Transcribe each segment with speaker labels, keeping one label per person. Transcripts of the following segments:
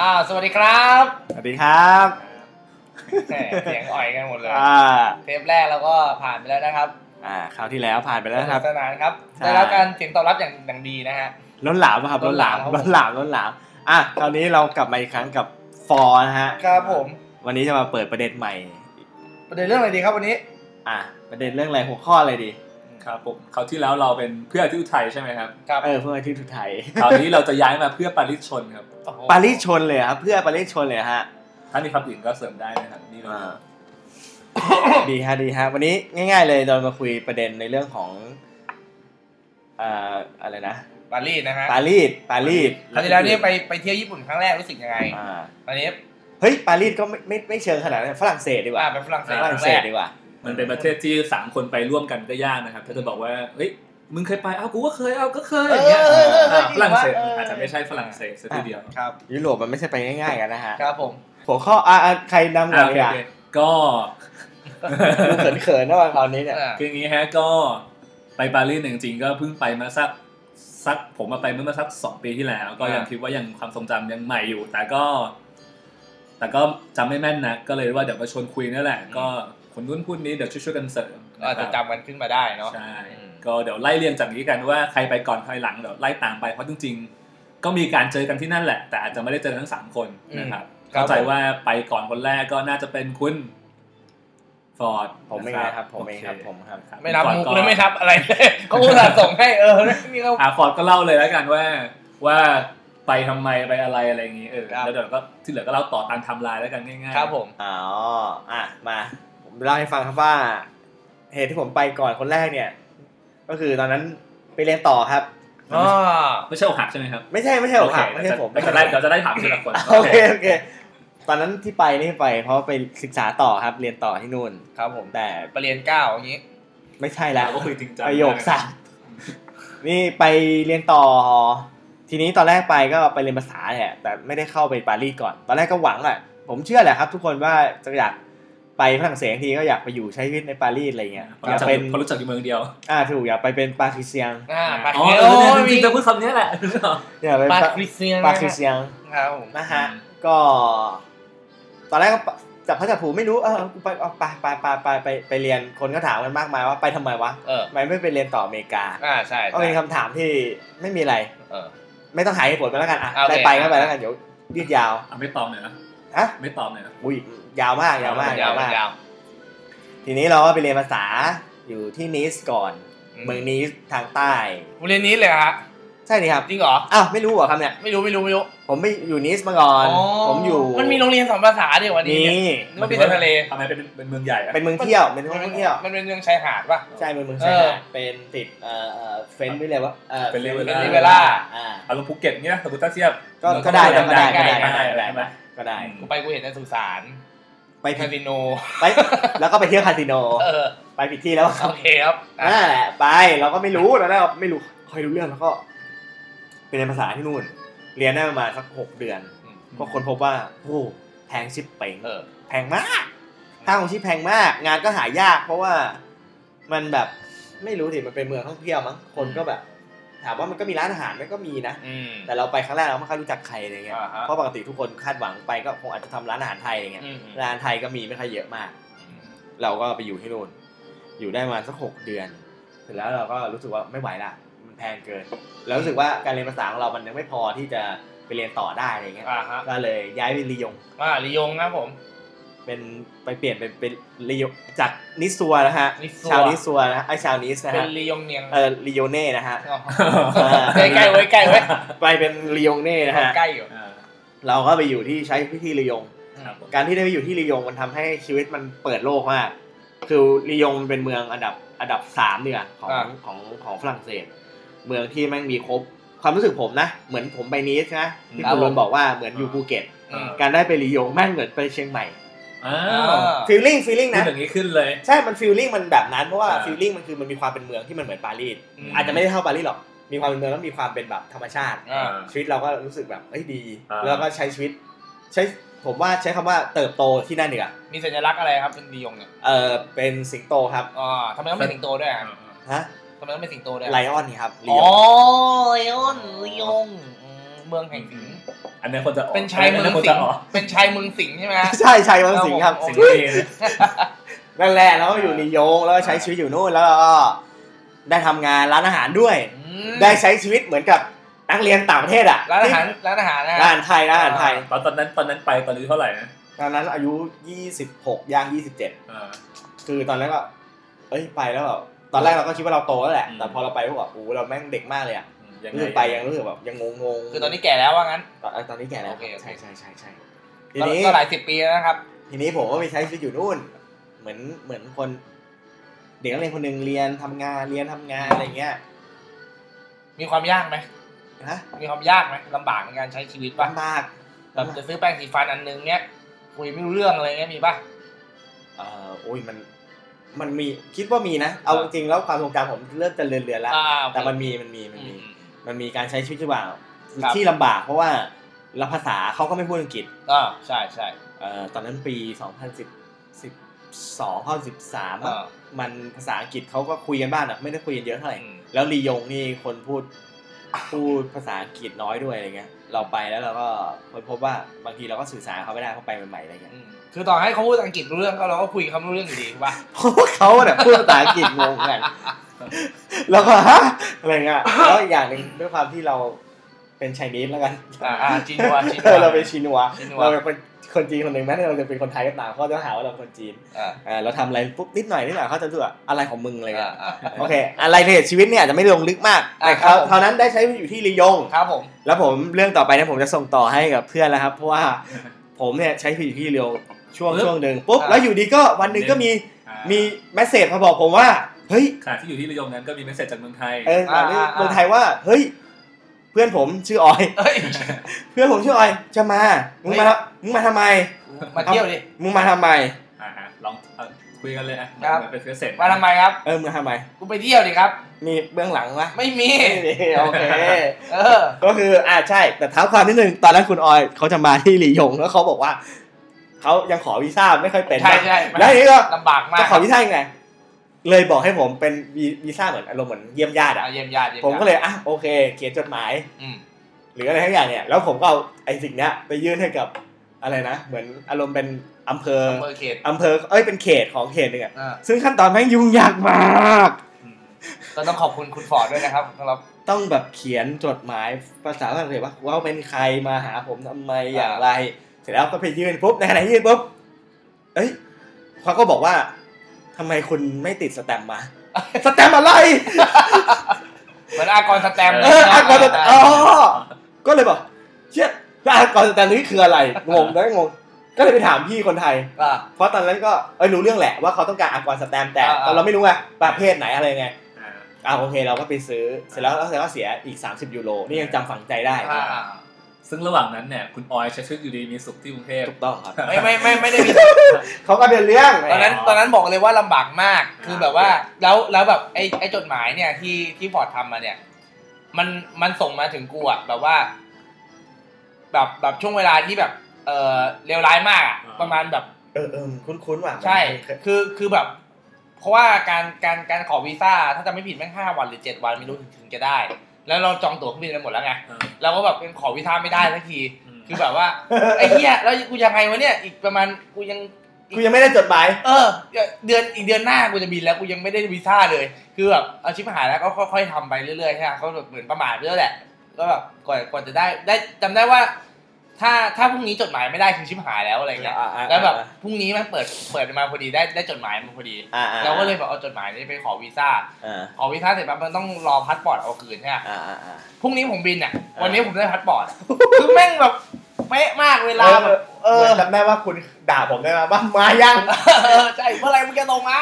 Speaker 1: อ้าวสวัสดีครับ
Speaker 2: สวัสดีครับ
Speaker 1: แหม่เสียงอ่อยกันหมดเลย
Speaker 2: อ่า
Speaker 1: เทปแรกเราก็ผ่านไปแล้วนะครับ
Speaker 2: อ่าคราวที่แล้วผ่านไปแล้ว
Speaker 1: ส
Speaker 2: นะค
Speaker 1: นุ
Speaker 2: รับ
Speaker 1: กสนานครับ
Speaker 2: ใช่
Speaker 1: ได้รับการเสียงตอบรับอย่างอย่างดีนะฮะ
Speaker 2: ล้นหลามป่ะครับล้นหลาม
Speaker 1: ล้น
Speaker 2: ล้
Speaker 1: ห
Speaker 2: นห
Speaker 1: ลา
Speaker 2: ลาม ม
Speaker 1: ครับ
Speaker 2: ล้นหลามอ่ะคราวนี้เรากลับมาอีกครั้งกับฟอนะฮะ
Speaker 1: ครับผม
Speaker 2: วันนี้จะมาเปิดประเด็นใหม่
Speaker 1: ประเด็นเรื่องอะไรดีครับวันนี้
Speaker 2: อ่ะประเด็นเรื่องอะไรหัวข้ออะไรดี
Speaker 3: ครับผมคราวที่แล้วเราเป็นเพื่อที่อุทัยใช่ไหมครับ
Speaker 1: ครับ
Speaker 2: เออเพื่อที่ทุไทย
Speaker 3: คราวนี้เราจะย้ายมาเพื่อปาริสชนครับ
Speaker 1: โอ้โห
Speaker 2: ปารีสชนเลยเหรอครับเพื่อปารีสชนเลยเหรอฮะ
Speaker 3: ถ้ามีคำอื่นก็เสริมได้นะครับนี่เรา
Speaker 2: อ่า ดีฮะดีฮะวันนี้ง่าย ๆ เลยเรามาคุยประเด็นในเรื่องของเอ่ออะไรนะ
Speaker 1: ปารีสนะฮะ
Speaker 2: ปารีสปารีส
Speaker 1: คราวที่แล้วเนี่ยไปไปเที่ยวญี่ปุ่นครั้งแรกรู้สึกยังไง
Speaker 2: อ่า
Speaker 1: ตอนนี้
Speaker 2: เฮ้ยปารีสก็ไม่ไม่ไม่เชิงขนาดนั้นฝรั่งเศสดีกว่า
Speaker 1: อ่าไปฝรั่งเศส
Speaker 2: ฝ
Speaker 1: ค
Speaker 2: รั่ง
Speaker 1: รั้ง
Speaker 2: เศ
Speaker 1: แร
Speaker 2: ส
Speaker 1: ก
Speaker 2: ดีกว่า
Speaker 3: มันเป็นประเทศที่สามคนไปร่วมกันก็ยากนะครับ ถ้าจะบอกว่าเฮ้ยมึงเคยไปเอากูก็เคยเอาก็เคยอย่างเงี้ย
Speaker 2: เออเออเออ
Speaker 3: ฝรั่งเศสอาจจะไม่ใช่ฝรั่งเศสซะทีเดียว
Speaker 1: ครับ
Speaker 2: ยุโรปมันไม่ใช่ไปง่ายๆกันนะฮะ
Speaker 1: ครับผม
Speaker 2: หัวข้ออ่ะอ่ะใครนำก่อน
Speaker 3: อ่าโอเค
Speaker 2: ดีก
Speaker 3: โอ
Speaker 2: ว่า
Speaker 3: เคก็
Speaker 2: ดูเขินๆนะวันคราวนี้เนี่ย
Speaker 1: อ่า
Speaker 3: คืออย่างนี้ฮะก็ไปปารีสเนี่ยจริงๆก็เพิ่งไปมาสักสักผมมาไปเมื่อมาสักสองปีที่แล้ว ก็ยังคิดว่ายังความทรงจำยังใหม่อยู่ แต่ก็ แต่ก็จำไม่แม่นนะก็เลยว่าเดี๋ยวมาชวนคุยนั่นแหละ ก็คนนู้นพูดนี้เดี๋ยวช่วยๆกันเสริม
Speaker 1: ก็อาจจะจำกันขึ้นมาได้เนาะ
Speaker 3: ใช่
Speaker 1: อืม
Speaker 3: ก็เดี๋ยวไล่เรียงจากนี้กันว่าใครไปก่อนใครหลังเดี๋ยวไล่ตามไปเพราะจริงๆ ก็มีการเจอกันที่นั่นแหละ แต่อาจจะไม่ได้เจอกันทั้งสามคนนะครับเข้าใจว่าไปก่อนคนแรกก็น่าจะเป็นคุณฟอร์ด
Speaker 2: ผมเอง
Speaker 3: นะ
Speaker 2: นะครับผมเองครับ
Speaker 3: โ
Speaker 2: ผมครับ
Speaker 3: ครับ
Speaker 1: ไม่รับ
Speaker 3: ฟอร์ด
Speaker 1: มุกเลยไม่รับอะไรเลย เขาอุตส่าห์ส่งให้เออนี่ก็
Speaker 3: อ่าฟอร์ดก็เล่าเลยแล้วกันว่าว่าไปทำไมไปอะไรอะไรอย่างนี้เออ
Speaker 1: ครับ
Speaker 3: แล้วเดี๋ยวก็ที่เหลือก็เล่าต่อตามไทำลายแล้วกันง่ายๆ
Speaker 1: ครับผม
Speaker 2: อ๋ออ่ะมาผมเล่าให้ฟังครับว่า เหตุที่ผมไปก่อนคนแรกเนี่ย ก็คือตอนนั้นไปเรียนต่อครับ
Speaker 1: อ๋อ
Speaker 3: ไม่ใช่อกหักใช่ไหมครับ
Speaker 2: ไม่ใช่ไม่ใช่ผมหักไม่ใช่ผม
Speaker 3: เราจะได้เราจะได้ถามทีละคน
Speaker 2: โอเคโอเค ตอนนั้นที่ไปนี่ไป เพราะไปศึกษาต่อครับเรียนต่อที่นู่น
Speaker 1: ครับผม
Speaker 2: แต่
Speaker 1: ไปเรียนเก้าอย่างนี้
Speaker 2: ไม่ใช่แล้ว
Speaker 3: เราก็คุยจริงจัง
Speaker 2: ประโยคสั้นนี่ไปเรียนต่อ ทีนี้ตอนแรกไปก็ไปเรียนภาษาเนี่ยแต่ไม่ได้เข้าไปปารีสก่อน ตอนแรกก็หวังแหละผมเชื่อแหละครับ ทุกคนว่าจะอยากไปฝรั่งเศสทีก็อยากไปอยู่ใช้ชีวิตในปารีสอะไรเงี้ย
Speaker 3: เพราะ
Speaker 2: อยา
Speaker 3: รู้
Speaker 2: ก
Speaker 3: จัก
Speaker 2: เป็น
Speaker 3: เพราะรู้จักอยู่เมืองเดียว
Speaker 2: อ่าถูกอยากไปเป็นปาคริเซียง
Speaker 1: อ่าปาก
Speaker 3: อ๋อ
Speaker 1: เคีย
Speaker 3: เอ
Speaker 1: โอ้
Speaker 3: อเนี่ย
Speaker 1: ย
Speaker 3: จ
Speaker 1: มี
Speaker 3: ริงๆจะพูดคำนี้แหละ
Speaker 2: อยากเป็น
Speaker 1: ปา
Speaker 2: ปา
Speaker 1: คริเซียน
Speaker 2: ปาคริเซียง
Speaker 1: ครับผม
Speaker 2: นะฮะ
Speaker 3: อืม
Speaker 2: ก็ตอนแรกก็ปะจับพระจับผูไม่รู้เออกูไปเอาไปไปไปไปไปไปเรียนคนก็ถามกันมากมายว่าไปทำไมวะ
Speaker 1: เออ
Speaker 2: ทำไมไม่ไปเรียนต่ออเมริกา
Speaker 1: อ่าใช่
Speaker 2: ก็
Speaker 1: ใช่
Speaker 2: เป็นคำถามที่ไม่มีอะไร
Speaker 1: เออ
Speaker 2: ไม่ต้องหาเหตุผลมาแล้วกันอ่ะ
Speaker 1: โอเค
Speaker 2: ได้ไปก็ไป
Speaker 1: อ่ะ
Speaker 2: แล้วกันเดี๋ยวยืดยาว
Speaker 3: อ่ะไม่ตอบหน่อยนะ
Speaker 2: ฮะ
Speaker 3: ไม่ตอบหน่อยนะ
Speaker 2: อุ้ยยาวมากยาวมา
Speaker 1: ยาย
Speaker 2: กาว วมาก
Speaker 1: ยาว
Speaker 2: ทีนี้เราก็ไปเรียนภาษาอยู่ที่นีสก่อน
Speaker 1: อื
Speaker 2: เมืองนีสทางใต้
Speaker 1: กูเรียนนี้เลยฮะ
Speaker 2: ใช่นี่ครับ
Speaker 1: จริงเหรอ
Speaker 2: อ้าวไม่รู้เหรอครับเนี่ย
Speaker 1: ไม่รู้ไม่รู้ไม่รู้
Speaker 2: ผมไม่อยู่นีสมาก่อนผมอยู่
Speaker 1: มันมีโรงเรียนสอนภาษาเดียววันนี้
Speaker 2: นี่
Speaker 1: นึกว่าเป็นแต่ทะเล
Speaker 3: ทำไมเป็นเป็นเมืองใหญ่อะ
Speaker 2: เป็นเมืองเที่ยวเป็นเมืองท่องเที่ยว
Speaker 1: มันเป็นเมืองชายหาดป่ะ
Speaker 2: ใช่เป็นเมือง
Speaker 1: เอ
Speaker 2: ชาย
Speaker 1: อ
Speaker 2: หาดเป็นติดเอ่อเอ่อเฟรนด์วิเลยวะเอ่อ
Speaker 3: เป็นเรเว
Speaker 1: ป็
Speaker 3: ลาน
Speaker 1: เวลา
Speaker 2: อ่า
Speaker 3: อารมณ์ภูเก็ตเนี้ยสมมติถ้าเทียบ
Speaker 2: ก็ก็ได้
Speaker 3: เมือง
Speaker 2: ก็ได้
Speaker 3: ใกล้ๆ
Speaker 2: ก็ได้ก็
Speaker 3: ใกล้ๆ
Speaker 2: ได้
Speaker 3: ใช่ไหม
Speaker 2: ก็ได้
Speaker 1: กูไปกูเห็นในสุสาน
Speaker 2: ไปผิ
Speaker 1: คา
Speaker 2: ด
Speaker 1: สิโน
Speaker 2: ไปแล้วก็ไปเที่ยวคาสิโน
Speaker 1: เออ
Speaker 2: ไปผิดที่แล้ว
Speaker 1: โอเคครับอ่ะ
Speaker 2: นั่นแหละไปเราก็ไม่รู้ตอนแรกเราไม่รู้คอยรู้เรื่องแล้วก็ไปเรียนภาษาที่นู่น เรียนได้ประมาณสักหกเดือน ก็ค้นพบว่าโอ้โหแพงชิบเป่ง
Speaker 1: เออ
Speaker 2: แพงมากค่าของชีพแพงมาก งานก็หายาก เพราะว่ามันแบบไม่รู้สิมันเป็นเมืองท่องเที่ยวมั้งคนก็แบบ ถามว่ามันก็มีร้านอาหารมันก็มีนะ
Speaker 1: อืม
Speaker 2: แต่เราไปครั้งแรกเราไม่ค่อยรู้จักใครอะไรเงี้ย
Speaker 1: อ่าฮะ
Speaker 2: เพราะปกติทุกคนคาดหวังไปก็คงอาจจะทำร้านอาหารไทยอะไรเงี้ย
Speaker 1: อืม
Speaker 2: ร้านไทยก็มีไม่ค่อยเยอะมาก เราก็ไปอยู่ที่นู่น อยู่ได้ประมาณสักหกเดือน เสร็จแล้วเราก็รู้สึกว่าไม่ไหวละมันแพงเกิน แล้วรู้สึกว่าการเรียนภาษาของเรามันยังไม่พอที่จะไปเรียนต่อได้อะไรเงี้ย
Speaker 1: อ่าฮะ
Speaker 2: ก็เลยย้ายไปลียง
Speaker 1: อ่าลียงครับผม
Speaker 2: เป็นไปเปลี่ยนเป็นเป็นลียงจากนิสซัวนะฮะ
Speaker 1: นิสซัว
Speaker 2: ชาวนิสซัวนะฮะไอชาวนิสนะ
Speaker 1: เป็น
Speaker 2: ฮะ
Speaker 1: ลียงเนียง
Speaker 2: เออลีโยเน่นะฮะ
Speaker 1: ใกล้ใกล้ๆไว้ยใกล้ไว้ย
Speaker 2: ไปเป็นลียงเน่นะฮะ
Speaker 1: ใกล้อยู่
Speaker 3: อ่า
Speaker 2: เราก็ไปอยู่ที่ใช้พิธีลียง
Speaker 3: ครับผม
Speaker 2: การที่ได้ไปอยู่ที่ลียงมันทำให้ชีวิตมันเปิดโลกมาก คือลียงมันเป็นเมืองอันดับอันดับสามเนี่ยของ
Speaker 1: อ่า
Speaker 2: ของของฝรั่งเศส เมืองที่แม่งมีครบ ความรู้สึกผมนะ เหมือนผมไปนีสนะที่คุณรนบอกว่าเหมือนอยู่ภูเก็ต
Speaker 1: อืม
Speaker 2: การได้ไปลียงแม่งเหมือนไปเชียงใหม่
Speaker 3: อ้าว
Speaker 1: อ่า
Speaker 2: ฟีลลิ่งฟีลลิ่ง
Speaker 3: พูด
Speaker 2: นะ
Speaker 3: อย่างนี้ขึ้นเลย
Speaker 2: ใช่ มันฟีลลิ่งมันแบบนั้นเพราะว่า
Speaker 3: อ่า
Speaker 2: ฟีลลิ่งมันคือมันมีความเป็นเมืองที่มันเหมือนปารีส
Speaker 1: อืม
Speaker 2: อาจจะไม่ได้เท่าปารีสหรอก มีความเป็นเมืองแล้วมีความเป็นแบบธรรมชาติ
Speaker 1: อ่า
Speaker 2: ชีวิตเราก็รู้สึกแบบเอ้ยดี
Speaker 3: อ่า
Speaker 2: แล้วก็ใช้ชีวิต ใช้ผมว่าใช้คำว่าเติบโตที่นั่นเนีกว่ย
Speaker 1: มีสัญลักษณ์อะไรครับเป็นลียงเนี่ย
Speaker 2: เออเป็นสิงโตครับ
Speaker 1: อ๋อทำไมต้องเป็นสิงโตด้วยอ่ะ
Speaker 2: ฮะ
Speaker 1: ทำไมต้องเป็นสิงโตด้วย
Speaker 2: ไลออนครับลี
Speaker 1: อ๋อง ไล
Speaker 2: ย
Speaker 1: ออนลียงอืม เมืองแห่งสิงห์
Speaker 3: อันนี้คนจะออก
Speaker 1: เป็นชายเมือง
Speaker 3: นนี้คน
Speaker 1: สิ
Speaker 3: จะ
Speaker 1: งห์
Speaker 3: ออก
Speaker 1: เป็นชายเมืองสิงห์ใช่ไหมฮะ
Speaker 2: ใช่ใช่วังสิงห์ครับ
Speaker 3: สิงห์บุรีนะ
Speaker 2: นั่นแหละแล้วก็อยู่นิยงแล้วก็ใช้ชีวิตอยู่นู่นแล้วก็ได้ทำงานร้านอาหารด้วย
Speaker 1: อืม
Speaker 2: ได้ใช้ชีวิตเหมือนกับนักเรียนต่างประเทศอะ
Speaker 1: ร้านอาหารร้านอาหารนะ
Speaker 2: ร้านอา
Speaker 1: ฮะ
Speaker 2: หารไทยร้านอาหารไทย
Speaker 3: ตอนตอนนั้นตอนนั้นไปตอนนี้เท่าไหร่นะ
Speaker 2: ตอนนั้นอายุ 26ย่าง27
Speaker 3: อ่า
Speaker 2: คือตอนแรกก็เอ้ยไปแล้วแบบตอนแรกเราก็คิดว่าเราโตแล้วแหละ
Speaker 3: อืม
Speaker 2: แต่พอเราไปก็แบบโอ้โหเราแม่งเด็กมากเลยอะ
Speaker 3: ยัง
Speaker 2: รู้
Speaker 3: ไง
Speaker 2: สึกไปยังรู้สึกแบบยังงงงๆ
Speaker 1: คือตอนนี้แก่แล้วว่างั้น
Speaker 2: ตอนตอนนี้แก่แล้ว
Speaker 1: โอเคโอเค
Speaker 2: ใช่ใช่ใช่ใช่ที
Speaker 1: ก็
Speaker 2: นี้
Speaker 1: ก็หลายสิบปีแล้วนะครับ
Speaker 2: ทีนี้ผมก็ไปใช้ชีวิตอยู่นู่น เหมือนเหมือนคน เด็กนักเรียนคนหนึ่งเรียนทำงานเรียนทำงานอะไรเงี้ย
Speaker 1: มีความยากไหม
Speaker 2: นะ
Speaker 1: มีความยากไหมลำบากในการใช้ชีวิตปะ
Speaker 2: ลำบาก
Speaker 1: แบบจะซื้อแปรงสีฟันอันนึงเนี้ยคุยไม่รู้เรื่องอะไรเงี้ยมีปะ
Speaker 2: เออโอ้ยมัน มันมีคิดว่ามีนะเอาจริงๆแล้วความทรงจำผมเริ่มจะเลือนเลือนๆแล้ว
Speaker 1: อ่าโอเค
Speaker 2: แต่มันมีมันมีมัน
Speaker 1: อื
Speaker 2: มี
Speaker 1: ม
Speaker 2: มันมีการใช้ชีวิตที่ว่า
Speaker 1: ครับ
Speaker 2: ที่ลำบากเพราะว่าเราภาษาเขาก็ไม่พูดอังกฤษ
Speaker 1: อ่าใช่ใช่
Speaker 2: เอ่อตอนนั้นปี 2010 12เข้า13
Speaker 1: อ่า
Speaker 2: อะมันภาษาอังกฤษเขาก็คุยกันบ้างอะไม่ได้คุยกันเยอะเท่าไหร่
Speaker 1: อืม
Speaker 2: แล้วลียงนี่คนพูด พูดภาษาอังกฤษน้อยด้วยอะไรเงี้ย เราไปแล้วเราก็คนพบว่าบางทีเราก็สื่อสารกับเขาไม่ได้เขาไปใหม่ๆอะไรเงี้ย
Speaker 1: อืมคือต่อให้เขาพูดอังกฤษรู้เรื่องก็เราก็คุยกับเขาไม่รู้เรื่องอยู่ดีถูกปะ
Speaker 2: เพราะว่าเขาเนี่ยพูดภาษาอังกฤษงงกัน แล้วก็ ฮะอะไรเงี้ยแล้วอีกอย่างหนึ่งด้วยความที่เราเป็นไชนีสแล้วกัน
Speaker 1: อ่าอ่าจีนวัวจีน
Speaker 2: เอ
Speaker 1: วั
Speaker 2: อ
Speaker 1: ว
Speaker 2: เราเป็นชินัว
Speaker 1: ชินัว
Speaker 2: เราเป็นคนจีนคนหนึ่งแม้ที่เราจะเป็นคนไทยก็ตามเขาจะหาว่าเราเป็นคนจีน
Speaker 1: อ่า
Speaker 2: อ่าเราทำอะไรปุ๊บนิดหน่อยนิดหน่อยเขาจะรู้ว่าอะไรของมึงอะไร
Speaker 1: อ่า
Speaker 2: เงี้ย
Speaker 1: อ่า
Speaker 2: โอเคอะไรายละเอียดชีวิตเนี่ยอาจจะไม่ลงลึกมากแต่
Speaker 1: อ่าครับ
Speaker 2: คราวนั้นได้ใช้อยู่ที่ลียง
Speaker 1: ครับผม
Speaker 2: แล้วผมเรื่องต่อไปเนี่ยผมจะส่งต่อให้กับเพื่อนแล้วครับ เพราะว่าผมเนี่ยใช้ผิดที่เร็วช่วง
Speaker 3: ปึ๊บ
Speaker 2: ช่วงหนึ่งปุ๊บแล้วอยู่ดีก็วันหนึ่งก็มี
Speaker 3: อ่า
Speaker 2: มีแมสเซจมาบอกผมว่า เฮ้ย
Speaker 3: ขณะที่อยู่ที่ระยองนั้นก็มีเมสเซจจากเมืองไทย
Speaker 2: เออมาเมืองไทยว่าเฮ้ย เพื่อนผมชื่อออย
Speaker 1: เอ้ย
Speaker 2: เพื่อนผมชื่อออยจะมามึงมามึงมาทำไม
Speaker 1: มาเที่ยวดิ
Speaker 2: มึงมาทำไม
Speaker 3: อ่าฮะลองเอาคุยกันเลยอ่ะ
Speaker 1: ครับ
Speaker 3: เหมือนเป็นเฟซเสร็จ
Speaker 1: มาทำไมครับ
Speaker 2: เออมึงมาทำไม
Speaker 1: กูไปเที่ยวดิครับ
Speaker 2: มีเบื้องหลังปะ
Speaker 1: ไม่มี
Speaker 2: ไม่มีโอเค
Speaker 1: เออ
Speaker 2: ก็คืออ่าใช่แต่เท้าความนิดนึงตอนนั้นคุณออยเขาจะมาที่หลีหยงแล้วเขาบอกว่าเขายังขอวีซ่าไม่ค่อยเป็น
Speaker 1: ใช่
Speaker 2: นะ
Speaker 1: ใช่
Speaker 2: แล้วทีนี้ก็
Speaker 1: ลำบากมาก
Speaker 2: จะขอวีซ่ายังไง เลยบอกให้ผมเป็นวีวีซ่าเหมือนอารมณ์เหมือนเยี่ยมญาติ
Speaker 1: อ่ะ
Speaker 2: อ่ะ
Speaker 1: เยี่ยมญาติเยี่ยม
Speaker 2: ผม
Speaker 1: ญาติ
Speaker 2: ก็เลยอ่ะโอเค เขียนจดหมาย
Speaker 1: อืม
Speaker 2: หรืออะไรทั้งอย่างเนี่ย แล้วผมก็เอาไอ้สิ่งเนี้ยไปยื่นให้กับอะไรนะ เหมือนอารมณ์เป็นอำเภอ
Speaker 1: อำเภอเขต
Speaker 2: อำเภอ เอ้ยเป็นเขตของเขตหนึ่งอ่ะ
Speaker 1: เออ
Speaker 2: ซึ่งขั้นตอนแม่งยุ่งยากมาก
Speaker 3: อืม
Speaker 1: ก็ต้องขอบคุณคุณฟอร์ดด้วยนะครับสำหรับ
Speaker 2: ต้องแบบเขียนจดหมายภาษาฝรั่งเศสว่าว่าเป็นใครมาหาผมทำไมอย่างไร เสร็จแล้วก็ไปยื่นปุ๊บในขณะที่ยื่นปุ๊บเอ้ยเขาก็บอกว่าทำไมคุณไม่ติดสแตมป์มา สแตมป์อะไร
Speaker 1: เหมือนอากรสแตมป์
Speaker 2: เอออากรสแตมป์อ๋อก็เลยบอกเชี่ยแล้วอากรสแตมป์นี่คืออะไรงงแล้วงง ก็เลยไปถามพี่คนไทย
Speaker 1: อ่า
Speaker 2: เพราะตอนนั้นก็เอ้ยรู้เรื่องแหละว่าเขาต้องการอากรสแตมป์แต่
Speaker 1: อ่าๆ
Speaker 2: ตอนเราไม่รู้ไงประเภทไหนอะไรไง
Speaker 3: อ่า
Speaker 2: อ่าโอเคเราก็ไปซื้อเสร็จแล้วแล้วก็เสียอีก 30 ยูโรนี่ยังจำฝังใจได้
Speaker 1: อ่า
Speaker 3: ซึ่งระหว่างนั้นเนี่ยคุณออยใช้ชีวิตอยู่ดีมีสุขที่กรุงเทพ
Speaker 2: ถูกต้องครับ
Speaker 1: ไม่ไม่ไม่ไม่ได้มี
Speaker 2: เขาก็เดินเรื่อง
Speaker 1: ตอนนั้นตอนนั้นบอกเลยว่าลำบากมาก
Speaker 3: อ่า
Speaker 1: คือแบบว่าแล้วแล้วแบบไอ้ไอ้จดหมายเนี่ยที่ที่ฟอร์ดทำมาเนี่ย มันมันส่งมาถึงกูอะแบบว่า แบบแบบช่วงเวลาที่แบบ เออเลวร้ายมากอะประมาณแบบ
Speaker 2: เออเออคุ้นๆว่ะ
Speaker 1: ใช่ คือ คือแบบ เพราะว่าการ การ การขอวีซ่า ถ้าจะไม่ผิดแม่งห้าวันหรือเจ็ดวันไม่รู้ถึงถึงจะได้ แล้วเราจองตั๋วเครื่องบินไปหมดแล้วไง
Speaker 3: อ่า
Speaker 1: เราก็แบบเป็นขอวีซ่าไม่ได้สักที
Speaker 3: ม
Speaker 1: คือแบบว่า ไอ้เหี้ย แล้วกูยังไงวะเนี่ย อีกประมาณ กูยัง
Speaker 2: กูยังไม่ได้จดหมาย
Speaker 1: เออ เดือน อีกเดือนหน้ากูจะบินแล้ว กูยังไม่ได้วีซ่าเลย คือแบบ เอาชิบหายแล้วก็ค่อยๆทำไปเรื่อยๆใช่ไหมเขาแบบเหมือนประมาทเรื่อยแหละ ก็แบบกว่ากว่าจะได้ ได้จำได้ว่า ถ้า ถ้าพรุ่งนี้จดหมายไม่ได้คือชิบหายแล้วอะไรเงี้ย แล้วแบบพรุ่งนี้มันเปิด เปิดมาพอดี ได้ ได้จดหมายมาพอดี
Speaker 2: อ่าๆ
Speaker 1: เราก็เลยแบบเอาจดหมายนี้ไปขอวีซ่า
Speaker 2: อ่า
Speaker 1: ขอวีซ่าเสร็จปั๊บมันต้องรอพาสปอร์ตเอาคืนใช่ไหม
Speaker 2: อ่าอ่าอ่า
Speaker 1: พรุ่งนี้ผมบินอ่ะ
Speaker 2: อ่า
Speaker 1: วันนี้ผมได้พาสปอร์ต คือแม่งแบบเป๊ะมากเวลาแบบ
Speaker 2: เออจำได้ว่าคุณด่าผมได้มาบ้างมายัง
Speaker 1: เออ ใช่เมื่อไหรมึงจะลงมา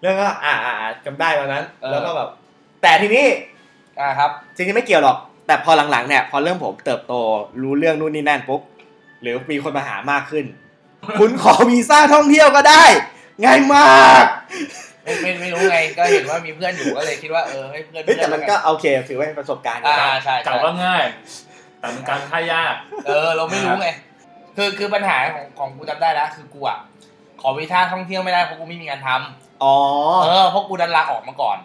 Speaker 2: เรื่องก็อ่าอ่าอ่าจำได้ตอนนั้น
Speaker 1: เออ
Speaker 2: แล้วก็แบบ แต่ทีนี้
Speaker 1: อ่าครับ
Speaker 2: จริงๆไม่เกี่ยวหรอก แต่พอหลังๆเนี่ยพอเริ่มผมเติบโตรู้เรื่องนู่นนี่นั่นปุ๊บหรือมีคนมาหามาก ขึ้น คุณขอวีซ่าท่องเที่ยวก็ได้ ง่ายมาก
Speaker 1: ไม่ไม่ไม่รู้ไง ก็เห็นว่ามีเพื่อนอยู่ก็เลยคิดว่าเออให้เพื่อน
Speaker 2: เฮ้ยแต่มันก็โอเคถือว่าเป็นประสบการณ์
Speaker 1: อ่า
Speaker 2: นะ
Speaker 1: ใช่
Speaker 3: ก
Speaker 1: ใช่
Speaker 3: ล่าวว่าง่าย แต่มันการท่ายาก
Speaker 1: เออเราไม่รู้ไง คือคือปัญหาของของกูจำได้แล้วคือกูอ่ะขอวีซ่าท่องเที่ยวไม่ได้เพราะกูไม่มีงานทำ
Speaker 2: อ๋อ
Speaker 1: เออเพราะกูดันลาออกมาก่อน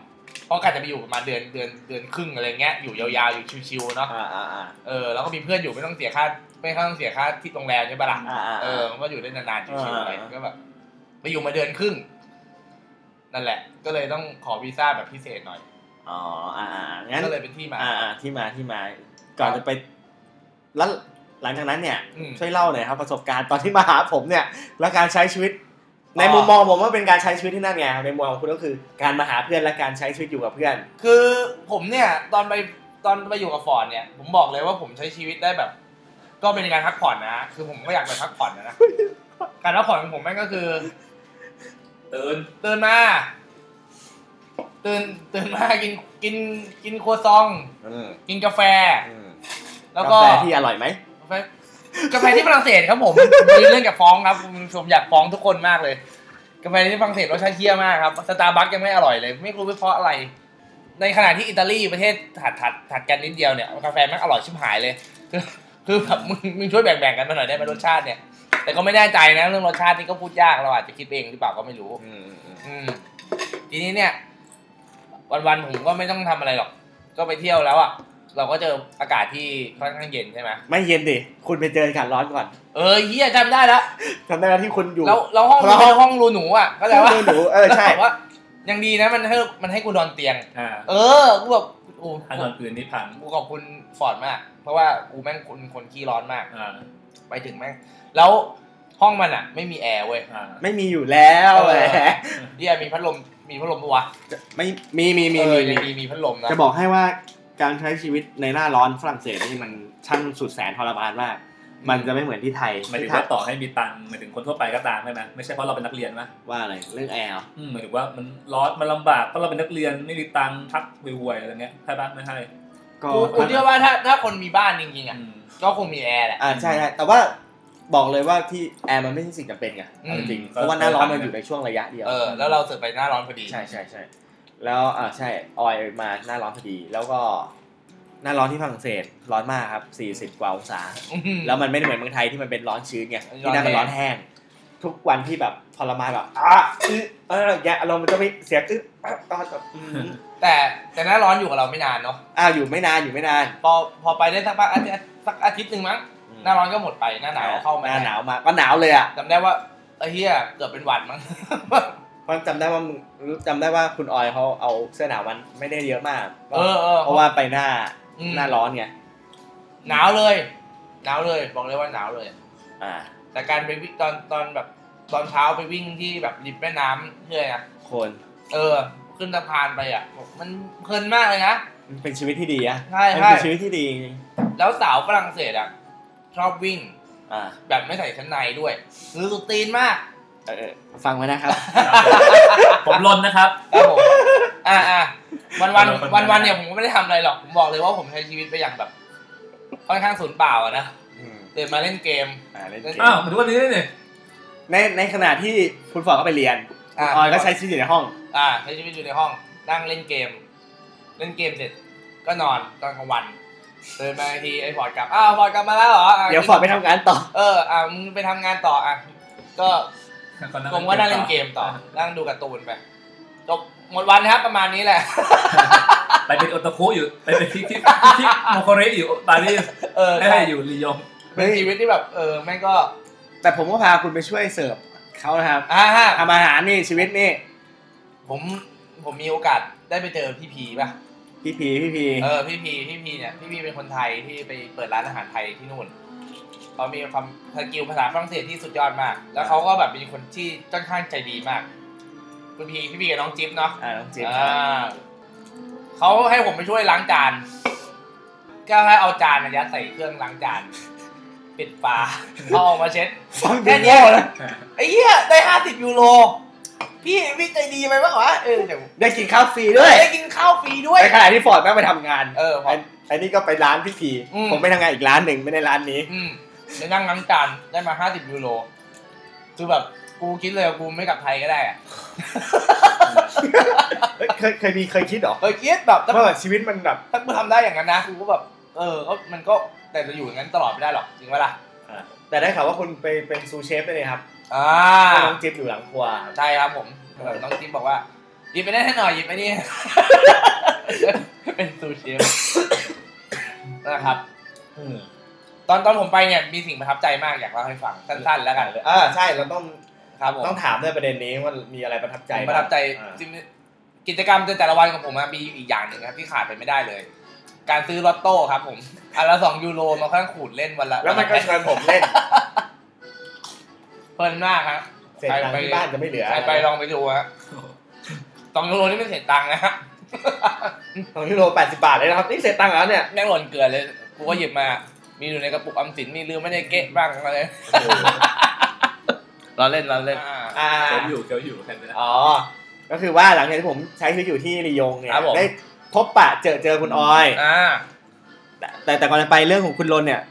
Speaker 1: เพราะกะจะไปอยู่ประมาณเดือนเดือนเดือนครึ่งอะไรเงี้ยอยู่ยาวๆอยู่ชิวๆเนาะ
Speaker 2: อ่าอ่าอ่า
Speaker 1: เออแล้วก็มีเพื่อนอยู่ไม่ต้องเสียค่าไม่ต้องเสียค่าที่โรงแรมใช่ปะล่ะ
Speaker 2: อ่าอ่า
Speaker 1: เออมันก็อยู่ได้นานๆ ชิวๆ
Speaker 2: อ่า
Speaker 1: ไปก็แบบไปอยู่มาเดือนครึ่ง นั่นแหละ ก็เลยต้องขอวีซ่าแบบพิเศษหน่อย
Speaker 2: อ๋ออ่าอ่างั้น
Speaker 1: ก็เลยเป็นที่มา
Speaker 2: อ่าอ่าที่มาที่มา ก่อนจะไปแล้วหลังจากนั้นเนี่ย
Speaker 1: อืม
Speaker 2: ช่วยเล่าหน่อยครับประสบการณ์ตอนที่มาหาผมเนี่ย และการใช้ชีวิต ใน
Speaker 1: อ๋อ
Speaker 2: มุมมองผมว่าเป็นการใช้ชีวิตที่นั่นไงครับในมุมมองของคุณก็คือการมาหาเพื่อนและการใช้ชีวิตอยู่กับเพื่อน
Speaker 1: คือผมเนี่ย ตอนไปตอนไปอยู่กับฟอร์ดเนี่ย ผมบอกเลยว่าผมใช้ชีวิตได้แบบ ก็เป็นการพักผ่อนนะคือผมก็อยากไปพักผ่อนนะการพักผ่อนของผมแม่งก็คือ
Speaker 3: ตื่น
Speaker 1: ตื่นมาตื่นตื่นมากินกินกินครัวซอง
Speaker 2: อืม
Speaker 1: กินกาแฟ
Speaker 2: อืม
Speaker 1: แล้วก็
Speaker 2: กาแฟที่อร่อยไหม
Speaker 1: กาแฟกาแฟที่ฝรั่งเศสครับผม มีเรื่องกับฟ้องครับผมอยากฟ้องทุกคนมากเลย กาแฟที่ฝรั่งเศสรสชาติเฮี้ยมากครับสตาร์บัคยังไม่อร่อยเลย ไม่รู้ไปเพราะอะไร ในขณะที่อิตาลีประเทศถัดถัดถัดกันนิดเดียวเนี่ยกาแฟแมันอร่อยชิบหายเลย คือคือแบบมึงมึงช่วยแบ่งๆกันมาหน่อยได้ไหมรสชาติเนี่ย แต่ก็ไม่แน่ใจนะเรื่องรสชาตินี่ก็พูดยากเราอาจจะคิดเองหรือเปล่าก็ไม่รู้
Speaker 2: อืมอืม
Speaker 1: อืมทีนี้เนี่ย วันๆผมก็ไม่ต้องทำอะไรหรอก ก็ไปเที่ยวแล้วอ่ะเราก็เจออากาศที่ค่อนข้างเย็นใช่ไหม
Speaker 2: ไม่เย็นดิคุณไปเจออากาศร้อนก่อน
Speaker 1: เออเยี่ยจำได้แล้ว
Speaker 2: จำได้ไหมที่คุณอยู่
Speaker 1: แล้วแล้วห้อง
Speaker 2: แล้ว
Speaker 1: เป็นห้องรูหนูอ่ะก็แต่ว่า
Speaker 2: คุณหนูเออใช่
Speaker 1: ว่ายังดีนะมันให้มันให้กูนอนเตียง
Speaker 3: อ่า
Speaker 1: เออกูแบบโอ้
Speaker 3: ถ้านอนอื่นนี่พัง
Speaker 1: กูขอบคุณฟอร์ดมาก เพราะว่ากูแม่งคนคนขี้ร้อนมาก
Speaker 3: อ่า
Speaker 1: ไปถึงแม่ง แล้วห้องมันอ่ะ ไม่มีแอร์เว้ย
Speaker 3: อ่า
Speaker 2: ไม่มีอยู่แล้ว
Speaker 1: เออ
Speaker 2: แหละ
Speaker 1: เยี่ยมีพัดลมมีพัดลมปะวะ
Speaker 2: ไม่มีมีมี
Speaker 1: เออ
Speaker 2: มี
Speaker 1: ยัง
Speaker 2: มี
Speaker 1: ดีมีพัดลมนะ
Speaker 2: จะบอกให้ว่าการใช้ชีวิตในหน้าร้อนฝรั่งเศสนี่มันช่างสุดแสนทรมานมาก มันจะไม่เหมือนที่ไทย
Speaker 3: หมายถึง
Speaker 2: ที่ไทย
Speaker 3: ว่าต่อให้มีตังค์หมายถึงคนทั่วไปก็ตามใช่ไหมไม่ใช่เพราะเราเป็นนักเรียนนะ
Speaker 2: ว่าอะไรเรื่องแอร์เหรอ
Speaker 3: อืมหมายถึงว่ามันร้อนมันลำบากเพราะเราเป็นนักเรียนไม่มีตังค์พักห่วยๆอะไรเงี้ยใช่ปะไม่ให้
Speaker 2: ก็
Speaker 1: กูกูเชื่อว่าถ้าถ้าคนมีบ้านจริงๆอ่ะ
Speaker 3: อืม
Speaker 1: ก็คงมีแอร์แหละ
Speaker 2: อ่าใช่ใช่แต่ว่าบอกเลยว่าที่แอร์มันไม่ใช่สิ่งจำเป็นไง
Speaker 1: อืม
Speaker 2: เอาจริงๆ
Speaker 3: ก็
Speaker 2: เพราะว่าหน้าร้อนมันอยู่ในช่วงระยะเดียว
Speaker 1: เออแล้วเราเสิร์ฟไปหน้าร้อนพอดี
Speaker 2: ใช่ใช่ใช่แล้วอ่าใช่ออยมาหน้าร้อนพอดี แล้วก็หน้าร้อนที่ฝรั่งเศสร้อนมากครับ 40 กว่าองศา แล้วมันไม่ได้เหมือนเมืองไทยที่มันเป็นร้อนชื้นไง
Speaker 1: ร้
Speaker 2: ที่
Speaker 1: อนแห้ง
Speaker 2: นั่นมันร้อนแห้ง ทุกวันที่แบบทรมานแบบอ่ะอึะเอออย่างเงี้ยอารมณ์มันจะไม่เสียงอึะอ่ะตอนแบบอืม
Speaker 1: แต่แต่หน้าร้อนอยู่กับเราไม่นานเนาะ
Speaker 2: อ้าวอยู่ไม่นานอยู่ไม่นาน
Speaker 1: พอพอไปได้สักพักอาทิตย์สักอาทิตย์หนึ่งมั้ง
Speaker 2: อืม
Speaker 1: หน้าร้อนก็หมดไปหน้าหนาวเข้ามา
Speaker 2: หน้าหนาวมาก็หนาวเลยอ่ะ
Speaker 1: จำได้ว่าไอ้เฮียเกือบเป็นหวัดมั้ง
Speaker 2: เพราะจำได้ว่ามึงจำได้ว่าคุณออยเขาเอาเสื้อหนาวมันไม่ได้เยอะมาก
Speaker 1: เออเออ
Speaker 2: เพราะว่าไปหน้า
Speaker 1: อืม
Speaker 2: หน้าร้อนไง
Speaker 1: หนาวเลย หนาวเลยบอกเลยว่าหนาวเลย
Speaker 2: อ่า
Speaker 1: แต่การไปวิ่งตอนตอนแบบตอนเช้าไปวิ่งที่แบบริมแม่น้ำเรื่อยนะ
Speaker 2: คน
Speaker 1: เออ ขึ้นสะพานไปอ่ะมันเพลินมากเลยนะ
Speaker 2: มันเป็นชีวิตที่ดีอะ
Speaker 1: ใช่
Speaker 2: มั
Speaker 1: ใช่
Speaker 2: เป็นชีวิตที่ดีจริง
Speaker 1: แล้วสาวฝรั่งเศสอ่ะชอบวิ่ง
Speaker 2: ๆอ่า
Speaker 1: แบบไม่ใส่ชั้นในด้วยคือสุดตีนมาก
Speaker 2: เออเออฟังไว้นะครับ
Speaker 3: ผมลนนะครับ
Speaker 1: ครับผมอ่าอ่าวันวัน
Speaker 3: เราเป็น
Speaker 1: วันวัน
Speaker 3: ไง
Speaker 1: เนี่ยผมก็ไม่ได้ทำอะไรหรอกผมบอกเลยว่าผมใช้ชีวิตไปอย่างแบบค่อนข้างสูญเปล่าอะนะ
Speaker 2: อืม
Speaker 1: เดินมาเล่นเกม
Speaker 2: อ่าเล่นเก
Speaker 3: อ้าว
Speaker 2: ม
Speaker 3: หมายถึงว่านี้นี่
Speaker 2: ในในขณะที่คุณฟอร์ดก็ไปเรียน
Speaker 1: อ่า
Speaker 2: คุณออยก็ใช้ชีวิตอยู่ในห้อง
Speaker 1: อ่าใช้ชีวิตอยู่ในห้องนั่งเล่นเกม เล่นเกมเสร็จ ก็นอนตอนกลางวันตื่นมาอีกทีไอ้ฟอร์ดกลับอ้าวฟอร์ดกลับมาแล้วเหรออ่ะ
Speaker 2: เดี๋ยวฟอร์ดไปทำงานต่อ
Speaker 1: เอออ่ามึงไปทำงานต่ออ่ะก็ผมก็นั่งเล่นเกมต่อนั่งดูการ์ตูนไปจบหมดวันนะครับประมาณนี้แหละ
Speaker 3: ไปเป็นโอตาคุอยู่ไปเป็นที่ที่ที่โมโคเรอยู่ปารีส
Speaker 1: เออ
Speaker 3: ไม่
Speaker 1: ใช่
Speaker 3: ให้อยู่ลียง
Speaker 1: เป็นชีวิตที่แบบ เออแม่งก็
Speaker 2: แต่ผมก็พาคุณไปช่วยเสิร์ฟเขานะครับ
Speaker 1: อ่าฮะ
Speaker 2: ทำอาหารนี่ชีวิตนี่
Speaker 1: ผมผมมีโอกาสได้ไปเจอพี่พีป่ะ
Speaker 2: พี่พีพี่พี
Speaker 1: เออพี่พีพี่พีเนี่ยพี่พีเป็นคนไทยที่ไปเปิดร้านอาหารไทยที่นู่นเขามีความสกิลภาษาฝรั่งเศสที่สุดยอดมาก แล้วเขาก็แบบเป็นคนที่ค่อนข้างใจดีมากคุณพีพี่พีกับน้องจิ๊บเนาะ
Speaker 2: อ่าน้องเจมส์ครับ
Speaker 1: อ่าเขาให้ผมไปช่วยล้างจานก็ให้เอาจานนะยัดใส่เครื่องล้างจานปิด ฝาเอาออกมาเช็ด
Speaker 2: ฟังดู
Speaker 1: แค่เนี้
Speaker 2: โง่
Speaker 1: ย
Speaker 2: นะ
Speaker 1: ไอ้เหี้ยได้ห้าสิบยูโร พี่พี่ใจดีไปปะวะเออเดี๋ยว
Speaker 2: ได้กินข้าวฟรีด้วย
Speaker 1: ได้กินข้าวฟรีด้วย
Speaker 2: ในขณะที่ฟอร์ดแม่งไปทำงาน
Speaker 1: เออพอ
Speaker 2: ไอ้ไอ้นี่ก็ไปร้านพี่พี
Speaker 1: อืม
Speaker 2: ผมไปทำงานอีกร้านหนึ่งไม่ได้ร้านนี้
Speaker 1: อืมไปนั่งล้างจานได้มาห้าสิบยูโร คือแบบกูคิดเลยว่ากูไม่กลับไทยก็ได้อะ
Speaker 2: เฮ้ยเคยเคยมีเคยคิดเหรอ
Speaker 1: เออคิดแบบถ้า
Speaker 2: ว่าแบบชีวิตมันแบบ
Speaker 1: ถ้ากูทำได้อย่างนั้นนะกูก็แบบ เออก็มันก็แต่จะอยู่อย่างนั้นตลอดไม่ได้หรอกจริงปะล่ะ
Speaker 2: แต่ได้ข่าวว่าคุณไปเป็นซูเชฟด้วยนี่ครับ
Speaker 1: อ่า
Speaker 2: ให้น้องจิ๊บอยู่หลังครัวครับ
Speaker 1: ใช่ครับผมแบบน้องจิ๊บบอกว่า หยิบไปได้แค่หน่อยหยิบไปนี่ เป็นซูชินะครับอืมตอนตอนผมไปเนี่ยมีสิ่งประทับใจมากอยากเล่าให้ฟังสั้นๆแล้วกัน
Speaker 2: อ่าใช่เราต้อง
Speaker 1: ครับผม
Speaker 2: ต้องถามด้วยประเด็นนี้ว่ามีอะไรประทับใจ
Speaker 1: ผมประทับใจ
Speaker 2: อ่า
Speaker 1: จริงๆกิจกรรมแต่ละวันของผมอะมีอีกอย่างหนึ่งครับที่ขาดไปไม่ได้เลย การซื้อลอตโต้ครับผมอันละสองยูโรมาค่อนขูดเล่นวันละ
Speaker 2: แล้วมันก็เชิญผมเล่น
Speaker 1: เพลินมากครับ
Speaker 2: เสร็จหลังที่บ้านจะไม่เหลือ
Speaker 1: ใครไปลองไปดูฮะสองยูโรนี่ไม่เสียตังค์นะฮะ
Speaker 2: ของยูโร80 บาทเลยนะครับ นี่เสร็จตังค์แล้วเนี่ย
Speaker 1: แม่งหล่นเกลือเลย กูก็หยิบมา มีอยู่ในกระปุกออมสิน มีลืมไม่ได้เก๊ะบ้างอะไร เราเล่นเราเล่น
Speaker 2: อ่า
Speaker 3: เขียวอยู่เขียวอยู่แค่นี้นะ
Speaker 2: อ๋อ ก็คือว่าหลังจากที่ผมใช้ชีวิตอยู่ที่รียงเนี่ย
Speaker 1: ครับผม
Speaker 2: ได้พบปะเจอเจอคุณออย
Speaker 1: อ่า
Speaker 2: แต่แต่แต่ก่อนจะไปเรื่องของคุณรนเนี่ย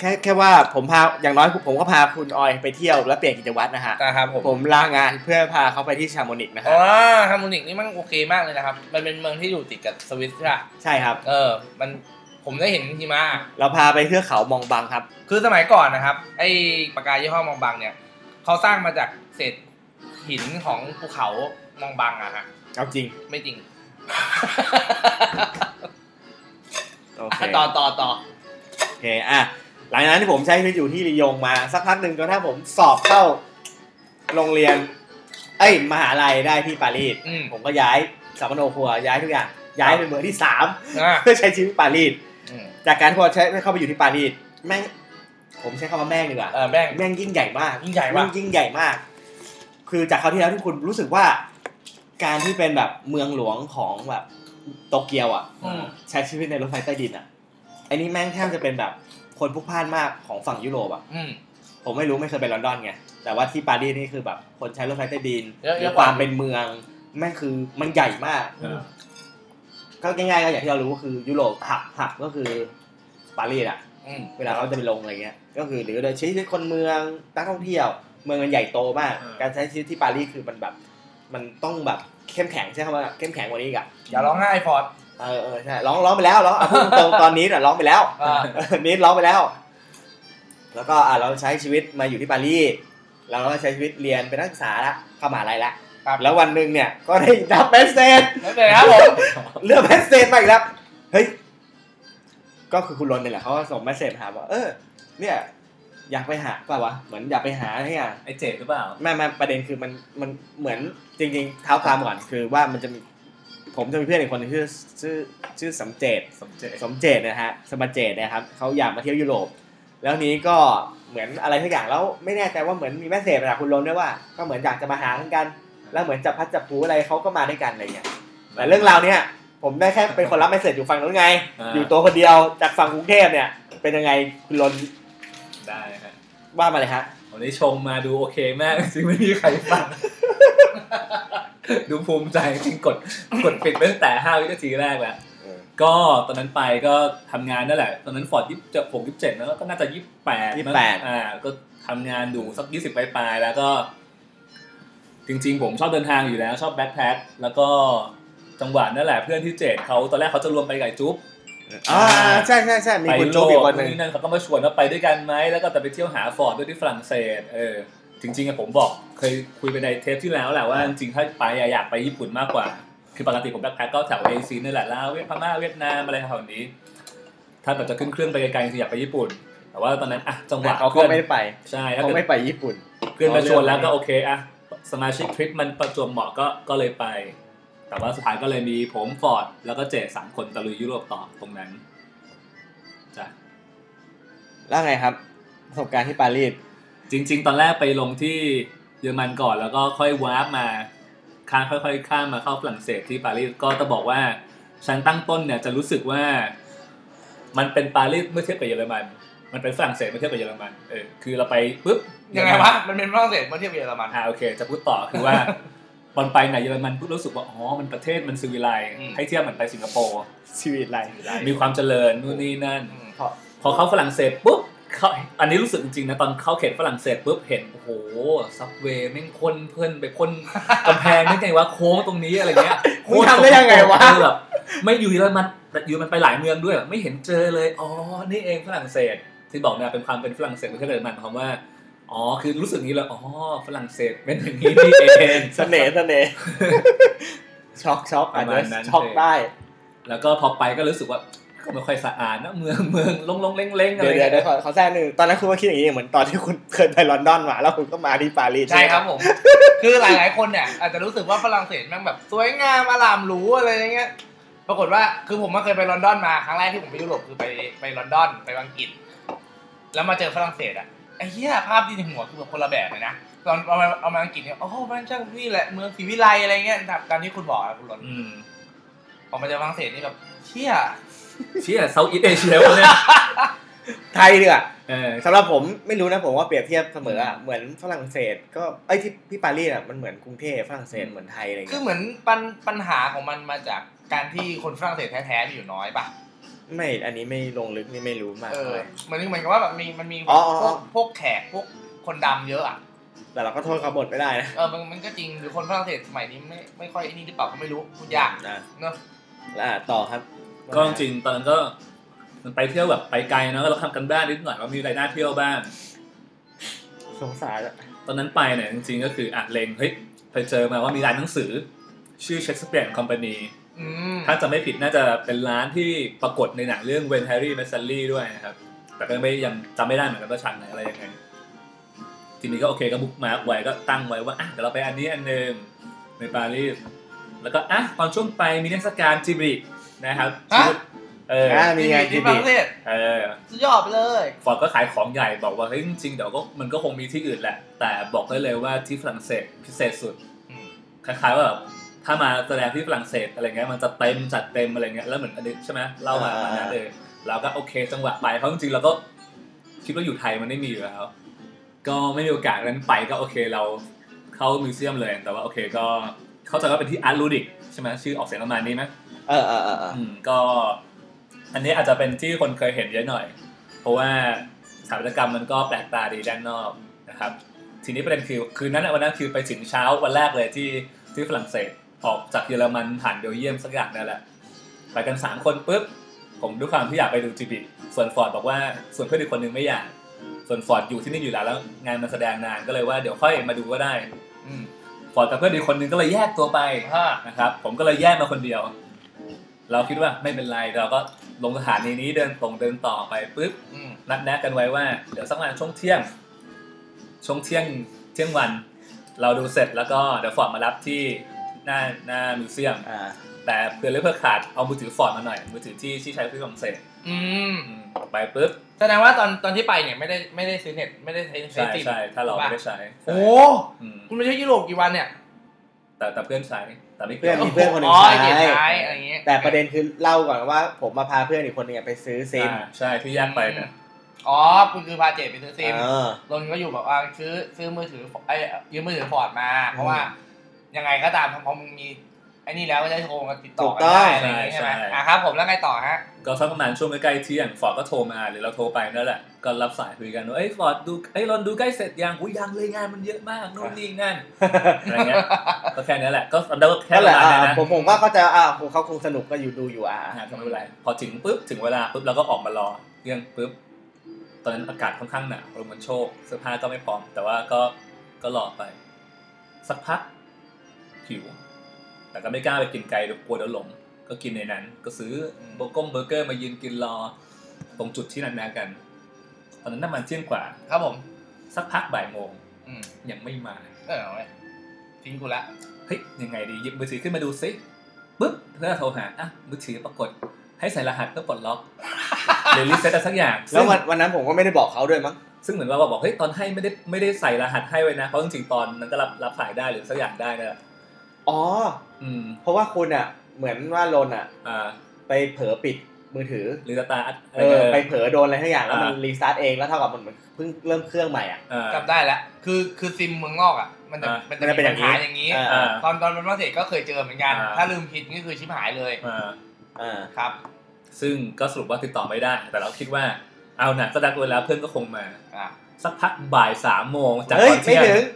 Speaker 2: แค่แค่ว่าผมพาอย่างน้อยผมก็พาคุณออยไปเที่ยวและเปลี่ยนกิจวัตรนะฮะ
Speaker 1: นะครับผม
Speaker 2: ผมลางานเพื่อพาเขาไปที่ชามอนิกนะฮะ
Speaker 1: อ๋อฮาร์โมนิกนี่มันโอเคมากเลยนะครับ มันเป็นเมืองที่อยู่ติดกับสวิตใช่ปะ
Speaker 2: ใช่ครับ
Speaker 1: เออ มัน ผมได้เห็นหิมะ
Speaker 2: เราพาไปเทือกเขามองบังครับ
Speaker 1: คือสมัยก่อนนะครับ ไอ้ปากกายี่ห้อมองบังเนี่ย เขาสร้างมาจากเศษหินของภูเขามองบังอะฮะ
Speaker 2: เอาจริง
Speaker 1: ไม่จริง
Speaker 2: โอเค
Speaker 1: ต่อต่อต่อ
Speaker 2: โอเคอ่ะหลังจากนั้นที่ผมใช้ชีวิตอยู่ที่รียงมาสักพักหนึ่งจนถ้าผมสอบเข้าโรงเรียน เอ้ยมหาลัยได้ที่ปารีส
Speaker 1: อืม
Speaker 2: ผมก็ย้ายสัมมโนครัวย้ายทุกอย่าง ย้ายไปเมืองที่สาม
Speaker 1: อ่า
Speaker 2: เพื่อใช้ชีวิตปารีส
Speaker 1: อืม
Speaker 2: จากการที่พอใช้เข้าไปอยู่ที่ปารีสแม่งผมใช้คำว่าแม่งดีกว่า
Speaker 1: เออแม่ง
Speaker 2: แม่งยิ่งใหญ่มาก
Speaker 1: ยิ่งใหญ่มาก
Speaker 2: แม่ยิ่งใหญ่มาก คือจากคราวที่แล้วที่คุณรู้สึกว่า การที่เป็นแบบเมืองหลวงของแบบโตเกียวอ่ะ
Speaker 1: อืม
Speaker 2: ใช้ชีวิตในรถไฟใต้ดินอ่ะไอ้นี่แม่งแทบจะเป็นแบบคนพลุกพล่านมากของฝั่งยุโรปอ่ะ
Speaker 1: อืม
Speaker 2: ผมไม่รู้ไม่เคยไปลอนดอนไงแต่ว่าที่ปารีสนี่คือแบบคนใช้รถไฟใต้ดิน
Speaker 1: เยอะ
Speaker 2: ห
Speaker 1: เยอะ
Speaker 2: รือความเป็นเมืองแม่งคือมันใหญ่มาก
Speaker 3: เออ
Speaker 2: ก็ง่ายๆก็อย่างที่เรารู้ก็คือยุโรปหับหับก็คือปารีสอ่ะ
Speaker 1: อืม
Speaker 2: เวลาเขาจะไปลงอะไรเงี้ย ก็คือหรือโดยใช้ชีวิตคนเมืองนักท่องเที่ยว เมืองมันใหญ่โตมาก การใช้ชีวิตที่ปารีสคือมันแบบ มันต้องแบบเข้มแข็งใช่คำว่าเข้มแข็งกว่านี้อีกอะ
Speaker 1: อย่าร้องไห้ฟอร์ด
Speaker 2: เออเออใช่ร้องร้องไปแล้วร้องอ่ะพูดตรง ๆตอนนี้น่ะร้องไปแล้ว
Speaker 1: อ่า
Speaker 2: นิดร้องไปแล้ว แล้วก็อ่ะเราใช้ชีวิตมาอยู่ที่ปารีสเราก็ใช้ชีวิตเรียนเป็นนักศึกษาละเข้ามหาลัยละ
Speaker 1: ครับ
Speaker 2: แล้ววันหนึ่งเนี่ยก็ได้รับเมสเซจ
Speaker 1: ไม่เป็นไรครับผม
Speaker 2: เรื่องแมสเซจมาอีกแล้ว เฮ้ย ก็คือคุณรนนี่แหละเขาก็ส่งแมสเซจมาหาว่า เออ เนี่ย อยากไปหาเปล่าวะ เหมือนอยากไปหาเนี่ย
Speaker 3: ไอเจ็ดหรือเปล่า
Speaker 2: แม่แม่ประเด็นคือมันมันเหมือนจริง ๆ เท้าความก่อนคือว่ามันจะมีผมจะมีเพื่อนอีกคนหนึงชื่อชื่อชื่อสมเจต
Speaker 3: สมเจ็ด
Speaker 2: สมเจตนะฮะสมเจตนะครับเขาอยากมาเที่ยวยุโรป แล้วนี้ก็เหมือนอะไรทุกอย่างแล้วไม่แน่ใจว่าเหมือนมีแมสเซจมาจากคุณรนด้วยว่า ก็เหมือนอยากจะมาหาเหมือนกัน แล้วเหมือนจับพัดจับผูอะไรเขาก็มาด้วยกันอะไรอย่างเงี้ย แต่เรื่องราวเนี่ยผมได้แค่เป็นคนรับไม่เสร็จอยู่ฝั่งนู้นไง
Speaker 3: า
Speaker 2: อยู่ตัวคนเดียวจากฝั่งกรุงเทพเนี่ย เป็นยังไงคุณลน
Speaker 3: ได้ฮะ
Speaker 2: ว่ามาเลยฮะ
Speaker 3: วันนี้ชมมาดูโอเคมากจริงไม่มีใครฟัง ดูภูมิใจจริงกดกดปิดไปตั้งแต่ห้าวินาทีแรกแล้ว ก็ตอนนั้นไปก็ทำงานนั่นแหละ ตอนนั้นฟอร์ดยี่สิบหกยี่สิบเจ็ดแล้วก็น่าจะยี่สิบแปด
Speaker 2: ยี่สิบแปด
Speaker 3: อ่าก็ทำงานดูสักยี่สิบปลายๆแล้วก็ จริงๆ ผมชอบเดินทางอยู่แล้วชอบแบ็คแพ็คแล้วก็จังหวะนั่นแหละเพื่อนที่เจ็ดเขาตอนแรกเขาจะรวมไปกับไอ้จุ๊บ
Speaker 2: อ่าใช่ใช่ใช่มี
Speaker 3: ไป
Speaker 2: คุณ
Speaker 3: ยุ
Speaker 2: โจ
Speaker 3: โร
Speaker 2: อี
Speaker 3: ป
Speaker 2: กคนห
Speaker 3: นู่
Speaker 2: นึ่ง
Speaker 3: นนี่นั่นเขาก็มาชวนว่าไปด้วยกันไหมแล้วก็จะไปเที่ยวหาฟอร์ดด้วยที่ฝรั่งเศสเออจริงๆอะผมบอกเคยคุยไปในเทปที่แล้วแหละว่าจริงๆถ้าไปอะอยากไปญี่ปุ่นมากกว่า คือปกติผมแบ็คแพ็คก็แถวเอเชียนี่แหละลาวเวียดพม่าเวียดนามอะไรแถวนี้ ถ้าแบบจะขึ้นเครื่องไปไกลๆจริงๆอยากไปญี่ปุ่น แต่ว่าตอนนั้นอะจังหวะ
Speaker 2: เขาก็ไม่ได้ไป
Speaker 3: ใช่ถ้า
Speaker 2: เขา
Speaker 3: เกิด
Speaker 2: ไม่ไปญี่ปุ่น
Speaker 3: เพื่อนมาชวนแล้วก็
Speaker 2: เอาเรื่อง
Speaker 3: โอเคอะสมาชิกทริปมันประจวบเหมาะก็ก็เลยไป แต่ว่าสุดท้ายก็เลยมีผมฟอร์ดแล้วก็เจสามคนตะลุยยุโรปต่อตรงนั้นจ้ะ
Speaker 2: แล้วไงครับ ประสบการณ์ที่ปารีส
Speaker 3: จริง ๆ ตอนแรกไปลงที่เยอรมันก่อนแล้วก็ค่อยวาร์ปมาค้างค่อย ๆ ข้ามมาเข้าฝรั่งเศสที่ปารีสก็จะบอกว่าฉันตั้งต้นเนี่ยจะรู้สึกว่า มันเป็นปารีสเมื่อเทียบกับเยอรมัน มันเป็นฝรั่งเศสเมื่อเทียบกับเยอรมันเออคือเราไปปุ๊บ
Speaker 1: ยังไงวะ มันเป็นฝรั่งเศสเมื่อเทียบกับเยอรมัน
Speaker 3: อ่าโอเค จะพูดต่อคือว่า ตอนไปไหนเยอรมันปุ๊บรู้สึกว่าอ๋อมันประเทศมันซีวิไลซ์
Speaker 1: อืม
Speaker 3: ให้เทียบเหมือนไปสิงคโปร์
Speaker 2: ชีวิตไร
Speaker 3: มีความเจริญนู่นนี่นั่น
Speaker 1: อืม
Speaker 2: เพราะ
Speaker 3: พอเข้าฝรั่งเศสปุ๊บเข้าอันนี้รู้สึกจริงๆนะตอนเข้าเขตฝรั่งเศสปุ๊บเห็นโอ้โหซับเวย์แม่งคนเพื่อนไปพ่น กำแพงได้ไงวะโค้งตรงนี้อะไรเงี้ย
Speaker 2: มึงทำได้ยังไงวะ
Speaker 3: เออแบบไม่อยู่เยอรมันแต่อยู่มันไปหลายเมืองด้วยแบบไม่เห็นเจอเลยอ๋อนี่เองฝรั่งเศส ที่บอกเนี่ยเป็นความเป็นฝรั่งเศสไม่ใช่เยอรมันความว่าอ๋อ คือรู้สึกอย่างนี้เลยอ๋อฝรั่งเสสเป็นอย่างนี้นี่เอง
Speaker 2: เสน่ห์เสน่ห์ ช็อกช็อก
Speaker 3: ป
Speaker 2: อา
Speaker 3: ระ
Speaker 2: จ
Speaker 3: มา
Speaker 2: จะ
Speaker 3: ณนั้น
Speaker 2: ช็อกได้
Speaker 3: แล้วก็พอไปก็รู้สึกว่าก็ไม่ค่อยสะอาดนะเมืองเมืองลงๆเล้งๆอะ
Speaker 2: เดี๋
Speaker 3: ไร
Speaker 2: ยวเดี๋ยวเดี๋ยวขอขอแทรกหนึ่งตอนนั้นคุณก็คิดอย่างนี้เหมือนตอนที่คุณเคยไปลอนดอนมาแล้วคุณก็มาที่ปารีส
Speaker 1: ใช่ครับ
Speaker 2: ไหม
Speaker 1: ผม คือหลายๆคนเนี่ยอาจจะรู้สึกว่าฝรั่งเศสแม่งแบบสวยงามอลามหรูอะไรอย่างเงี้ย ปรากฏว่าคือผมมาเคยไปลอนดอนมาครั้งแรกที่ผมไปยุโรปคือไปไปลอนดอนไปอังกฤษ แล้วมาเจอฝรั่งเศสอ่ะไอ้เหี้ยภาพที่ในหัวคือแบบคนละแบบเลยนะตอนเอามาเอามาอังกฤษเนี่ยโอ้โหมันช่างนี่แหละเมืองศรีวิไลอะไรเงี้ยตามตามที่คุณบอกอะคุณหลน
Speaker 3: อืม
Speaker 1: ออกมาจากฝรั่งเศสนี่แบบเชี่ย
Speaker 3: เชี่ยเซาท์อีสเอเชียวะเนี่ย
Speaker 2: ไทยเนีกว่ย
Speaker 3: เออ
Speaker 2: สำหรับผมไม่รู้นะผมว่าเปรียบเทียบเสมออะเหมือนฝรั่งเศส ก็ไอ้ยที่ที่ปารีสอะมันเหมือนกรุงเทพฝรั่งเศสเหมือนไทยอะไร
Speaker 1: คือ
Speaker 2: เงี้ย
Speaker 1: เหมือนปัญปัญหาของมันมาจากการที่คนฝรั่งเศสแท้ๆมีอยู่น้อยป่ะ
Speaker 2: ไม่อันนี้ไม่ลงลึกนี่ไม่รู้มาก
Speaker 1: เออเหมือนเหมือนกับว่าแบบมีมันมี
Speaker 2: อ๋ออ๋อ
Speaker 1: พ
Speaker 2: อ๋
Speaker 1: ว
Speaker 2: อ
Speaker 1: กพวกแขกพวกคนดำเยอะอ่ะ
Speaker 2: แต่เราก็โทษเขาบดไม่ได้นะ
Speaker 1: เออมันมันก็จริงหรือคนฝรั่งเศสสมัยนี้ไม่ไม่ค่อยไอ้นี่หรือเปล่าก็ไม่รู้พูดยาก
Speaker 2: นะ
Speaker 1: เนอะ
Speaker 2: แล้วอ่ะต่อครับ
Speaker 3: ก็จริงๆตอนนั้นก็มันไปเที่ยวแบบไปไกลเนอะเราทำกันบ้านนิดหน่อยว่ามีอะไรน่าเที่ยวบ้าง
Speaker 2: สงสารอะ
Speaker 3: ตอนนั้นไปเนี่ยจริงๆก็คืออ่ะเลงเฮ้ยไปเจอมาว่ามีร้านหนังสือ ชื่อ Shakespeare and Company
Speaker 1: อืม
Speaker 3: ถ้าจะไม่ผิดน่าจะเป็นร้านที่ปรากฏในหนังเรื่อง When Harry Met Sally ด้วยนะครับ แต่ก็ไม่ยังจำไม่ได้เหมือนกันว่าฉากไหนอะไรยังไง ทีนี้ก็โอเคก็บุ๊กมาร์กไว้ก็ตั้งไว้ว่าอ่ะเดี๋ยวเราไปอันนี้อันหนึ่งในปารีส แล้วก็อ่ะตอนช่วงไปมีเทศกาลจิบรินะครับเออ
Speaker 2: อ่ะมีไง
Speaker 1: ที่
Speaker 2: ที่
Speaker 1: ฝ
Speaker 2: ดี
Speaker 1: รั่งเศส
Speaker 3: เออ
Speaker 1: สุดยอดไปเลย
Speaker 3: ฟอร์ดก็ขายของใหญ่บอกว่าเฮ้ยจริงๆเดี๋ยวก็มันก็คงมีที่อื่นแหละ แต่บอกได้เลยว่าที่ฝรั่งเศสพิเศษสุด
Speaker 1: อืม
Speaker 3: คล้ายๆว่าแบบถ้ามาแสดงที่ฝรั่งเศสอะไรเงี้ยมันจะเต็มจัดเต็มอะไรเงี้ยแล้วเหมือนอันนี้ใช่ไหมเล่ามาประมาณนั้นเลยเราก็โอเคจังหวะไปเพราะจริงๆเราก็คิดว่าอยู่ไทยมันไม่มีอยู่แล้ว ก็ไม่มีโอกาสนั้นไปก็โอเคเราเข้ามิวเซียมเลย แต่ว่าโอเคก็เข้าใจว่าเป็นที่อาร์ลูดิกใช่ไหมชื่อออกเสียงประมาณนี้ไหม
Speaker 2: เออเออเออเออ
Speaker 3: อืมก็อันนี้อาจจะเป็นที่คนเคยเห็นเยอะหน่อย เพราะว่าสถาปัตยกรรมมันก็แปลกตาดีด้านนอกนะครับ ทีนี้ประเด็นคือคืนนั้นอะวันนั้นคือไปถึงเช้าวันแรกเลยที่ที่ฝรั่งเศสออกจากเยอรมันผ่านเบลเยียมสักอย่างนั่นแหละไปกันสามคนปุ๊บผมด้วยความที่อยากไปดูจีบิส่วนฟอร์ดบอกว่าส่วนเพื่อนอีกคนนึงไม่อยากส่วนฟอร์ดอยู่ที่นี่อยู่แล้วแล้วงานมันแสดงนานก็เลยว่าเดี๋ยวค่อยมาดูก็ได้
Speaker 1: อืม
Speaker 3: ฟอร์ดกับเพื่อนอีกคนนึงก็เลยแยกตัวไป
Speaker 1: อ่า
Speaker 3: นะครับผมก็เลยแยกมาคนเดียว เราคิดว่าไม่เป็นไรเราก็ลงสถานีนี้เดินตรงเดินต่อไปปุ๊บ
Speaker 1: อืม
Speaker 3: นัดแนะกันไว้ว่าเดี๋ยวสักวันช่วงเที่ยง ช่วงเที่ยงเที่ยงวัน เราดูเสร็จแล้วก็เดี๋ยวฟอร์ดมารับที่หน้าหน้ามิวเซียม
Speaker 2: อ่า
Speaker 3: แต่เพื่อนเลือกเพื่อขาดเอามือถือฟอร์ดมาหน่อยมือถือที่ที่ใช้ที่ฝรั่งเศส
Speaker 1: อืม
Speaker 3: อืมไปปุ๊บ
Speaker 1: แสดงว่าตอนตอนที่ไปเนี่ยไม่ได้ไม่ได้ซื้อเน็ตไม่ได้ใช้ใช้
Speaker 3: ใช่
Speaker 1: ซิม
Speaker 3: ใช่ถ้าเราไม่ได้ใช้
Speaker 1: โอ้
Speaker 3: อืม
Speaker 1: คุณไปเที่ยวยุโรปกี่วันเนี่ย
Speaker 3: แต่แต่เพื่อนใช้แต่ไม่
Speaker 2: เพื่อ
Speaker 3: เพื่อน น
Speaker 2: มีเพื่อนคนหนึ่
Speaker 1: อ๋
Speaker 2: ง
Speaker 1: อ
Speaker 2: ใ
Speaker 1: เกียร
Speaker 2: ช้
Speaker 1: ใช้อะไรอย่างเงี้ย
Speaker 2: แต่ประเด็นคือเล่าก่อนว่าผมมาพาเพื่อนอีกคนหนึงอะไปซื้อซิม
Speaker 3: ใช่ที่แยกไปนะ
Speaker 1: อ๋อคุณคือพาเจไปซื้อซิม
Speaker 2: เออ
Speaker 1: ลนก็อยู่แบบว่าซื้อซื้อมือถือไอ้ยยืมมือถือฟอร์ดมา เพราะว่ายังไงก็ตามพอมึงมีไอ้นี่แล้วก็จะโทรมาติดต่อกันได้อะไรอย่างงี้ใช่ไหมอ่ะครับ ผมแล้วไงต่อฮะ
Speaker 3: ก็สักประมาณช่วงใกล้ๆเที่ยงฟอร์ดก็โทรมาหรือเราโทรไปนั่นแหละก็รับสายคุยกันว่าเอ้ยฟอร์ดดูเอ้ยรอนดูใกล้เสร็จยังอุ้ยยังเลยงานมันเยอะมากนู่นนี่นั่นอะไรเงี้ยก็แค่นี้แหละก็ทำได้ก็แค่
Speaker 2: นั่นแหละ
Speaker 3: ประมาณนั้น
Speaker 2: อ่า
Speaker 3: นะ
Speaker 2: ผมผมว่าเขาใจะอ่าผมเขาคงสนุกก็อยู่ดูอยู่อ่ะ
Speaker 3: อ่าก็ไม่เป็นไรพอถึงปุ๊บถึงเวลาปุ๊บเราก็ออกมารอเรื่องปุ๊บตอนนั้นอากาศค่อนข้างหนาวลมมันโชกเสื้อผ้าก็ไม่พร้อม แต่ว่าก็ก็รอไป สักพักหิว แต่ก็ไม่กล้าไปกินไกลเดี๋ยวกลัวเดี๋ยวหลง ก็กินในนั้น ก็ซื้อเบอร์กงเบอร์เกอร์มายืนกินรอ ตรงจุดที่นัดแนะกัน ตอนนั้นน้ำมันเที่ยงกว่า
Speaker 1: ครับผม
Speaker 3: สักพักบ่ายโมง
Speaker 1: อืม
Speaker 3: ยังไม่มา
Speaker 1: เออเอาไว้ทิ้งกูละ
Speaker 3: เฮ้ยยังไงดีหยิบมือถือขึ้นมาดูซิปุ๊บเพื่อโทรหาอ่ะมือถือปรากฏให้ใส่รหัสเพื่อปลดล็อกหรือรีเซ็ตอะไรสักอย่าง
Speaker 2: แล้ววัน
Speaker 3: ซึ่ง
Speaker 2: วันนั้นผมก็ไม่ได้บอกเขาด้วยมั้ง
Speaker 3: ซึ่งเหมือนว่าบอกเฮ้ยตอนให้ไม่ได้ไม่ได้ใส่รหัสให้ไว้นะเพราะจริงๆตอนนั้นก็รับรับสายได้หรือสักอย่างได้นั่นแหละ
Speaker 2: อ๋อ
Speaker 3: อืม
Speaker 2: เพราะว่าคุณอ่ะ เหมือนว่าโลนอ่ะ
Speaker 3: อ่า
Speaker 2: ไปเผลอปิดมือถือ
Speaker 3: หรือตาอัด
Speaker 2: เออไปเผลอโดนอะไรทั้งอย่างแล้วมัน
Speaker 3: อ่า
Speaker 2: รีสตาร์ทเองแล้วเท่ากับมันเหมือนเพิ่งเริ่มเครื่องใหม่อ่ะ
Speaker 3: อ่า
Speaker 1: จำได้ละคือคือซิมเมืองนอกอ่ะ มันจะ
Speaker 3: อ่ะ
Speaker 1: มัน
Speaker 2: มัน
Speaker 1: จะ
Speaker 2: จะเป็น
Speaker 1: มีปัญหาอย่
Speaker 2: อา
Speaker 1: ย่าง ง
Speaker 2: นี้
Speaker 1: นี้
Speaker 3: อ่า
Speaker 1: ตอนตอนเป็นฝรั่งเศสก็เคยเจอเหมือนกัน
Speaker 3: อ่า
Speaker 1: ถ้าลืมผิดนี่คือชิบหายเลย
Speaker 3: อ่า
Speaker 2: อ่า
Speaker 1: ครับ
Speaker 3: ซึ่งก็สรุปว่าติดต่อไม่ได้ แต่เราคิดว่าเอาหนักก็ดักไว้แล้วเพื่อนก็คงมา
Speaker 1: อ่ะ
Speaker 3: สักพักบ่ายสามโมงจาก
Speaker 2: เฮ้
Speaker 3: ต
Speaker 2: ย
Speaker 3: อน
Speaker 2: ไม่
Speaker 3: เที่ยง
Speaker 2: ถึง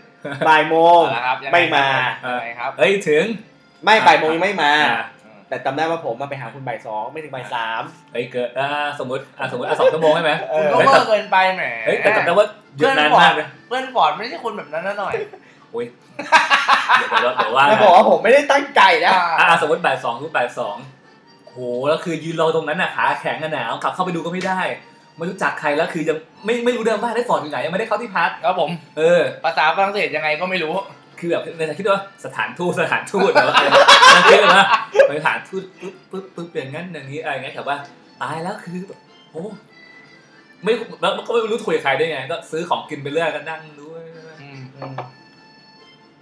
Speaker 2: บ่ายโมง
Speaker 1: เอาละครับยังง
Speaker 2: ไม่มา
Speaker 1: ยังไงครับ
Speaker 3: เฮ้ยถึง
Speaker 2: ไม่
Speaker 3: อ่า
Speaker 2: บ่ายโมงยังไม่มา
Speaker 3: อ่า
Speaker 1: อืม
Speaker 2: แต่จำได้ว่าผมมาไปหาคุณบ่ายสองไม่ถึงบ่ายสาม
Speaker 3: เฮ้ยเกิดอ่าสมมติอ่าสมมติอ่ะสองชั่วโมงใช่ไหม
Speaker 2: เอ
Speaker 1: คุณ
Speaker 2: อ
Speaker 1: ก็เวอร์เกินไปแหม
Speaker 3: เฮ้ยแต่จำได้ว่าหยุดนานมากเลย
Speaker 1: เพื่อนฟอร์ดไม่ใช่คนแบบนั้นนะหน่อย
Speaker 3: โห อ้ยเดี๋ยวเดี๋ยวเดี๋ยวว่า
Speaker 2: แล้วบอกว่าผมไม่ได้ตั้งใจนะ
Speaker 3: อ่าสมมติบ่ายสองรูปบ่ายสองโหแล้วคือยืนรอตรงนั้นน่ะขาแข็งกันหนาวขับเข้าไปดูก็ไม่ได้ ไม่รู้จักใครแล้วคือยังไม่ไม่รู้เดิมว่าได้ฟอร์ดอยู่ไหนยังไม่ได้เข้าที่พัก
Speaker 1: ครับผม
Speaker 3: เออ
Speaker 1: ภาษาฝรั่งเศสยังไงก็ไม่รู้
Speaker 3: คือแบบในใจคิดว่าสถานทูตสถานทูตเนาะเราคิดเลยว่าไปสถานทูตปุ๊บปุ๊บปุ๊บอย่างนั้นอย่างนี้อะไรอย่างเงี้ยแต่ว่าตายแล้วคือแบบโอ้ไม่แล้วก็ไม่รู้คุยกับใครได้ไง ก็ซื้อของกินไปเรื่อยก็นั่งดู
Speaker 1: อืมอืม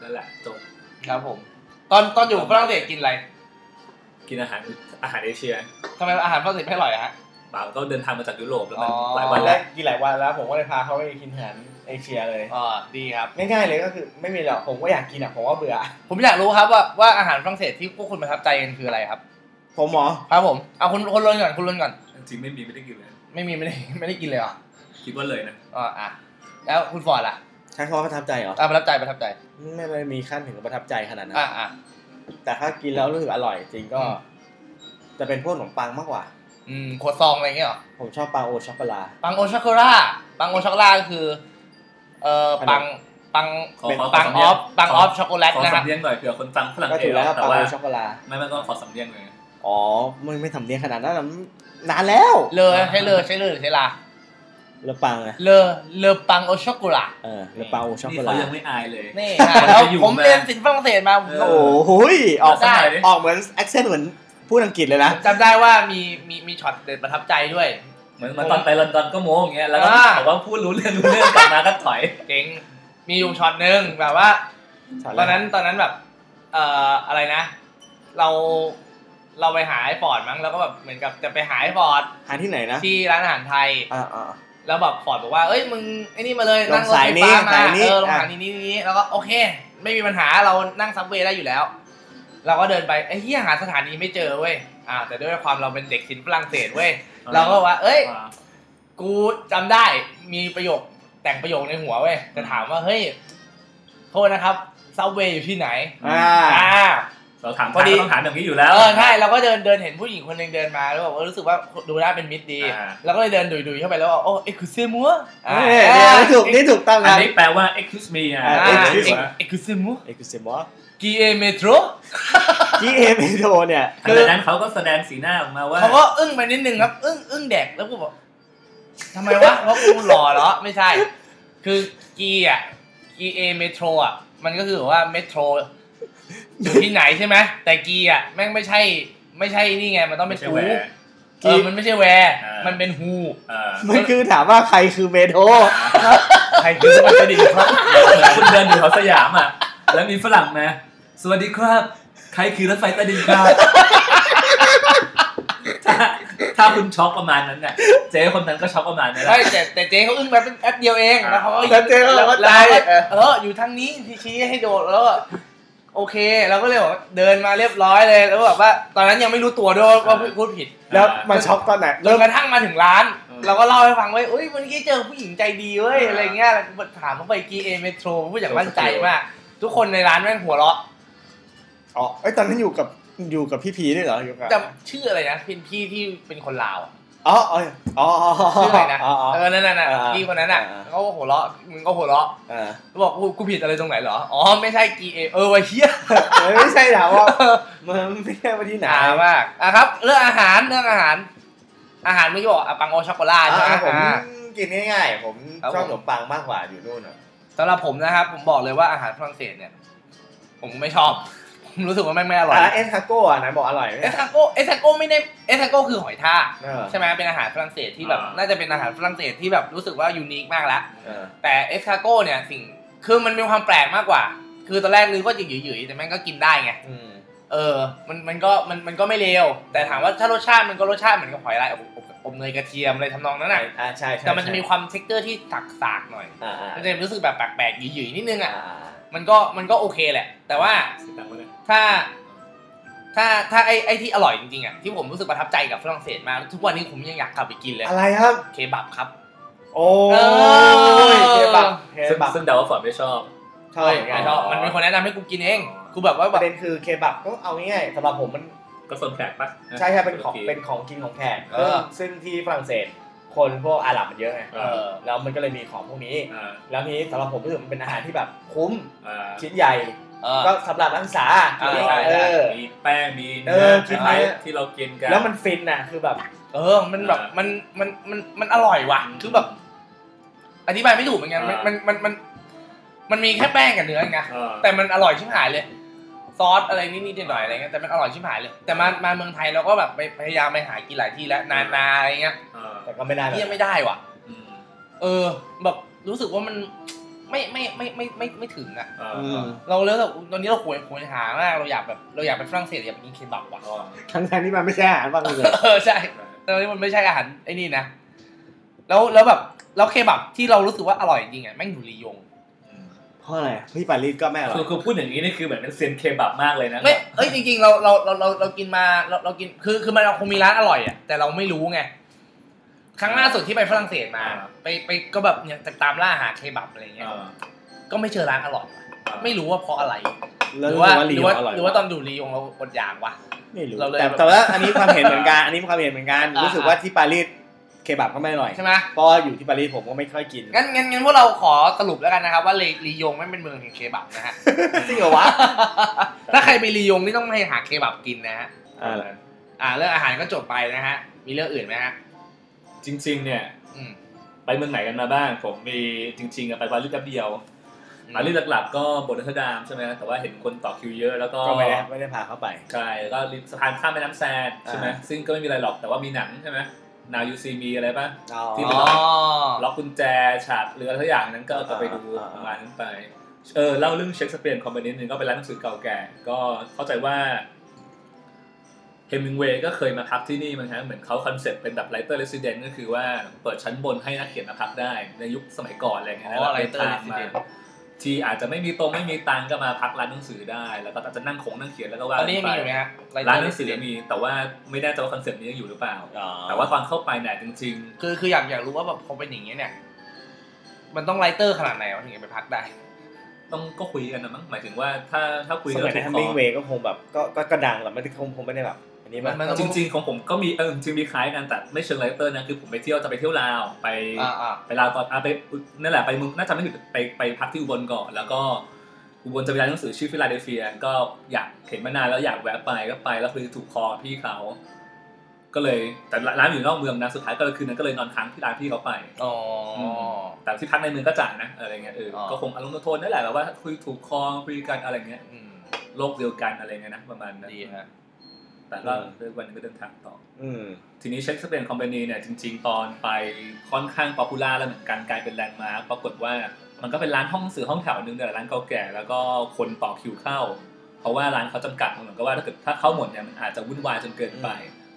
Speaker 3: นั่นแหละจบ
Speaker 1: ครับผม ตอนตอนอยู่ฝรั่งเศสกินอะไร
Speaker 3: กินอาหารอาหารเอเชีย
Speaker 1: ทำไมอาหารฝรั่งเศสไม่อร่อยอะฮะ
Speaker 3: บางก็เดินทางมาจากยุโรปแล้วมัน
Speaker 1: อ๋อ
Speaker 3: หลาย
Speaker 2: ต
Speaker 3: วั
Speaker 2: อน
Speaker 3: น
Speaker 2: แร
Speaker 3: แล้ว
Speaker 2: กกินหลายวันแล้ว ผมก็เลยพาเขาไปกินอาหารเอเชียเลย
Speaker 1: อ๋อดีครับ
Speaker 2: ง่ายๆเลยก็คือไม่มีหรอกผมก็อยากกินอ่ะผมว่าเบื่อ
Speaker 1: ผมอยากรู้ครับว่าว่าอาหารฝรั่งเศสที่พวกคุณประทับใจกันคืออะไรครับ
Speaker 2: ผมหมอ
Speaker 1: ครับผมเอาคุณคุณลนก่อนคุณลนก่อน
Speaker 3: จริงๆไม่มีไม่ได้กินเลย
Speaker 1: ไม่มีไม่ได้ไม่ได้กินเลยเหรอ
Speaker 3: คิดว่าเลยนะ
Speaker 1: อ๋ออ่ะแล้วคุณฟอร์ดล่ะ
Speaker 2: ใช้คำว่าประทับใจเหรอ
Speaker 1: อ่ะประทับใจประทับใจ
Speaker 2: ไม่ไม่มีขั้นถึงกับประทับใจขนาดนั้น
Speaker 1: อ่ะอ่ะ
Speaker 2: แต่ถ้ากินแล้วรู้สึกอร่อยจริงก็ จะเป็นพวกขนมปังมากกว่า
Speaker 1: อืมโครัวซองอะไรอย่างเงี้ยเหรอ
Speaker 2: ผมชอบปังโอช็อกโกแลต
Speaker 1: ปังโอชาโคล่าปังโอชาโคล่าก็คือเอ่อปังปัง
Speaker 3: ขอ
Speaker 2: เป็น
Speaker 3: ขอข
Speaker 1: ปังอ
Speaker 3: สำเนีย
Speaker 1: อฟปังออฟช็อกโกแลต
Speaker 3: ขอ
Speaker 1: นะครับ
Speaker 3: สำเนียงหน่อยเผื่อคนฟังฝรั่ง
Speaker 2: ก็
Speaker 3: เศ
Speaker 2: ถื
Speaker 3: ส
Speaker 2: อแล้วก็
Speaker 3: แต่
Speaker 2: ปัง
Speaker 3: ว่า
Speaker 2: โอช็อกโกแลต
Speaker 3: ไม่ไม่ก็ขอสำเนียงเลย
Speaker 2: อ๋อไม่ไม่ทำเนียงขนาดนั้นนะนานแล้ว
Speaker 1: เลยให้เลยใช้เลยหรือใช้ลา
Speaker 2: เลอปังอะ
Speaker 1: เลอเลอปังโอชาโคล่า
Speaker 2: เออเลอปังโอช็อก
Speaker 3: นี่
Speaker 2: โกแล
Speaker 3: เขา
Speaker 2: ต
Speaker 3: ยังไม่อายเลย
Speaker 1: นี่ฮะแล้วผมเรียนศิลป์ฝรั่งเศสมาผมก็
Speaker 2: โอ้โหยออก
Speaker 1: ได้
Speaker 2: ออกเหมือนแอคเซนต์เหมือนพูดอังกฤษเลยนะ
Speaker 1: ผมจำได้ว่ามีมีมีช็อตเด็ดประทับใจด้วย
Speaker 3: เหมือนเหมาตอนไปลอนดอนก็โม้อย่างเงี้ยแล้วก็
Speaker 1: อ่า
Speaker 3: บอกว่าพูดรู้เรื่องรู้เรื่องกลับมาก็ถอย
Speaker 1: เจ๋งมีอยู่ช็อตหนึ่งแบบว่า ตอนนั้นตอนนั้นแบบ เอ่ออะไรนะ เราเราไปหาไอ้ฟอร์ดมั้งแล้วก็แบบเหมือนกับจะไปหาไอ้ฟอร์ด
Speaker 2: หาที่ไหนนะ
Speaker 1: ที่ร้านอาหารไทย
Speaker 2: อ่าอ่า
Speaker 1: แล้วแบบฟอร์ดบอกว่าเอ้ยมึงไอ้นี่มาเลย
Speaker 2: ลง
Speaker 1: นั่งรถ
Speaker 2: สาย
Speaker 1: ไฟ
Speaker 2: นี้
Speaker 1: ฟ้ามา
Speaker 2: สายนี้
Speaker 1: เออลง
Speaker 2: อ่ะ
Speaker 1: สายนี้นี้นี้แล้วก็โอเค ไม่มีปัญหาเรานั่งซับเวย์ได้อยู่แล้ว เราก็เดินไปไอ้เฮียหาสถานีไม่เจอเว้ยอ่า แต่ด้วยความเราเป็นเด็กศิลป์ฝรั่งเศสเว้ยเราก็ว่า เอ้ย กูจำได้มีประโยคแต่งประโยคในหัวเว้ยจะถามว่าเฮ้ยโทษนะครับซับเวย์อยู่ที่ไหน
Speaker 2: อ่า
Speaker 1: อ่า
Speaker 3: เราถาม
Speaker 1: พอดี
Speaker 3: ทางก็ต้องถามอย่างนี้อยู่แล้ว
Speaker 1: เออใช่เราก็เดินเดินเห็นผู้หญิงคนหนึ่งเดินมาแล้วบอกว่ารู้สึกว่าดูหน้าเป็นมิตรดี
Speaker 3: อ่า
Speaker 1: เราก็เลยเดินดุยดุยๆเข้าไปแล้วบอกโอ้เอ็กซ์เซมัว
Speaker 2: เอ้ยเดี๋ยวนี่ถูกนี่ถูกต้องค
Speaker 3: อัน
Speaker 2: รับ
Speaker 3: นี้แปลว่า excuse me อ่ะ
Speaker 2: อ่า
Speaker 1: เอ็ก
Speaker 2: excuse
Speaker 3: อ่า
Speaker 1: ซ์เซมัว
Speaker 2: เอ็กซ์เซมอส
Speaker 1: กีเอเมโทร
Speaker 2: GM โทเนี่ย
Speaker 3: หลังจากนั้นเขาก็แสดงสีหน้าออกมาว่า
Speaker 1: เขาก็อึ้งไปนิดนึงครับอึ้งอึ้งแดกแล้วกูบอกทำไมวะเพราะกูหล่อเหรอไม่ใช่ คือกีอ่ะกีเอเมโทรอ่ะมันก็คือแบบว่าเมโทรอยู่ที่ไหนใช่ไหมแต่กีอ่ะแม่งไม่ใช่ไม่ใช่นี่ไงมันต้องเป็
Speaker 3: ไม่
Speaker 1: น
Speaker 3: ใช่
Speaker 1: ฮู
Speaker 3: แหวน
Speaker 1: เออมันไม่ใช่แวร์
Speaker 3: อ่ามั
Speaker 1: มันเป็นฮู
Speaker 3: เออ
Speaker 2: มันคือถามว่าใครคือเมโทร
Speaker 1: ใครคิดว่าจะดีครับ
Speaker 3: เหมือนคุณเดินอยู่แถวสยามอ่ะ แล้วมีฝรั่งมาสวัสดีครับ ใครคือรถไฟใต้ดินครับถ้าถ้าคุณช็อกประมาณนั้นเนี่ยเจ๊คนนั้นก็ช็อกประมาณนั้นแหละ
Speaker 1: ไม่แต่แต่เจ๊เขาอึ้งมาเป็นแป๊บเดียวเองแล้วเขาก็
Speaker 2: แล้วเจ๊ก็บอกว่า
Speaker 1: แล้
Speaker 2: ตา
Speaker 1: วย ก็เอออยู่ทางนี้ที่ชี้ให้โดดแล้วก็โอเคเราก็เลยบอกว่าเดินมาเรียบร้อยเลยแล้วแบบว่า ตอนนั้นยังไม่รู้ตัวด้วยว่าพูดผิด
Speaker 2: แล้ว
Speaker 3: อ่า
Speaker 2: มันช็อกตอนไหน
Speaker 1: จ
Speaker 2: เริ่
Speaker 1: น
Speaker 2: ม
Speaker 1: กระทั่งมาถึงร้าน
Speaker 3: เออ
Speaker 1: เราก็เล่าให้ฟังไว้ยอุ้ยวันนี้เจอผู้หญิงใจดีเว้ย
Speaker 3: อ่า
Speaker 1: อะไรเงี้ยแล้วก็ถามเขาไปกีเอเมโทรผู้อย่างมั่นใจมากทุกคนในร้านแม่งหัวเราะ
Speaker 2: อ๋อเอ้ยตอนนั้นอยู่กับอยู่กับพี่พีด้วยเหรออยู่กับ
Speaker 1: แต่ชื่ออะไรนะเป็นพี่ที่เป็นคนลาวอะ
Speaker 2: อ๋ออ๋ออ๋ออ๋อ
Speaker 1: ชื่ออะไรนะ
Speaker 2: อ๋ออ๋อ
Speaker 1: เออนั่นน่ะ
Speaker 2: อ่า
Speaker 1: พี่คนนั้นน่ะ
Speaker 2: อ่า
Speaker 1: เขาก็หัวเราะมึงก็หัวเราะ
Speaker 2: อ่า
Speaker 1: บอกกูกูผิดอะไรตรงไหนเหรอ อ๋อ ไม่ใช่กีเอเออวะเฮีย
Speaker 2: มันไม่ใช่ถามว่ามันไม่ใช่ว่าที่ไหน
Speaker 1: หนามากอ่ะครับ เรื่องอาหารเรื่องอาหาร อาหารไม่อกี้บอกอ่ะปังโอช็อกโกแลตใช่ไหม
Speaker 2: อ่าผม
Speaker 1: อ่า
Speaker 2: กินง่ายๆ ผม
Speaker 1: ครับ
Speaker 2: ชอบ
Speaker 1: ผม
Speaker 2: ขนมปังมากกว่าอยู่นู่นอ่ะ
Speaker 1: สำหรับผมนะครับ ผมบอกเลยว่าอาหารฝรั่งเศสเนี่ย ผมไม่ชอบ ผมรู้สึกว่าแม่งไม่อร่อย
Speaker 2: อ่ะเอสทาโก้อ่ะไหนบอกอร่อยไหม
Speaker 1: เอสทาโก้เอสทาโก้ไม่ได้เอสทาโก้คือหอยทาก
Speaker 2: เออ
Speaker 1: ใช่ไหมเป็นอาหารฝรั่งเศสที่แบบ
Speaker 3: อ่า
Speaker 1: น่าจะเป็นอาหารฝรั่งเศสที่แบบรู้สึกว่ายูนิคมากแล้ว
Speaker 2: เออ
Speaker 1: แต่เอสทาโก้เนี่ยสิ่งคือมันมีความแปลกมากกว่า คือตอนแรกนึกว่าจะหยืดๆแต่แม่งก็กินได้ไง
Speaker 2: อืม
Speaker 1: เออ มัน มันก็ มัน มันก็ไม่เลว แต่ถามว่าถ้ารสชาติมันก็รสชาติเหมือนกับหอยลายอบอบอบเนยกระเทียมอะไรทำนองนั้นน่ะ
Speaker 2: อ่าใช่ใช่
Speaker 1: แต่มันจะมี
Speaker 2: ใช่
Speaker 1: ความเท็กเจอร์ที่สักสากๆหน่อย
Speaker 2: อ่าอ่า
Speaker 1: มันจะรู้สึกแบบแปลกๆหยิ่ยๆนิดนึง
Speaker 2: อ่า
Speaker 1: อ่ะ มันก็ มันก็โอเคแหละ แต่ว่า
Speaker 3: สีตางค์มาเลย
Speaker 1: ถ้า ถ้า ถ้าไอ้ ไอ้ที่อร่อยจริงๆอ่ะ ที่ผมรู้สึกประทับใจกับฝรั่งเศสมาก ทุกวันนี้ผมยังอยากกลับไปกินเลย
Speaker 2: อะไรครับ
Speaker 1: เคบับครับ
Speaker 2: โอ้
Speaker 1: เออ
Speaker 2: ยเคบับเค
Speaker 3: ซึ่ง
Speaker 2: บับ
Speaker 3: ซึ่งเดาว่าฟอร์ดไม่ชอบ
Speaker 2: ชอบเหมือนกั
Speaker 1: ไม่
Speaker 2: น
Speaker 1: ชอบมันเป็นคนแนะนำให้กูกินเอง กูแบบว่า
Speaker 2: ป
Speaker 1: แบ
Speaker 2: ระ
Speaker 1: บ
Speaker 2: เด็นคือเคบับก็เอาง่ายๆสำหรับผมมัน
Speaker 3: ก็สนแขกปะ
Speaker 2: ใช่ใช่เป็นของ
Speaker 3: โค
Speaker 2: เป็นของกินของแขก
Speaker 1: เออ
Speaker 2: ซึ่งที่ฝรั่งเศส
Speaker 4: คนพวกอาหรับมันเยอะไง
Speaker 3: เออ
Speaker 4: เออแล้วมันก็เลยมีของพวกนี้
Speaker 3: อ่า
Speaker 4: แล้วทีนี้สำหรับผมรู้สึกมันเป็นอาหารที่แบบคุ้ม
Speaker 3: อ่า
Speaker 4: ชิ้นใหญ่
Speaker 1: เออ
Speaker 4: ก็สำหรับนักศึกษา
Speaker 1: เออ
Speaker 4: เออ
Speaker 3: มีแป้งมี
Speaker 4: เออ
Speaker 3: เ
Speaker 4: คิดไหม
Speaker 3: ที่เรากินกัน
Speaker 4: แล้วมันฟินนะคือแบบ
Speaker 1: เออ มันแบบ
Speaker 3: อ่ามั
Speaker 1: มัน มัน มัน มันอร่อยว่ะ คือแบบ อธิบายไม่ถูกเหมือนกัน มัน มัน มัน มัน มันมีแค่แป้งกับเนื้อไง
Speaker 3: เออ
Speaker 1: แต่มันอร่อยชิบหายเลย ซอสอะไรนิดๆหน่อยๆอะไรเงี้ย แต่มันอร่อยชิบหายเลย แต่มา มาเมืองไทยเราก็แบบไปพยายามไปหากินหลายที่แล้ว นานาอะไรเงี้ย
Speaker 3: เออ
Speaker 4: แต่ก็ไม่ได้
Speaker 1: เที่ยไม่ได้ว่ะ
Speaker 3: อืม
Speaker 1: เออ แบบรู้สึกว่ามันไม่ไม่ไม่ไม่ไม่ไม่ถึงอะ
Speaker 3: เออ
Speaker 2: อืม
Speaker 1: เราแล้วแบบตอนนี้เราควรควรหามาก เราอยากแบบเราอยากไปฝรั่งเศสอยากไปกินเคบับว่ะ
Speaker 3: เออ
Speaker 2: ทั้งๆที่มันไม่ใช่อาหารบางเลย
Speaker 1: เออใช่ แต่อันนี้มันไม่ใช่อาหารไอ้นี่นะ แล้วแล้วแบบแล้วเคบับที่เรารู้สึกว่าอร่อยจริงอ่ะแม่งอยู่ลียง
Speaker 3: อืม
Speaker 2: เพราะอะไรที่ปารีสก็แม่อร่อ
Speaker 3: คือยคือพูดอย่างนี้นี่คือแบบเป็นเซียนเคบับมากเลยนะ
Speaker 1: ไม่เอ้ยจริงๆเราเราเราเราเรากินมาเราเรากินคือคือมันเราคงมีร้านอร่อยอ่ะแต่เราไม่รู้ไง ครั้งล่าสุดที่ไปฝรั่งเศสมา ไปไปก็แบบเนี่ยตามล่าหาเคบับอะไร
Speaker 3: เอ
Speaker 1: เงี้ย
Speaker 3: อ
Speaker 1: ก็ไม่เจอร้านอร่อยว่ะไม่รู้ว่าเพราะอะไร
Speaker 2: แล้ว
Speaker 1: หรื
Speaker 2: รู้
Speaker 1: ว่า
Speaker 2: สึกว่า
Speaker 1: หรืว่า
Speaker 2: ลียอร่อย
Speaker 1: หรือว่าตอนอยู่ลียงเราอดอยากว่ะ
Speaker 2: ไม่รู้
Speaker 1: เราเลย
Speaker 2: แต่แต่ว่าอันนี้ความเห็นเหมือนกันอันนี้ความเห็นเหมือนกัน
Speaker 1: อ่า
Speaker 2: รู้สึกว่าที่ปารีสเคบับก็ไม่อร่อย
Speaker 1: ใช่ไหม
Speaker 2: เพราะว่าอยู่ที่ปารีสผมก็ไม่ค่อยกิน
Speaker 1: งั้นงั้นงั้นพวกเราขอสรุปแล้วกันนะครับ ว่าลีลียงไม่เป็นเมืองแห่งเคบับนะฮะ
Speaker 2: จริงเหรอวะ
Speaker 1: ถ้าใครไปลียงนี่ต้องไปหาเคบับกินนะฮะ
Speaker 2: อ่า
Speaker 3: อ
Speaker 1: อ่าเรื่องอาหารก็จบไปนะฮะ มีเรื่องอื่นไหมฮะ
Speaker 3: จริง ๆ เนี่ย
Speaker 1: อืม
Speaker 3: ไปเมืองไหนกันมาบ้าง ผมมีจริงๆอะไปปารีสแป๊บเดียวปารีสหลักๆก็โบนเทอร์ดามใช่ไหมแต่ว่าเห็นคนต่อคิวเยอะแล้วก็
Speaker 2: ก็ไม่ได้ไม่ได้พาเข้าไป
Speaker 3: ใช่แล้วก็ริมสะพานข้ามแม่น้ำแซนใช่ไหม
Speaker 2: อ่า
Speaker 3: ซึ่งก็ไม่มีอะไรหรอกแต่ว่ามีหนังใช่ไหมนาวยูซีมีอะไรป่ะ
Speaker 2: อ๋อ
Speaker 3: ที่
Speaker 1: อ๋
Speaker 3: มัน
Speaker 1: อ
Speaker 3: ล็อกกุญแจฉากเรืออะไรสักอย่างนั้นก็ก็ไปดู
Speaker 2: อ่า
Speaker 3: ประมาณนั้นไปเออเล่าเรื่องเช็คสเปียนคอมเมนิดนึงก็เป็นร้านหนังสือเก่าแก่ ก็เข้าใจว่าเฮมิงเวย์ก็เคยมาพักที่นี่มั้งฮะเหมือนเขาคอนเซ็ปต์เป็นแบบไ i เตอร์เรสซิเดนต์ก็คือว่าเปิดชั้นบนให้นักเขียนมาพักได้ ในยุคสมัยก่อนอะไร
Speaker 1: อ๋
Speaker 3: เงี้ย
Speaker 1: ออะไรเตอร์
Speaker 3: ดิ
Speaker 1: ดิสเดน
Speaker 3: ที่อาจจะไม่มีตรงไม่มีตังก็มาพักร้านหนังสือได้ แล้วก็อาจจะนั่งคงนั่งเขียนแล้วก็
Speaker 1: ต
Speaker 3: ว่า
Speaker 1: อนนี้ยังมีอยู่ไหมฮะ Writer
Speaker 3: ร้านหนังสือ
Speaker 1: Resident
Speaker 3: มีแต่ว่าไม่แน่ใจว่าคอนเซ็ปต์นี้ยังอยู่หรือเปล่า
Speaker 2: อ๋อ
Speaker 3: แต่ว่าตอนเข้าไปเนี่ยจริง ๆ
Speaker 1: คือคืออยากอยากรู้ว่าแบบพอเป็นอย่างเงี้ยเนี่ย มันต้องไรเตอร์ขนาดไหนวะถึงจะไปพักได้
Speaker 3: ต้องก็คุยกันนะมั้งหมายถึงว่าถ้าถ้าคุย
Speaker 2: ส
Speaker 3: กัน
Speaker 2: มัยนั้น
Speaker 3: ถู
Speaker 2: ฮั
Speaker 3: ก
Speaker 2: ม
Speaker 3: ค
Speaker 2: มิงเว
Speaker 3: อ
Speaker 2: ย์ก็คงแบบก็ก็ก็ดังแหละไม่ได้คงคงไม่ได้แบบอันนี้
Speaker 1: มัน
Speaker 3: จริง ๆ ของผมก็มีเออจริงๆมีคล้ายกันแต่ไม่เชิงไลเตอร์นะคือผมไปเที่ยวจะไปเที่ยวลาวไป
Speaker 1: อ่าอ่า
Speaker 3: ไปลาวตอนอ่ะไปนั่นแหละไปเมึงน่าจะไม่ผิดไปไปพักที่อุบลก่อนแล้วก็อุบลจะไปร้านหนังสือชื่อฟิลาเดลเฟีย ก็อยากเห็นมานานแล้วอยากแวะไปก็ไปแล้วคือถูกคอพี่เขา ก็เลยแต่ร้านอยู่นอกเมืองนะสุดท้ายก็เลยคืนนั้นก็เลยนอนค้างที่ร้านพี่เขาไป
Speaker 1: อ๋อ
Speaker 3: แต่ที่พักในเมืองก็จ่ายนะอะไรเงี้ยเอออ
Speaker 1: อ
Speaker 3: ก็คงอารมณ์โทนนั่นแหละแล้วว่าคุยถูกคอคุยกันอะไรเงี้ย
Speaker 1: อืม
Speaker 3: โลกเดียวกันอะไรเงี้ยนะประมาณนั้น
Speaker 1: ดีฮะ
Speaker 3: แต่ก็เลือกวันหนึงก็เดินทางต่อ
Speaker 2: อืม
Speaker 3: ทีนี้เช็คสเปนคอมพานีเนี่ยจริง ๆ ตอนไปค่อนข้างป๊อปปูล่าแล้วเหมือนกันกลายเป็นแลนด์มาร์คปรากฏว่ามันก็เป็นร้านห้องสื่อห้องแถวหนึ่งแต่ร้านเก่าแก่แล้วก็คนต่อคิวเข้า เพราะว่าร้านเขาจำกัดเหมือนกับว่าถ้าเกิดถ้าเข้าหมดเนี่ยมันอาจจะวุ่นวายจนเกินไป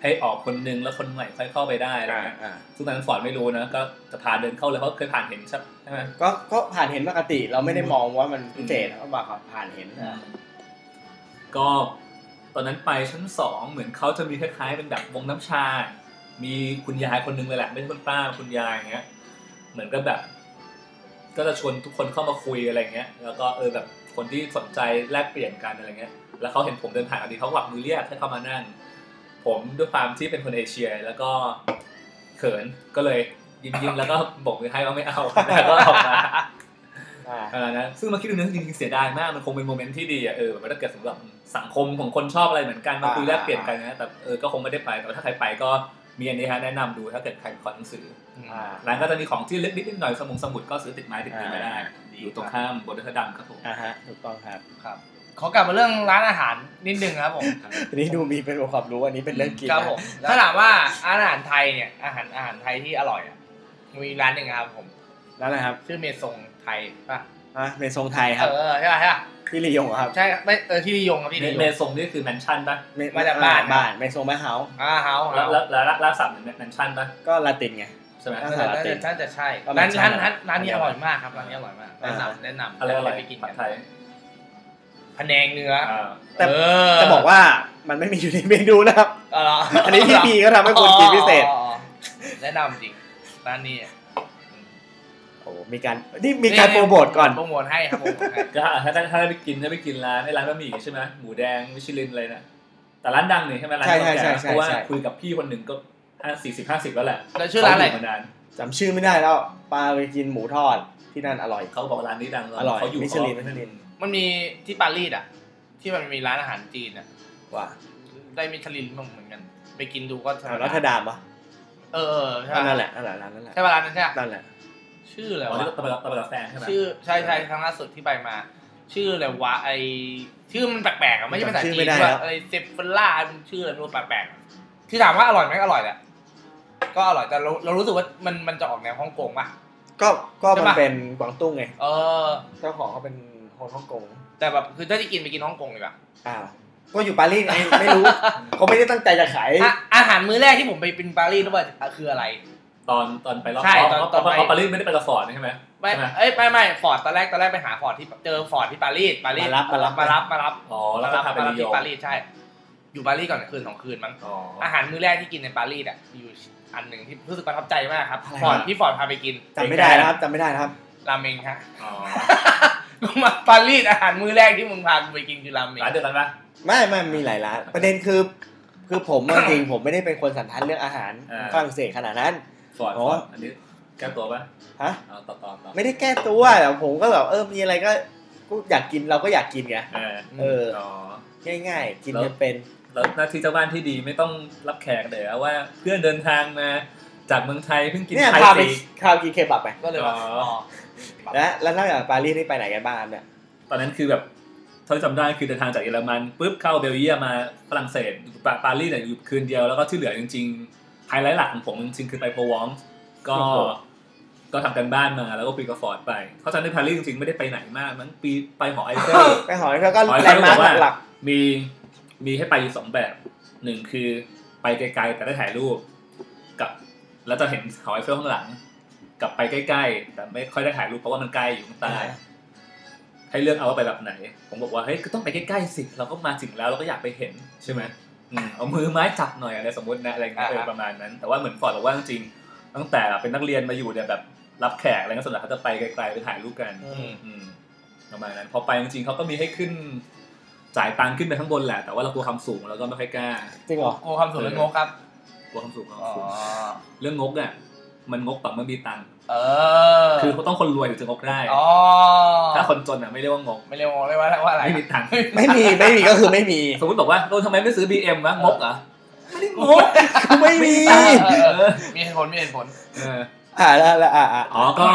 Speaker 3: ให้ออกคนนึงแล้วคนใหม่ค่อยเข้าไปได้อะไร
Speaker 2: อ่า
Speaker 3: เงี้ย
Speaker 2: อ่า
Speaker 3: ซึ่งตอนนั้นฟอร์ดไม่รู้นะก็จะพาเดินเข้าเลยเพราะเคยผ่านเห็นใช่ไหม
Speaker 2: ก็ก็ผ่านเห็นปกติเราไม่ได้มองว่ามันพิเศษเราก็บอกว่าผ่านเห็นอ่า
Speaker 3: ก็ตอนนั้นไปชั้นสองเหมือนเขาจะมีคล้ายๆเป็นแบบวงน้ำชา มีคุณยายคนหนึงเลยแหละไม่ใช่คุณป้าคุณยายอย่างเงี้ย เหมือนก็แบบ ก็จะชวนทุกคนเข้ามาคุยอะไรเงี้ย แล้วก็เออแบบคนที่สนใจแลกเปลี่ยนกันอะไรเงี้ย แล้วเขาเห็นผมเดินผ่านพอดีเขาหวักมือเรียกให้เข้ามานั่ง ผมด้วยความที่เป็นคนเอเชีย แล้วก็เขินก็เลยยิ้มๆแล้วก็บอกมือให้ว่าไม่เอา แล้วก็ออกมา อ่านะซึ่งมาคิดดูนะจริงๆเสียดายมากมันคงเป็นโมเมนต์ที่ดีอ่ะเออแบบว่าถ้าเกิดสำหรับสังคมของคนชอบอะไรเหมือนกันมาคุย
Speaker 2: อ่า
Speaker 3: แลกเปลี่ยนกันนะแต่เออก็คงไม่ได้ไปแต่ว่าถ้าใครไปก็มีอันนี้ฮะแนะนำดูถ้าเกิดใครขอหนังสือ
Speaker 2: อ่า
Speaker 3: ร้านก็จะมีของที่เล็กนิดๆหน่อยสมุงสมุดก็ซื้อติดไม้ติดมือไปได้
Speaker 2: อ่า
Speaker 3: อยู่ตรงข้ามบนเรือดำครับผม
Speaker 2: อ่าฮะถูกต้องครับ
Speaker 1: ครับ ขอกลับมาเรื่องร้านอาหารนิดนึงครับผม
Speaker 2: อันนี้ดูมีเป็นองค์ความรู้อันนี้เป็นเรื่องกิน
Speaker 1: ครับ
Speaker 2: นะ
Speaker 1: ผมถ้าถามว่าอาหารไทยเนี่ย อาหารอาหารไทยที่อร่อยอะมีร้านหนึ่งครับผม
Speaker 2: นั่นแหละครับ
Speaker 1: ชื่อเมซงไทยป่ะ
Speaker 2: อ่ะเป็นทรงไทยครับ
Speaker 1: เออใช่ป่ะใช่ป่ะ
Speaker 2: ที่ลียงเหรอครับ
Speaker 1: ใช่ไม่เออที่นิยงครับที่นิยง
Speaker 3: เมซงนี่คือแมนชั่นปะ
Speaker 2: เม
Speaker 1: มาจากบ้าน
Speaker 2: บ้านเป็นทรงแม่เฮา
Speaker 1: อ่าเฮาเฮา
Speaker 3: แล้วแล้วแล้วแล้วลาสับเป็นแมนชั่นปะ
Speaker 2: ก็ลาตินไง
Speaker 3: ใช่ไหม
Speaker 2: อ่
Speaker 1: น่าจะน่าจะใช่
Speaker 2: ประมา
Speaker 1: ร้า
Speaker 2: ณ
Speaker 1: น
Speaker 2: ใช่
Speaker 1: ร้านร้านร้า
Speaker 2: ครับ
Speaker 1: นนี้
Speaker 2: ป
Speaker 1: อร่อ
Speaker 2: ระมาณ
Speaker 1: ยมากครับร้านนี้อร่อยมากแนะ
Speaker 2: อ่า
Speaker 1: นำแนะนำ
Speaker 3: อะไรอร่อย
Speaker 1: ไปกิน
Speaker 3: ผั
Speaker 1: กั
Speaker 3: ด
Speaker 1: น
Speaker 3: ไทย
Speaker 1: พะแนงเนื้อ
Speaker 3: อ่า
Speaker 2: แต่
Speaker 1: เออ
Speaker 2: จะบอกว่ามันไม่มีอยู่ในเมนูนะครับ
Speaker 1: เอเหร
Speaker 2: อันนี้พี่พีก็ทำให้คุณกินพิเศษ
Speaker 1: อ๋ออ๋ออ๋อแนะนำจริงร้านนี้อ่ะ
Speaker 2: โอ้โหมีการนี่มีการโปรโมทก่อน
Speaker 1: โปรโมทให้ครับโปรโมทให้
Speaker 3: ก็ถ้าถ้าถ้าได้ไปกินถ้าไปกินร้านไอ้ร้านบะหมี่ใช่ไหมหมูแดงมิชลินอะไรนะแต่ร้านดังเนี่ยใช่ไหมร้าน
Speaker 2: ใช่
Speaker 3: เก่า
Speaker 2: ใช่
Speaker 3: แก่
Speaker 2: ใช่
Speaker 3: นะเพราะว่า
Speaker 2: ใช่
Speaker 3: คุยกับพี่คนหนึ่งก็ ห้าสี่สิบห้าสิบแล้วแหละ
Speaker 1: แล้วชื่อร้านอะไร
Speaker 3: เขยู่มานาน
Speaker 2: จำชื่อไม่ได้แล้วปลาไปกินหมูทอดที่นั่นอร่อย
Speaker 3: เขาบอกร้านนี้ดัง
Speaker 2: อร่อย
Speaker 3: เขาอยู่
Speaker 2: มิชลิน
Speaker 3: เขา
Speaker 2: มิชลิน
Speaker 1: มันมีที่ปารีสอ่ะ ที่มันมีร้านอาหารจีนอ่ะ
Speaker 2: ว่ะ
Speaker 1: ได้มิชลินบ้างเหมือนกัน ไปกินดูก็ธรรมดา
Speaker 2: รัชดามปะ
Speaker 1: เออเออใช่
Speaker 2: นั่
Speaker 1: ปะ
Speaker 2: นแหละนั่นแหละร้านนั่นแหละ
Speaker 1: ใช่ปะร้านนั้นใช่ปะ
Speaker 2: นั่นแหละ
Speaker 1: ชื่ออะไร
Speaker 3: อ๋อ
Speaker 1: วะ
Speaker 3: นี่ตะบักตะบักแฟนใช่ไหม
Speaker 1: ชื่อใช่ใช่ครั้งล่าสุดที่ไปมา ชื่ออะไรวะไอชื่อมันแปลกๆอ่ะไม่ใช่ภาษา
Speaker 2: จำ
Speaker 1: จี
Speaker 2: ชื่อไม่
Speaker 1: น
Speaker 2: ได้
Speaker 1: ว่า
Speaker 2: แล้ว
Speaker 1: อะไรเซฟเฟล่ามันชื่ออะไรไม่รู้แปลกๆอ่ะคือถามว่าอร่อยไหมอร่อยแหละก็อร่อยแต่เราเรารู้สึกว่ามันมันจะออกแนวฮ่องกงป่ะ
Speaker 2: ก็ก็
Speaker 1: ใช่
Speaker 2: มัน
Speaker 1: ปะ
Speaker 2: เป็นกวางตุ้งไง
Speaker 1: เออ
Speaker 4: เจ้าของเขาเป็นคนฮ่องกง
Speaker 1: แต่แบบคือถ้าจะกินไปกินฮ่องกงดีกว่า
Speaker 2: อ้าวก็อยู่ปารีสไงไม่รู้ เขาไม่ได้ตั้งใจจะขาย
Speaker 1: อ่ะอาหารมื้อแรกที่ผมไปเป็นปารีสรู้ป่ะอ่ะคืออะไร
Speaker 3: ตอนตอนไปรอบ
Speaker 1: ใช่
Speaker 3: เพราะ
Speaker 1: ตอน
Speaker 3: เพราะ
Speaker 1: ตอนไป
Speaker 3: เพราะปารีสไม่ได้ไปกับฟอร์ดใช่ไหม
Speaker 1: ไม่
Speaker 3: ใช่ห
Speaker 1: เอ้ยไม่ไม่ฟอร์ดตอนแรกตอนแรกไปหาฟอร์ดที่เจอฟอร์ดที่ปารีสปารีส
Speaker 2: มารับมารับ
Speaker 1: มารับมารับ
Speaker 3: อ๋อแล้
Speaker 1: มาวรับ
Speaker 3: ก็พาไป
Speaker 1: มารับ
Speaker 3: ลีย
Speaker 1: ที่
Speaker 3: ง
Speaker 1: ปารีสใช่ อยู่ปารีสก่อนคืนสองคืนมั้ง
Speaker 3: อ๋ออ
Speaker 1: อาหารมื้อแรกที่กินในปารีสอ่ะมีอยู่อันหนึ่งที่รู้สึกประทับใจมากครับ
Speaker 3: อะไร
Speaker 1: ฟอร์ด
Speaker 3: ครับ
Speaker 1: พี่ฟอร์ดพาไปกิน
Speaker 2: จำไม่ได้นะครับจำไม่ได้นะครับ
Speaker 1: ราเมงฮะ
Speaker 3: อ๋อ
Speaker 1: มึงมาปารีสอาหารมื้อแรกที่มึงพากูไปกินคือราเมง
Speaker 3: ร้านเดียวกันปะ
Speaker 2: ไม่ไม่มีหลายร้านประเด็นคือ คือผมอะ จริงผมไม่ได้เป็นคนสันทัดเรื่องอาหารฝรั่งเศสขนาดนั้น
Speaker 3: ฟอร์ด
Speaker 2: อ๋
Speaker 3: ฟ
Speaker 2: อ
Speaker 3: อร์ดอันนี้แก้ตัวปะ
Speaker 2: ฮะ
Speaker 3: เอาต่อต่อต่อ
Speaker 2: ไม่ได้แก้ตัวแต่ผมก็แบบเออมีอะไรก็ก็อยากกินเราก็อยากกินไง
Speaker 3: เออ
Speaker 2: เออ
Speaker 3: อ๋อ
Speaker 2: ง่ายๆ กิน
Speaker 3: แล้ว
Speaker 2: จะเป็น
Speaker 3: แล้วหน้าที่เจ้าบ้านที่ดีไม่ต้องรับแขกเลยอะว่าเพื่อนเดินทางมาจากเมืองไทยเพิ่งกิน
Speaker 2: เนี่ย
Speaker 3: ไทย
Speaker 2: พาไป
Speaker 3: สี
Speaker 2: คราวกินเคบับไป
Speaker 1: ก็เลยว่า
Speaker 3: อ๋อ
Speaker 1: อ๋อ
Speaker 2: นะแล้วนอกจากปารีสนี่ไปไหนกันบ้างครับเนี่ย
Speaker 3: ตอนนั้นคือแบบเท่าที่จำได้คือเดินทางจากเยอรมันปุ๊บเข้าเบลเยียมมาฝรั่งเศสปาปารีสเนี่ยอยู่คืนเดียวแล้วก็ที่เหลือจริงๆไฮไลท์หลักของผมจริงๆคือไปโพวองส์ก็ก็ทำกันบ้านมาแล้วก็คุยกับฟอร์ดไปเพราะฉะนั้นในปารีสจริงๆไม่ได้ไปไหนมากมั้งปีไปหอไอเฟล
Speaker 2: ไปหอยแล้วก็
Speaker 3: หอย
Speaker 2: แล
Speaker 3: เขา
Speaker 2: นด์มาร์
Speaker 3: บอกว่า
Speaker 2: คหลัก
Speaker 3: มีมีให้ไปอยู่สองแบบหนึ่งคือไปไกลๆแต่ได้ถ่ายรูปกับแล้วจะเห็นหอไอเฟลข้างหลัง กลับไปใกล้ๆ แต่ไม่ค่อยได้ถ่ายรูปเพราะว่ามันไกลอยู่ข้างใต้ให้เลือกเอาว่าไปแบบไหน ผมบอกว่าเฮ้ยก็ต้องไปใกล้ๆสิเราก็มาถึงแล้วเราก็อยากไปเห็นใช่ไหมอืมเอามือไม้จับหน่อยอะไรสมมตินะอะไรเงี้ยเออประมาณนั้น แต่ว่าเหมือนฟอร์ดบอกว่าจริงๆตั้งแต่เป็นนักเรียนมาอยู่เนี่ยแบบรับแขกอะไรเงี้ยส่วนใหญ่เขาจะไปไกลๆไปถ่ายรูปกัน
Speaker 1: อืม
Speaker 3: อืมประมาณนั้นพอไปจริงๆเขาก็มีให้ขึ้น จ่ายตังค์ขึ้นไปข้างบนแหละ แต่ว่าเรากลัวความสูงเราก็ไม่ค่อยกล้า
Speaker 2: จริงเหรอ
Speaker 1: กลัวความสูงและงกครับ
Speaker 3: กลัวความสูงกลัวค
Speaker 1: อ๋
Speaker 3: วา
Speaker 1: อ
Speaker 3: มสูงเรื่องงกอ่ะมันงกต่อเมื่อมีตังค์
Speaker 1: เออ
Speaker 3: คือเขาต้องคนรวยถึงจะงกได้
Speaker 1: อ๋อ
Speaker 3: ถ้าคนจนอ่ะไม่เรียกว่างก
Speaker 1: ไม่เรียกงกเรียกว่าว่าอะไร
Speaker 3: ไม่มีตังค์
Speaker 2: ไม่มีไม่มีก็คือไม่มี
Speaker 3: สมมติบอกว่าโดนทำไมไม่ซื้อ BM วะงกเหรอไม่ได้งก
Speaker 2: ไม่มี
Speaker 1: เออเออเออมีเหตุผลมีเหตุผล
Speaker 3: เออ
Speaker 2: อ่าแล้วแล้วอ่าอ่า
Speaker 3: อ๋อก็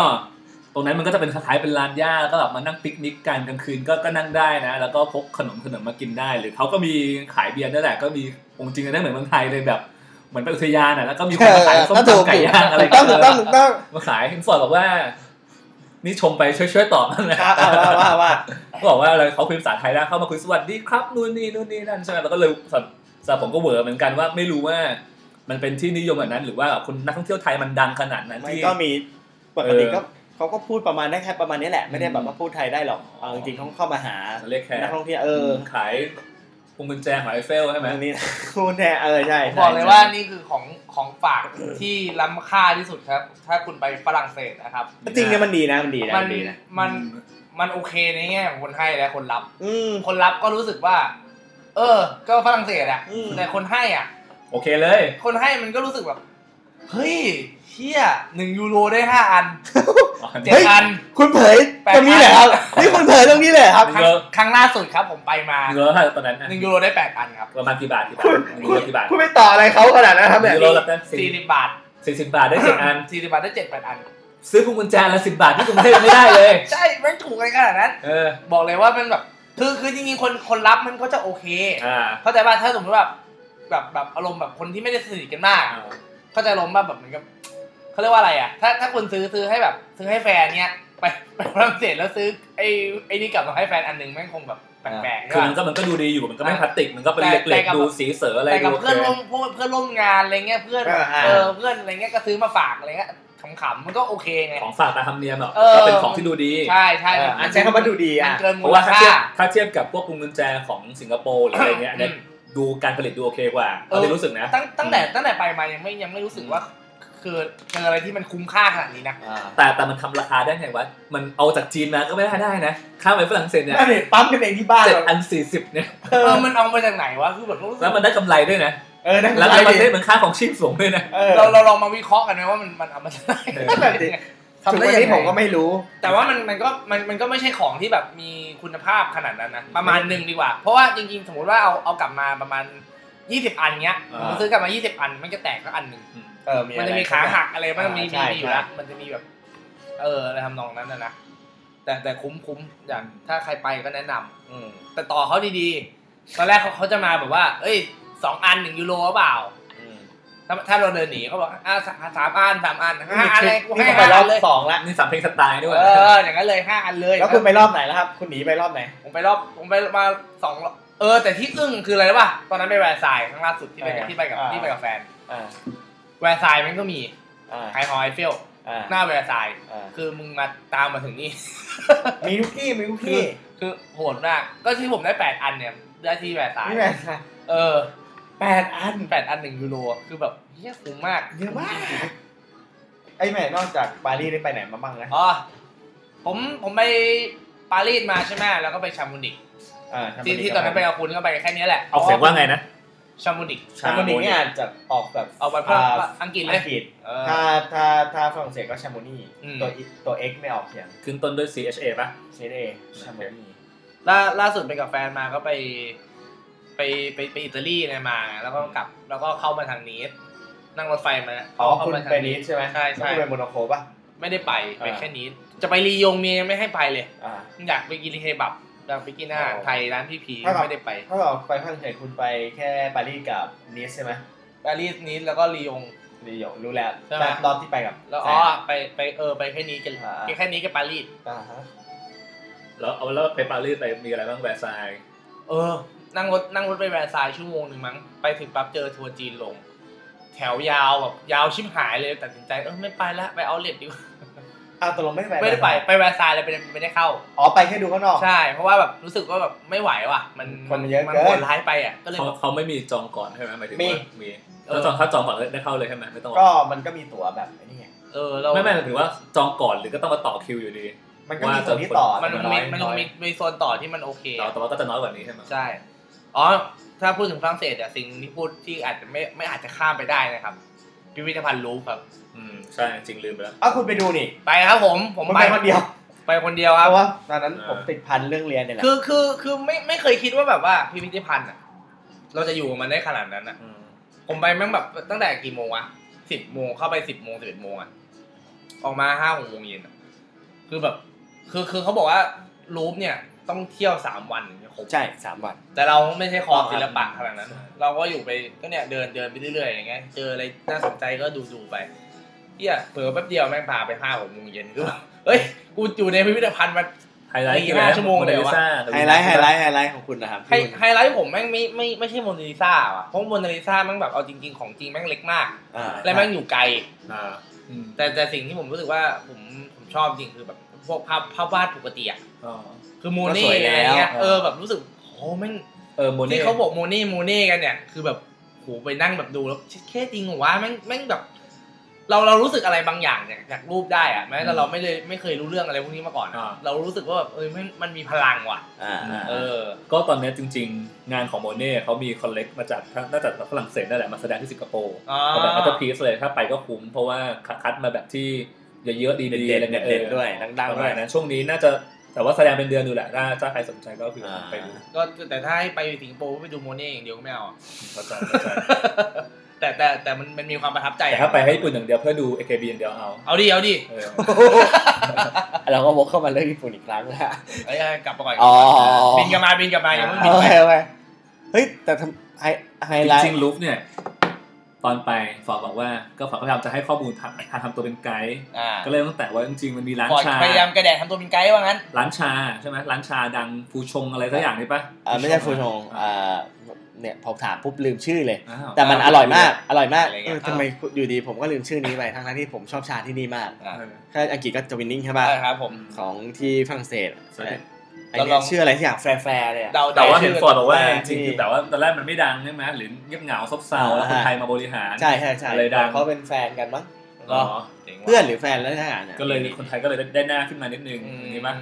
Speaker 3: ตรงนั้นมันก็จะเป็นคล้ายๆเป็นลานหญ้าแล้วก็แบบมานั่งปิกนิกกันกลางคืนก็ก็นั่งได้นะ แล้วก็พกขนมขนมมากินได้ หรือเขาก็มีขายเบียร์ด้วยแหละก็มีองค์จริงนะเหมือนเมืองไทยเลยแบบเหมือนไปอุทยานอ่ะแล้วก็มี คนมาขายส้มตำไก่ย่างอะไร
Speaker 2: ถูก
Speaker 3: กั
Speaker 2: ต้อน ง
Speaker 3: เล
Speaker 2: ถูก
Speaker 3: ย
Speaker 2: ต้องถูกต้อง
Speaker 3: มาขายเห็นฟอร์ดบอกว่า นี่ชมไปช่วยช่วยตอบบ้างนะ
Speaker 2: อ่าอ่าว่าว่าว่า
Speaker 3: เขาบอกว่าอะไรเขาคุยภาษาไทยได้เข้ามาคุยสวัสดีครับนู่นนี่นู่นนี่นั่นใช่ไหมแล้วก็เลยสำสำหรับผมก็เหวอเหมือนกันว่าไม่รู้ว่า มันเป็นที่นิยมแบบนั้น หรือว่าคนนักท่องเที่ยวไทยมันดังขนาดนั้น
Speaker 2: มัน
Speaker 3: ที่
Speaker 2: ก็มีปกติ
Speaker 3: เออ
Speaker 2: ก็เขาก็พูดประมาณได้แค่ประมาณนี้แหละ ไม่ได้แบบว่าพูดไทยได้หรอก
Speaker 3: อ๋อ
Speaker 2: เอาจริงๆเขาเข้ามาหา
Speaker 3: เรียกแข
Speaker 2: นั
Speaker 3: ก
Speaker 2: กท่องเที่ยวเออ
Speaker 3: ขายพวงกุญแจหอยเฟลใช่ไหม
Speaker 2: อันนี้ พูดแทนเออใช่
Speaker 1: บ
Speaker 2: ใช่
Speaker 1: อกเลยว่านี่คือของของฝากที่ล้ำค่าที่สุดครับ ถ้าคุณไปฝรั่งเศสนะครับ
Speaker 2: จริงเนี่ยมันดีนะมันดีนะ
Speaker 1: มั
Speaker 2: มัน นดีนะ
Speaker 1: มันมันโอเคในแง่ของคนให้และคนรับ
Speaker 2: อืม
Speaker 1: คนรับก็รู้สึกว่า เออ ก็ฝรั่งเศสอะ
Speaker 2: อืม
Speaker 1: แต่คนให้อ่ะ
Speaker 3: โอเคเลย
Speaker 1: คนให้มันก็รู้สึกแบบ เฮ้ยเชี่ยหนึ่งยูโรได้ห้าอัน
Speaker 3: อ๋อ
Speaker 1: เจ็ด
Speaker 2: ฮ้ย
Speaker 1: อัน
Speaker 2: คุณเผย
Speaker 1: แปด
Speaker 2: ตรงนี้แหละครับ
Speaker 1: พัน
Speaker 2: นี่คุณเผยตรงนี้เลยครับ
Speaker 1: ครั้งครั้งล่าสุดครับผมไปมา
Speaker 3: เงินเท่าไหร่ตอนนั้นอะ
Speaker 1: หนึ่งยูโรได้แปดอันครับ
Speaker 3: ประมาณกี่บาทกี่บาท
Speaker 2: คุณ
Speaker 3: หนึ่ง
Speaker 2: คุ
Speaker 3: ยู
Speaker 2: ณ
Speaker 3: โรกี่บาท
Speaker 2: คุณไปต่ออะไรเขาขนาดนั้นครับ
Speaker 3: ห
Speaker 2: แบบ
Speaker 3: นึ่งยูโร
Speaker 2: นี้
Speaker 3: ละแป๊บ
Speaker 1: สี่
Speaker 3: สี่
Speaker 1: สิบบาท
Speaker 3: สี่สิบบาทได้เจ็ดอัน
Speaker 1: สี่สิบบาทได้เจ็ดแปดอัน
Speaker 3: ซื้อพวงกุญแจละสิบบาทที่กรุงเทพไม่ได้เลย
Speaker 1: ใช่แมันถูกอะไรขนาดนั้น
Speaker 3: เออ
Speaker 1: บอกเลยว่ามันแบบ คือคือจริงๆคนคนรับมันก็จะโอเค
Speaker 3: อ่า
Speaker 1: เข้าใจป่ะถ้าสมมติแบบแบบแบบอารมณ์แบบคนที่ไม่ได้สนิทกันมากอะเข้าใจอารมณ์ป่ะแบบเหมือนกับเขาเรียกว่าอะไรอ่ะ ถ้าถ้าคุณซื้อซื้อให้แบบซื้อให้แฟนเนี้ยไปไปฝรั่งเศสแล้วซื้อไอ้ไอ้นี่กลับมาให้แฟนอันหนึ่งแม่งคงแบบแปลกๆ
Speaker 3: คือ
Speaker 1: ใช่
Speaker 3: มัน
Speaker 1: ปะ
Speaker 3: ก็มันก็ดูดีอยู่มันก็ไม่พลาสติกมันก็เป็น
Speaker 1: แต่
Speaker 3: เห
Speaker 1: แต่
Speaker 3: ล็ก
Speaker 1: กับ
Speaker 3: ๆดูสีเสืออะไร
Speaker 1: แต่กับ
Speaker 3: ดู
Speaker 1: เพื่อน
Speaker 3: โอ
Speaker 1: ร่ว
Speaker 3: เค
Speaker 1: มพวกเพื่อนร่วมงานอะไรเงี้ยเพื่อน
Speaker 2: อ่าอ่า
Speaker 1: เออเพื่อนอะไรเงี้ยก็ซื้อมาฝากอะไรเงี้ยขำๆมันก็โอเคไง
Speaker 3: ของฝากตามธรรมเนียมหรอก
Speaker 1: เออ
Speaker 3: ก็เป็นของที่ดูดี
Speaker 1: ใช่ใช่
Speaker 2: เอออ่ะใช้คำว่าดูดีอ่ะ
Speaker 1: มันเกิน
Speaker 3: เพ
Speaker 1: มู
Speaker 3: ราะ
Speaker 1: ล
Speaker 3: ว่าถ้า
Speaker 1: ค่า
Speaker 3: เทียบถ้าเทียบกับพวกกุญแจของสิงคโปร์หรืออะไรเงี้ยอันเนี้ย
Speaker 1: อืม
Speaker 3: ดูการผลิตดูโอเคกว่า
Speaker 1: เอ
Speaker 3: เรา
Speaker 1: อ
Speaker 3: ได้รู้สึกนะ
Speaker 1: ตั้งตั้งแต่ตั้งแต่ไปมายังไม่ยังไม่รู้สึกว่าคือเจออะไรที่มันคุ้มค่าขนาดนี้นะ
Speaker 2: อ่า
Speaker 3: แต่แต่มันทำราคาได้ไงวะมันเอาจากจีนมาก็ไม่ได้ได้นะข้ามไปฝรั่งเศสเนี่ย
Speaker 2: นั่นเองปั๊มกันเองที่บ้าน
Speaker 3: เจ็ด
Speaker 2: เรา
Speaker 3: อันสี่สิบเนี่ย
Speaker 1: เออ มันเอามาจากไหนวะ คือแบบรู้สึก
Speaker 3: แล้วมันได้กำไรด้วยนะ
Speaker 2: เออนั่น
Speaker 3: แล้ว
Speaker 2: ใช่
Speaker 3: ในประเท
Speaker 2: ดิ
Speaker 3: ศเหมือนค่าของชีพสูงด้วยนะ
Speaker 2: เออ
Speaker 1: เราเราลองมาวิเคราะห์กันไหมว่ามันมันเอามาใช้
Speaker 3: เออ
Speaker 2: นั่นแหละสิ
Speaker 1: ทำ
Speaker 2: ถึง
Speaker 1: ได้
Speaker 2: วัน
Speaker 1: ยัง
Speaker 2: นี้
Speaker 1: ไง
Speaker 2: ผมก็ไม่รู้
Speaker 1: แต่ว่ามันมันก็มันมันก็ไม่ใช่ของที่แบบมีคุณภาพขนาดนั้นนะประมาณหนึ่งดีกว่า เพราะว่าจริงๆ สมมติว่าเอาเอากลับมาประมาณ 20 อันเงี้ย
Speaker 3: อ่า
Speaker 1: ผมซื้อกลับมา 20 อันมันจะแตกสัก็อันหนึ่ง
Speaker 3: อืม
Speaker 2: เออมีอ
Speaker 1: มัน
Speaker 2: ไร
Speaker 1: จะมีขาหักอะไรบ้างมี
Speaker 2: ใช่
Speaker 1: มีมีอยู่
Speaker 2: ใช่
Speaker 1: แล้วมันจะมีแบบ เอออะไรทำนองนั้นนะนะแต่แต่คุ้มคุ้มอย่างถ้าใครไปก็แนะนำ
Speaker 2: อืม
Speaker 1: แต่ต่อเขาดีๆ ตอนแรกเขาเขาจะมาแบบว่า เอ้ยสองอันหนึ่งยูโรหรือเปล่า
Speaker 2: อืม
Speaker 1: ถ้าถ้าเราเดินหนีเขาบอกอ่ะสามสามอันสามอันห้าอันเลย
Speaker 2: นี่
Speaker 1: ให้
Speaker 2: ผมไป
Speaker 1: ห้าร
Speaker 2: อ
Speaker 1: อั
Speaker 2: บ
Speaker 1: นเลย
Speaker 2: สองละ
Speaker 3: นี่สามเพลงสไตล์ด้วย
Speaker 1: เอออย่างนั้นเลยห้าอันเลย
Speaker 2: แล้วคุณไปรอบไหนแล้วครับ คุณหนีไปรอบไหน
Speaker 1: ผมไปรอบผมไปมาสองรอบเออแต่ที่อึ้งคืออะไรรู้ป่ะตอนนั้นไปแวร์ไซายครั้งล่าสุดที่ไปกับ
Speaker 2: อ่า
Speaker 1: ที่ไปกับ
Speaker 2: อ่า
Speaker 1: ที่ไปกับแฟน
Speaker 2: อ่า
Speaker 1: แวร์ไซายมันก็มี
Speaker 2: อ่า
Speaker 1: ไฮฮอยเฟล
Speaker 2: อ่า
Speaker 1: หน้าแวร์ไซาย
Speaker 2: อ่า
Speaker 1: คือมึงมาตามมาถึงนี่
Speaker 2: มีลูกกี้มีลูกกี้
Speaker 1: คือโหดมากก็ที่ผมได้แปดอันเนี่ยได้ที่แวร์ไซาย
Speaker 2: นี่แหละ
Speaker 1: เออ
Speaker 2: แปดอัน
Speaker 1: แปดอันหนึ่งยูโรคือแบบเฮี้ยคุ้มมาก
Speaker 2: เยอะมาก ไอ้แม่นอกจากปารีสได้ไปไหนมาบ้างนะ
Speaker 1: อ๋อผมผมไปปารีสมาใช่ไหมแล้วก็ไปชามูนิก
Speaker 2: อ่า
Speaker 1: ที่ที่ตอนนั้นไปกับคุณก็ไปแค่นี้แหละ
Speaker 3: เอาเสียงว่าไงนะ
Speaker 1: ชามูนิก
Speaker 2: ชาโมนิเนี่ยอาจจะออกแบบ
Speaker 1: เอาไปเพื่อ
Speaker 2: อ่า
Speaker 1: อังกฤษเล
Speaker 2: อั
Speaker 1: ย
Speaker 2: งกฤษ
Speaker 1: เออ
Speaker 2: ถ้าถ้าถ้าฝรั่งเศสก็ชาโมนี
Speaker 1: อืม
Speaker 2: ตัวอีตัวเอ็กไม่ออกเสียง
Speaker 3: ขึ้นต้นด้วย CHA ป่ะ
Speaker 2: เซเอชาโมนี
Speaker 1: ล่าล่าสุดไปกับแฟนมาก็ไป ไปไปไปอิตาลีเนี่ยมา แล้วก็กลับแล้วก็เข้ามาทางนีสนั่งรถไฟมา
Speaker 2: อ๋อ
Speaker 1: เข้า
Speaker 2: คุณ
Speaker 1: มาทาง
Speaker 2: ไปนี
Speaker 1: นี
Speaker 2: ส
Speaker 1: ส
Speaker 2: ใช่ไหม
Speaker 1: ใช่ใช่
Speaker 2: แล้วคุณไปโมโนโคป่ะ
Speaker 1: ไม่ได้ไปไป
Speaker 2: อ่า
Speaker 1: แค่นี้ จะไปรียงเมียยังไม่ให้ไปเลย
Speaker 2: อ่า
Speaker 1: อยากไปกินเคบับอยากไปกินอาหาร
Speaker 2: อ๋อ
Speaker 1: ไทยร้านพี่ผี
Speaker 2: ครับ
Speaker 1: ไม่ได้ไป
Speaker 2: ถ้าเราไปฝรั่งเศสคุณไปแค่ปารีสกับนีสใช่ไหม
Speaker 1: ปารีสนีสแล้วก็รียง
Speaker 2: รียงรู้แล้ว
Speaker 1: ใช่ไหม
Speaker 2: รอบที่ไปกับ
Speaker 1: แล้ว
Speaker 2: ฟน
Speaker 1: อ๋อไปไปเออไปแค่นี้กัน
Speaker 2: อ่า
Speaker 1: แค่นี้กับปารีส
Speaker 2: อ่าฮะ
Speaker 3: แล้วเอาแล้วไปปารีสไปมีอะไรบ้างแวร์ไซายน์
Speaker 1: เออ นั่งรถนั่งรถไปแวร์ซายน์ชั่วโมงหนึ่งมั้ง ไปถึงปั๊บเจอทัวร์จีนลง แถวยาวแบบยาวชิบหายเลยตัดสินใจเออไม่ไปละไปเอาเลทดีกว่า
Speaker 2: อ้าวตกลงไม่ได้ไป
Speaker 1: ไม่ได้ไปไปแวร์ซายน์เลยไม่ได้ไม่ได้เข้า
Speaker 2: อ๋อไปแค่ดูข้างนอก
Speaker 1: ใช่ เพราะว่าแบบรู้สึกว่าแบบไม่ไหวว่ะ มัน
Speaker 2: คนมันเยอะ
Speaker 1: มัน
Speaker 2: เกิน
Speaker 1: โหดร้ายไปอ่ะก็เลย
Speaker 3: เขา
Speaker 1: แบบ
Speaker 3: เขาไม่มีจองก่อนใช่ไหมหมายถึง
Speaker 2: มี
Speaker 3: ว่ามี
Speaker 1: เออ
Speaker 3: แล้วจองถ้าจองก่อนได้เข้าเลยใช่ไหมไม่ต้อง
Speaker 2: ก็มันก็มีตั๋วแบบไอ้นี่ไง
Speaker 1: เออเรา
Speaker 3: ไม่ไม่หมายถึงว่าจองก่อนหรือก็ต้องมาต่อคิวอยู่ดี
Speaker 2: มันก็มี
Speaker 3: ว่า
Speaker 2: ส่วนที่ต่อ
Speaker 1: มัน
Speaker 2: แต่
Speaker 1: มี
Speaker 2: อย
Speaker 1: มัน
Speaker 2: อย
Speaker 1: มีมีโซนต่อที่มันโอเค
Speaker 3: แต่ว่าก็จะน้อยกว่านี้ใช่ไหม
Speaker 1: ใช่ อ๋อ ถ้าพูดถึงฝรั่งเศสอ่ะสิ่งที่พูดที่อาจจะไม่ไม่อาจจะข้ามไปได้นะครับ พิพิธภัณฑ์ลูฟครับ
Speaker 3: อืมใช่จริงลืมไปแล้ว
Speaker 2: อ้าวคุณไปดูนี่
Speaker 1: ไปครับผม ผม
Speaker 2: คุณ
Speaker 1: ไป
Speaker 2: ไปคนเดียว
Speaker 1: ไปคนเดียวค
Speaker 2: เพ
Speaker 1: รับ
Speaker 2: ราะว่าตอนนั้น
Speaker 3: เออ
Speaker 2: ผมติดพันเรื่องเรียนเนี่ยแหละ
Speaker 1: คือคือคือไม่ไม่เคยคิดว่าแบบว่าพิพิธภัณฑ์อ่ะ เราจะอยู่กับมันได้ขนาดนั้นอ่ะ
Speaker 3: อืม
Speaker 1: ผมไปแม่งแบบตั้งแต่กี่โมงวะสิบโมงเข้าไปสิบโมงสิบเอ็ดโมงอ่ะออกมาห้าหกโมงเย็นอะคือแบบ คือคือเขาบอกว่ารูปเนี่ยต้องเที่ยวสามวันถึงจะครบ
Speaker 2: ใช่สามวัน
Speaker 1: แต่เราไม่ใช่คอศิลปะขนาดนั้น เราก็อยู่ไปก็เนี่ยเดินเดินไปเรื่อยๆอย่างเงี้ยเจออะไรน่าสนใจก็ดูดูไปเฮียเผลอแป๊บเดียวแม่งพาไปห้าหกโมงเย็น คือแบบเฮ้ยกูอยู่ในพิพิธภัณฑ์มา
Speaker 3: ไฮไลท์
Speaker 1: สี่
Speaker 3: คืออะไร
Speaker 1: ห้าชั่วโมงเลยเหรอวะ
Speaker 2: ไฮไลท์ไฮไลท์ไฮไลท์ของคุณนะครับ
Speaker 1: ไฮไฮไลท์ผมแม่งไม่ไม่ไม่ใช่โมนาลิซาอ่ะเพราะโมนาลิซาแม่งแบบเอาจริง ๆ ของจริงแม่งเล็กมาก
Speaker 2: อ่า
Speaker 1: และแม่งอยู่ไกล
Speaker 3: อ่าอืม
Speaker 1: แต่แต่สิ่งที่ผมรู้สึกว่าผมผมชอบจริงคือแบบพวกภาพภาพวาดปกติอ่ะ
Speaker 3: อ๋อ
Speaker 1: คือโม
Speaker 3: ก็
Speaker 1: นี่
Speaker 3: สวย
Speaker 1: อะ
Speaker 3: แล้
Speaker 1: ไร
Speaker 3: ว
Speaker 1: เงี้ย
Speaker 3: อ่า
Speaker 1: เออแบบรู้สึกโอ้แม่ง
Speaker 3: เออโมนี่
Speaker 1: ที่เขาบอกโมนี่โมนี่กันเนี่ยคือแบบโหไปนั่งแบบดูแล้วแค่จริงเหรอวะแม่งแม่งแบบ เราเรารู้สึกอะไรบางอย่างจากจากรูปได้อ่ะแม้แต่เราไม่เลยไม่เคยรู้เรื่องอะไรพวกนี้มาก่อนอะ
Speaker 3: อ่า
Speaker 1: เรารู้สึกว่าแบบเออมันมันมีพลังว่ะ
Speaker 2: อ่าอ่า
Speaker 1: เออ
Speaker 3: ก็ตอนเนี้ยจริง ๆ งานของโมเน่เขามีคอลเลกมาจากน่าจะฝรั่งเศสนั่นแหละมาแสดงที่สิงคโปร์
Speaker 1: อ๋อ
Speaker 3: เอาแบบอัตพีซเลยถ้าไปก็คุ้มเพราะว่าคัดมาแบบที่เยอะๆดีๆอะไรเงี้ยเออ
Speaker 2: เด่นๆด้วยดัง
Speaker 3: ประ
Speaker 2: ๆด้
Speaker 3: มา
Speaker 2: วย
Speaker 3: ณนั้นช่วงนี้น่าจะแต่ว่าแสดงเป็นเดือนอยู่แหละถ้าถ้าใครสนใจก็คือ
Speaker 2: อ่า
Speaker 3: ไปดู
Speaker 1: ก็แต่ถ้าให้ไปสิงคโปร์ไปดูโมนี่อย่างเดียวก็ไม่เอา อะ
Speaker 3: เข้าใจเข้าใจ
Speaker 1: แต่แต่แต่มันมันมีความประทับใจ
Speaker 3: แต่
Speaker 1: อะ
Speaker 3: ถ้าไปให้ญี่ปุ่นอย่างเดียวเพื่อดู AKB อย่างเดียวเอา
Speaker 1: เอาดิเอาดิ
Speaker 3: เออ
Speaker 2: เราก็วกเข้ามาเรื่องญี่ปุ่นอีกครั้งนะฮะ
Speaker 1: เอ้ยกลับไปก่อน
Speaker 2: อ๋อ
Speaker 1: บินกลับมาบินกลับมาอย่าเพิ่งบิ
Speaker 2: โอน
Speaker 1: ไป
Speaker 2: เคโอเคเฮ้ยแต่ทำไฮไฮ
Speaker 3: จ
Speaker 2: ไลท์
Speaker 3: ริงๆลุฟเนี่ย ตอนไปฝอบอกว่าก็ฝอพยายามจะให้ข้อมูลทางทางทำตัวเป็นไกด์
Speaker 1: อ่า
Speaker 3: ก็เลยตั้งแต่ว่าจริงๆมันมีร้าน
Speaker 1: ฟอร์ด
Speaker 3: ชา
Speaker 1: พยายามกระแดดทำตัวเป็นไกด์ว่างั้น
Speaker 3: ร้านชาใช่ไหมร้านชาดังฟูชงอะไรสักอย่างนี่ปะ
Speaker 2: อ่าไม่ใช่ฟูชงอ่าเนี่ยพอถามปุ๊บลืมชื่อเลย
Speaker 3: อ้าว
Speaker 2: แต่มันอร่อยมากอร่อยมาก
Speaker 1: อะไรเงี้ย
Speaker 2: เออทำไมอยู่ดีผมก็ลืมชื่อนี้ไปทั้งๆที่ผมชอบชาที่นี่มาก
Speaker 1: อ่า
Speaker 3: เออ
Speaker 2: ถ้าอังกฤษก็จะวินนิ่งใช่ป่ะ
Speaker 1: ใช่ครับผม
Speaker 2: ของที่ฝรั่งเศส
Speaker 3: ใช่
Speaker 2: ไอ้เนี่
Speaker 1: เราลอย ง
Speaker 2: ชื่ออะไรที่อย่างแฟร์แฟร์เลยอะ
Speaker 1: เดา
Speaker 3: แต่ว่าเห็น
Speaker 1: ชื่
Speaker 3: ฟอร์ดบอกว่า
Speaker 2: แต่
Speaker 3: จริง
Speaker 2: ที่
Speaker 3: ๆคือแต่ว่าตอนแรกมันไม่ดังใช่ไหมหรือเงียบเหงาซบเซาแล้วคน
Speaker 2: อ่า
Speaker 3: ไทยมาบริหาร
Speaker 2: ใช่ใช่ใช่
Speaker 3: อะไรดัง
Speaker 2: เขาเป็นแฟนกันมั้ง
Speaker 1: เหรอ
Speaker 3: อ๋อ
Speaker 1: จ๋งว่ะ
Speaker 2: เพื่อนหรือแฟนแล้วทั้งนั้นอะ
Speaker 3: ก็เลยคนไทยก็เลยได้หน้าขึ้นมานิดนึง
Speaker 1: อืม
Speaker 3: อย่างนี้ปะ
Speaker 2: ม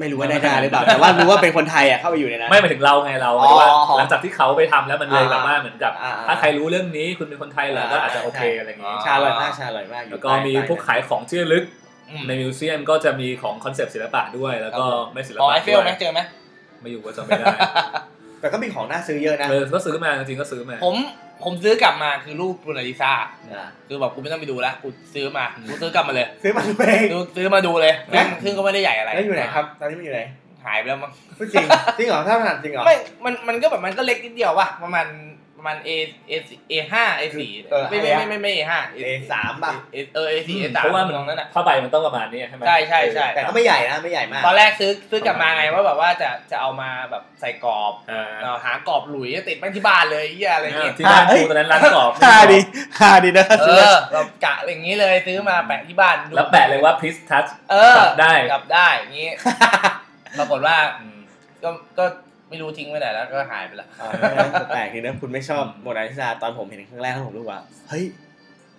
Speaker 2: ไม่รู้ว่าได้ดาหรือเปล่า แต่ว่ารู้ว่าเป็นคนไทยอ่ะเข้าไปอยู่ในนั้น
Speaker 3: ไม่หมายถึงเราไงเรา
Speaker 2: อ๋อ
Speaker 3: หมายถึงว่าหลังจากที่เขาไปทำแล้วมันเลยแบบว่าเหมือนกับ
Speaker 2: อ่าอ่า
Speaker 3: ถ้าใครรู้เรื่องนี้คุณเป็นคนไทยเหรอก็
Speaker 2: อ่า
Speaker 3: อาจจะโอเคอะไรอย่างเงี้ย
Speaker 2: ชาอร่อยมากชาอร่อยมากอยู่
Speaker 3: แล้วก็
Speaker 2: ใต้
Speaker 3: มี
Speaker 2: ใต้
Speaker 3: พวกขายของที่ระลึก
Speaker 1: อืม
Speaker 3: ในมิวเซียมก็จะมีของคอนเซปต์ศิลปะด้วย แล้วก็ไม่ศิล
Speaker 1: อ๋อ
Speaker 3: ปะ
Speaker 1: ไอเฟ
Speaker 3: ด้
Speaker 1: ล
Speaker 3: วย
Speaker 1: ไหมเจอไหม
Speaker 3: ไม่อยู่ก็จำไม่ได้
Speaker 2: แต่ก็มีของน่าซื้อเยอะนะ
Speaker 3: เออก็ซื้อมาจริงๆก็ซื้อมา
Speaker 1: ผมผมซื้อกลับมาคือรูปบูนาลิซา
Speaker 2: อ่ะ
Speaker 1: คือแบบกูไม่ต้องไปดูแล้วกูซื้อมากูซื้อกลับมาเลย
Speaker 2: ซื้อมาตัวเอง
Speaker 1: ซื้อซื้อมาดูเลยซึ่งซึ่งก็ไม่ได้ใหญ่อะไร
Speaker 2: แล้วอยู่ไหนครับตอนนี้มันอยู่ไหน
Speaker 1: หายไปแล้วมั้ง
Speaker 2: พูดจริงจริงเหรอถ้าถามจริงเหรอ
Speaker 1: ไม่ มัน มันก็แบบมันก็เล็กนิดเดียวว่ะ ประมาณ ประมาณ A A A ห้า A สี่ไม่ไม่ไม่ไม่ไม่ A ห้า
Speaker 2: เอสามป่ะ
Speaker 1: A เออ A สี่ A สาม
Speaker 3: เพราะว่ามัน
Speaker 1: ตรงนั้นอ่ะ
Speaker 3: ผ้าใบมันต้องประมาณนี้ใช่ไหม
Speaker 1: ใช่ใช่ใช่
Speaker 2: แต่ก็ไม่ใหญ่นะไม่ใหญ่มาก
Speaker 1: ตอนแรกซื้อ ซื้อกลับมาไงว่าแบบว่าจะจะเอามาแบบใส่กรอบ
Speaker 3: อ่า
Speaker 1: เอ่อหากรอบหลุยติดแม่งที่บ้านเลยไอ้เหี้ยอะไรเงี้ย
Speaker 3: ที่บ้าน
Speaker 2: อ่าเอ้ย
Speaker 3: กูตอนนั้นร้านกรอบ
Speaker 2: ฮาดีฮาดีนะครับ
Speaker 1: เอ
Speaker 2: ซื้อ
Speaker 1: อเรากะอย่างนี้เลยซื้อมาแปะที่บ้านดู
Speaker 3: แล้วแปะเลยว่าพิสทัช
Speaker 1: เออ
Speaker 3: จับได้
Speaker 1: กลับได้อย่างงี้ ปรากฏว่า
Speaker 3: อืม
Speaker 1: ก็ก็ไม่รู้ทิ้งไว้ไหนแล้วก็หายไปละ
Speaker 2: อ่าแปลกดีนะคุณไม่ชอบโมนาลิซาตอนผมเห็นครั้งแรกแล้วผมรู้ว่าเฮ้ย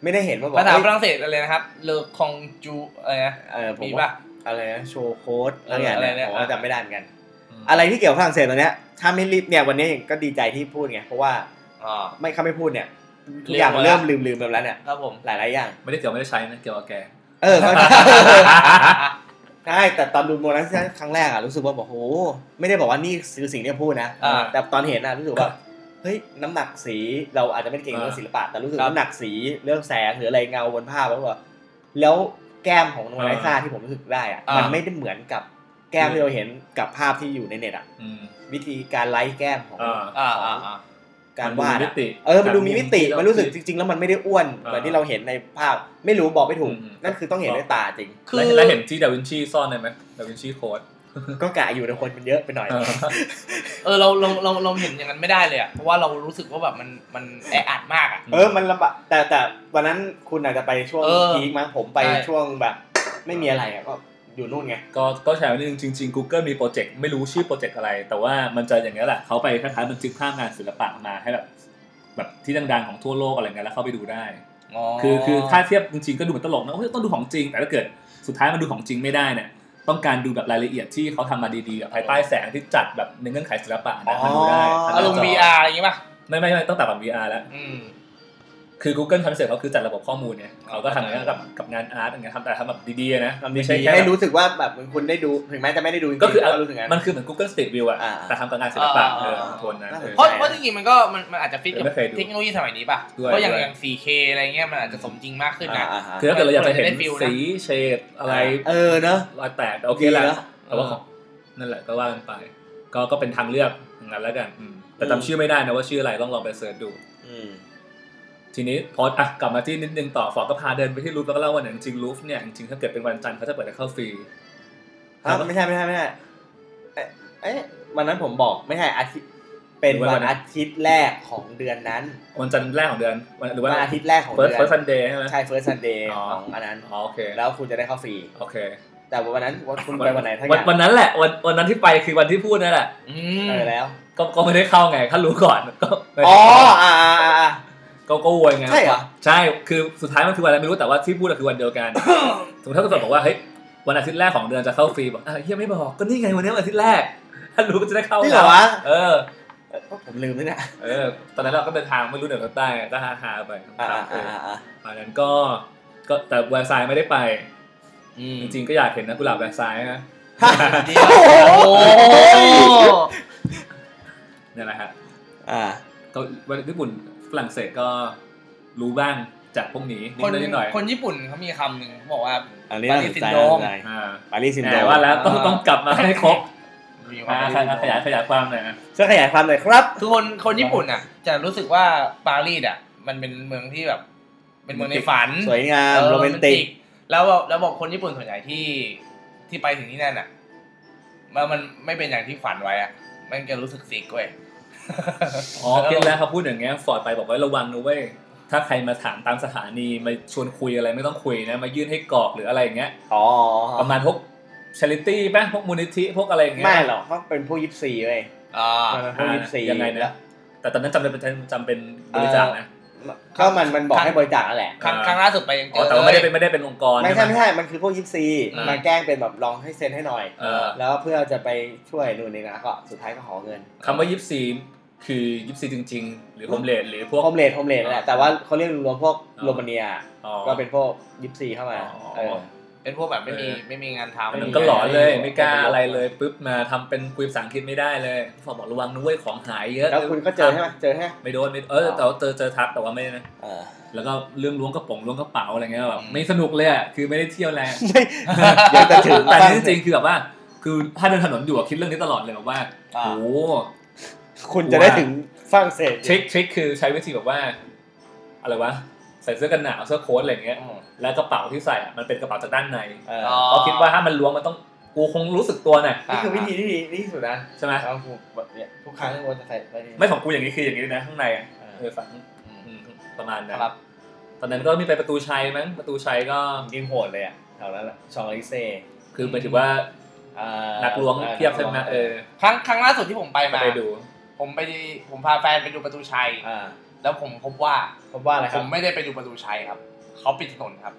Speaker 2: ไม่ได้เห็นว่าบอก
Speaker 1: ภาษา
Speaker 2: เอ้ย
Speaker 1: ฝรั่งเศสอะไรนะครับ เลคองจูอะไรนะ
Speaker 2: เออผม
Speaker 1: มี
Speaker 2: ว่า
Speaker 1: ป่ะ
Speaker 2: อะไรนะโชว์โค้ดอะไรอย่าง
Speaker 1: เอออะไร
Speaker 2: เงี้ย
Speaker 1: เนี่ย
Speaker 2: ผมก็จำไม่ได้เหมือนกัน
Speaker 3: อืม
Speaker 2: อะไรที่เกี่ยวกับฝรั่งเศสตอนเนี้ยถ้าไม่รีบเนี่ยวันนี้ก็ดีใจที่พูดไงเพราะว่า
Speaker 1: อ๋อ
Speaker 2: ไม่เขาไม่พูดเนี่ยทุกอย่างมันเริ่มลืมลืมไปแล้วเนี่ย
Speaker 1: ครับ ผม
Speaker 2: หลายๆอย่าง
Speaker 3: ไม่ได้เกี่ยวไม่ได้ใช้นะเกี่ยวกับแก
Speaker 2: เออเขา ใช่แต่ตอนดูโมนาลิซาครั้งแรกอะรู้สึกว่าบอกโหไม่ได้บอกว่านี่คือสิ่งที่พูดนะ
Speaker 1: อ่า
Speaker 2: แต่ตอนเห็นอะรู้สึกว่า เฮ้ยน้ำหนักสีเราอาจจะไม่ได้เก่งเรื่องศิลปะแต่รู้สึก
Speaker 1: ครับ
Speaker 2: น้ำหนักสีเรื่องแสงหรืออะไรเงาบนภาพแล้วก็แล้วแก้มของโมนาลิซาที่ผมรู้สึกได้อะ
Speaker 1: อ่ามั
Speaker 2: มันไม่ได้เหมือนกับแก้มที่เราเห็นกับภาพที่อยู่ในเน็ตอะ
Speaker 3: อืม
Speaker 2: วิธีการไลท์แก้มของ
Speaker 3: เออ
Speaker 1: อ่าอ่าอ่า
Speaker 2: การวาด
Speaker 3: นดูมิ
Speaker 2: อะ
Speaker 3: ติ
Speaker 2: เออ มันดูมีมิติ
Speaker 3: จาก
Speaker 2: มันรู้สึก
Speaker 3: ที่
Speaker 2: จ
Speaker 3: เา
Speaker 2: ริง ๆ แล้วมันไม่ได้อ้วนเหมือน
Speaker 3: อ่า
Speaker 2: ที่เราเห็นในภาพ ไม่รู้บอกไม่ถูก
Speaker 3: อืม
Speaker 2: นั่นคือต้องเห็นด้วยตาจริง
Speaker 1: คื
Speaker 3: คิด
Speaker 1: อ
Speaker 3: แล้วเห็นที่ดาวินชีซ่อนได้ไหมดาวินชีโค้ด
Speaker 2: ก็กะอยู่ในคนมันเยอะไปหน่อย
Speaker 3: เออ
Speaker 1: เออเราเราเราเราเห็นอย่างนั้นไม่ได้เลยอ่ะเพราะว่าเรารู้สึกว่าแบบมันมันแออัดมากอ่ะ
Speaker 2: เออ มันลำบาก แต่แต่วันนั้นคุณอาจจะไปช่วง
Speaker 1: เออ
Speaker 2: พีคมั้ง ผมไป
Speaker 1: ใช่
Speaker 2: ช่วงแบบ ไม่มีอะไรอะก็อยู่นู่นไง
Speaker 3: ก็ก็แชร์ไว้นิดนึงจริง ๆ Google มีโปรเจกต์ไม่รู้ชื่อโปรเจกต์อะไร แต่ว่ามันจะอย่างนี้ยแหละเขาไปคล้ายๆบันทึกภาพงานศิลปะมาให้แบบแบบที่ดังๆของทั่วโลกอะไรเงี้ยแล้วเข้าไปดูได้ คือคือถ้าเทียบจริงๆก็ดูเหมือนตลกนะโอ้ยต้องดูของจริง แต่ถ้าเกิดสุดท้ายมันดูของจริงไม่ได้เนี่ยต้องการดูแบบรายละเอียดที่เขาทำมาดีๆแบบภายใต้แสงที่จัดแบบในเงื่อนไขศิลปะนะมันดูได้
Speaker 2: อ๋อ
Speaker 1: อารมณ์ VR อย่างงี้ป่ะ
Speaker 3: ไม่ไม่ไม่ต้องตัดแบบ VR แล้ว
Speaker 1: อืม
Speaker 3: คือ Google Translate เขาคือจัดระบบข้อมูลเนี่ยเขาก็ทำอย่างนี้นกับกับงานอาร์ตอย่างเงี้ยทำแต่ทำแบบดีๆนะไม่ใช่แค่
Speaker 2: ให้
Speaker 3: แบบ
Speaker 2: รู้สึกว่าแบบเหมือนคุณได้ดู ถึงแม้จะไม่ได้ดูจริงๆ
Speaker 3: ก็คือ
Speaker 2: แต่รู้สึกงั้น
Speaker 3: มันคือเหมือน Google Street View อะ
Speaker 2: อ่า
Speaker 3: แต่ทำกับงานศิลปะ
Speaker 1: อ่า
Speaker 3: เออโทนนั้น
Speaker 2: น่าสน
Speaker 1: เพราะ
Speaker 2: ใจ
Speaker 1: เพราะจริงๆมันก็มันมันอาจจะฟิตกับ
Speaker 3: ไม่เคยดู
Speaker 1: เทคโนโลยีสมัยนี้ป่ะ
Speaker 3: ด้วย
Speaker 1: เพราะอย่าง
Speaker 3: ด้วย
Speaker 1: อย่าง 4K อะไรเงี้ยมันอาจจะสมจริงมากขึ้นนะ
Speaker 2: อ่าฮะ
Speaker 3: คือถ้าเกิดเราอยากจะเห็น
Speaker 1: ได้ฟิลนะ
Speaker 3: สีเฉดอะไร
Speaker 2: เออเนอะ
Speaker 3: รอยแตกโอเคแหละ
Speaker 2: ดีนะ
Speaker 3: แต่ว่าของนั่นแหละก็ว่ากันไป ก็ก็เป็นทางเลือกอย่างนั้นแล้วกันอืมแต่จำชื่อไม่ได้นะว่าชื่ออะไรต้องลองไปเสิร์ชดู
Speaker 2: อืม
Speaker 3: ทีนี้พออ่ะกลับมาที่นิดนึงต่อฟอร์ดก็พาเดินไปที่รูฟแล้วก็เล่าว่าเนี่ยจริงๆรูฟเนี่ยจริงๆถ้าเกิดเป็นวันจันทร์เขาจะเปิดให้เข้าฟรี
Speaker 2: อ้าวไม่ใช่ไม่ใช่ไม่ใช่เอ๊ะเอ๊ะวันนั้นผมบอกไม่ใช่อาทิตย์เป็น
Speaker 3: วั
Speaker 2: วัน น
Speaker 3: อะไร
Speaker 2: อาทิตย์แรกของเดือนนั้น
Speaker 3: วันจันทร์แรกของเดือนวันหรือ
Speaker 2: วั
Speaker 3: ว่าน
Speaker 2: อาทิตย์แรกของ
Speaker 3: เฟิร์ส
Speaker 2: เดือ
Speaker 3: เฟิร์สซั
Speaker 2: น
Speaker 3: นเดย์ใช่ไหม
Speaker 2: ใช่ first Sunday
Speaker 3: อ๋อ
Speaker 2: ของอันนั้น
Speaker 3: อ๋อโอเค
Speaker 2: แล้วคุณจะได้เข้าฟรี
Speaker 3: โอเค
Speaker 2: แต่วันนั้นวันคุณไปวันไหนทั้งอ
Speaker 3: วัน
Speaker 2: ย่าง
Speaker 3: วันนั้นแหละวันวันนั้นที่ไปคือวันที่พูดนั่นแหละ
Speaker 1: อืม
Speaker 2: เออแล้ว
Speaker 3: ก็ก็ไม่ได้เข้าไงถ้ารู้ก่อนก็ไม่ได้
Speaker 2: อ๋อ
Speaker 3: เข้า
Speaker 2: อ่าอ่าอ่าอ่า
Speaker 3: ก็ก็โวยไง
Speaker 2: ใช่เหรอ
Speaker 3: ใช่คือสุดท้ายมันคือวันอะไรไม่รู้แต่ว่าที่พูดอะคือวันเดียวกันสมมติถ้าคุณบอกว่าเฮ้ยวันอาทิตย์แรกของเดือนจะเข้าฟรีบอกอ่ะเฮียไม่บอกก็นี่ไงวันนี้วันอาทิตย์แรก ถ้ารู้ก็จะได้เข้า
Speaker 2: นี่เหรอวะ
Speaker 3: เออ
Speaker 2: ผมลืมแล้วเนี่ย
Speaker 3: เออ ตอนนั้นเราก็เดินทางไม่รู้เหนือกับใต้ก็ฮาฮาๆไป
Speaker 2: อ่า
Speaker 3: ครับเอ
Speaker 2: อ่า
Speaker 3: อ
Speaker 2: อ่าอ่า
Speaker 3: ตอนนั้นก็ก็แต่แวร์ซายไม่ได้ไป
Speaker 1: อืม
Speaker 3: จริงๆก็อยากเห็นนะกุหลาบแวร์ซาย นะ
Speaker 1: เดียวโอ้โห
Speaker 3: เนี่ยแหละฮะ
Speaker 2: อ่า
Speaker 3: ก็วันญี่ปุ่นฝรั่งเศสก็รู้บ้างจากพวกนี้นิ
Speaker 1: ค
Speaker 3: ด
Speaker 1: น
Speaker 3: นิดหน่อยๆ
Speaker 1: คนญี่ปุ่นเขามีคำหนึ่งเขาบอกว่า
Speaker 2: อันนี้น่าสนใจ
Speaker 1: ปารีสซินโดรม
Speaker 2: น่าสนใจ
Speaker 3: อ่า
Speaker 2: ปารีสซินโดร
Speaker 3: แต่
Speaker 2: ม
Speaker 3: ว่าแล้วต้อง
Speaker 1: อ่า
Speaker 3: ต้องกลับมาให้ครบ
Speaker 1: มีควา
Speaker 3: อ่าม ขยายขยายความหน่อยนะ
Speaker 2: ช่วยขยายความหน่อยครับ
Speaker 1: คือคนคนญี่ปุ่นอ่ะ จะรู้สึกว่าปารีสอ่ะ มันเป็นเมืองที่แบบ เป็นเมืองในฝัน
Speaker 2: สวยงาม
Speaker 1: เออ
Speaker 2: โรแมนติก
Speaker 1: แล้วบอกแล้วบอกคนญี่ปุ่นส่วนใหญ่ที่ที่ไปถึงที่นั่นอ่ะมันมันไม่เป็นอย่างที่ฝันไว้อ่ะมันจะรู้สึกซิกเว้ย
Speaker 3: อ๋อคิดแล้วเขาพูดอย่างเงี้ยฟอร์ดไปบอกว่าระวังนะเว้ย ถ้าใครมาถามตามสถานีมาชวนคุยอะไรไม่ต้องคุยนะ มายื่นให้กรอกหรืออะไรอย่างเงี้ย
Speaker 2: อ๋อ
Speaker 3: ประมาณพวกชาริตี้ป่ะพวกมูลนิธิพวกอะไรอย่างเงี้ย
Speaker 2: ไม่หรอกเขาเป็นผู้ยิปซีเว้ย
Speaker 1: อ่า
Speaker 2: มันเป็นผู้ยิปซี
Speaker 3: ยังไงนะ แต่ตอนนั้นจำเป็นจำเป็นบริจาคนะ
Speaker 2: ก็มันมันบอกให้บริจาคนั่นแหละ
Speaker 1: ครั้งครั้งล่าสุดไปยังเจ
Speaker 3: อ๋อ
Speaker 1: อ
Speaker 3: แต่ว่าไม่ได้เป็น
Speaker 1: เลย
Speaker 3: ไม่ได้เป็นองค์กร
Speaker 2: ไม่
Speaker 3: ใช่
Speaker 2: ใช่
Speaker 3: ไหม
Speaker 2: ไม่ใช่มันคือพวกยิปซี
Speaker 1: อืม
Speaker 2: มาแกล้งเป็นแบบลองให้เซ็นให้หน่อย
Speaker 3: เออ
Speaker 2: แล้วเพื่อจะไปช่วยนู่นนี่นะก็สุดท้ายก็ขอเงิน
Speaker 3: คำว่ายิปซีคือยิปซีจริง ๆ หรือโฮมเลดหรือพวก
Speaker 2: โฮมเลดโฮมเลดนั่นแหละแต่ว่าเขาเรียกรวมพวก
Speaker 3: อ๋อ
Speaker 2: โรมาเนีย
Speaker 3: อ๋อ
Speaker 2: ก็เป็นพวกยิปซีเข้ามา
Speaker 3: อ๋อ
Speaker 2: เออ
Speaker 1: เป็นพวกแบบไม่มีไม่มีงาน
Speaker 3: อัน
Speaker 1: ทำ
Speaker 3: นั้นก็หลอนเลยไม่กล้า
Speaker 2: เป็นไปได้
Speaker 3: อะไรเลยปุ๊บมาทำเป็นคุยภาษาอังกฤษไม่ได้เลยฝอบอกระวังนะเว้ยของหายเยอะ
Speaker 2: แล้วคุณก็เจอใช่ไหมเจอใช่ไหม
Speaker 3: ไม่โดนไม่เออแต่ว่าเจอเจอทักแต่ว่าไม่นะ
Speaker 2: เออ
Speaker 3: แล้วก็เรื่องล้วงกระป๋องล้วงกระเป๋าอะไรเงี้ยแบบไม่สนุกเลยอ่ะคือ ไม่ได้เที่ยวแรง
Speaker 2: เดี๋ยวจะถึง
Speaker 3: แต่นี่จริงๆคือแบบว่า คือถ้าเดินถนนอยู่อะคิดเรื่องนี้ตลอดเลยแบบว่า
Speaker 1: อ่า
Speaker 3: โอ้
Speaker 2: คุณจะได้ถึงฝรั่งเศส
Speaker 3: ทริคทริคคือใช้วิธีแบบว่า อะไรวะใส่เสื้อกันหนาวเสื้อโค้ทอะไรอย่างเงี้ย แล้วกระเป๋าที่ใส่อะมันเป็นกระเป๋าจากด้านใน
Speaker 2: เออ
Speaker 3: เพราะคิดว่าถ้ามันล้วงมันต้องกูคงรู้สึกตัวน่ะ
Speaker 2: นี่คือวิธีที่ดีที่สุดนะ
Speaker 3: ใช่ไหม
Speaker 2: แล้วผมแบบเนี่ยทุกครั้งที่ผมจะใส่ไปนี่
Speaker 3: ไม่ของกูอย่างนี้คืออย่างนี้นะข้างในอะ
Speaker 2: เอ
Speaker 3: เอ
Speaker 2: อ
Speaker 3: อฝังอืมประมาณนั้น
Speaker 1: ครับ
Speaker 3: ตอนนั้นก็มีไปประตูชัยมั้งประตูชัยก็
Speaker 2: ยิงโหดเลยอ่ะแถวนั้นแหละชองลิเซ่
Speaker 3: คือหมายถึงว่า
Speaker 2: อ่า
Speaker 3: นักล้วงเพียบใช่ไหมเออ
Speaker 1: ครั้งครั้งล่าสุดที่ผมไป
Speaker 3: ก็
Speaker 1: มา
Speaker 3: ไปดู
Speaker 1: ผมไปผมพาแฟนไปดูประตูชัย
Speaker 2: อ่า
Speaker 1: แล้วผมพบว่า
Speaker 2: พบว่าอะไรค
Speaker 1: ผ
Speaker 2: รับ
Speaker 1: มไม่ได้ไปดูประตูชัยครับ เขาปิดถนนครับ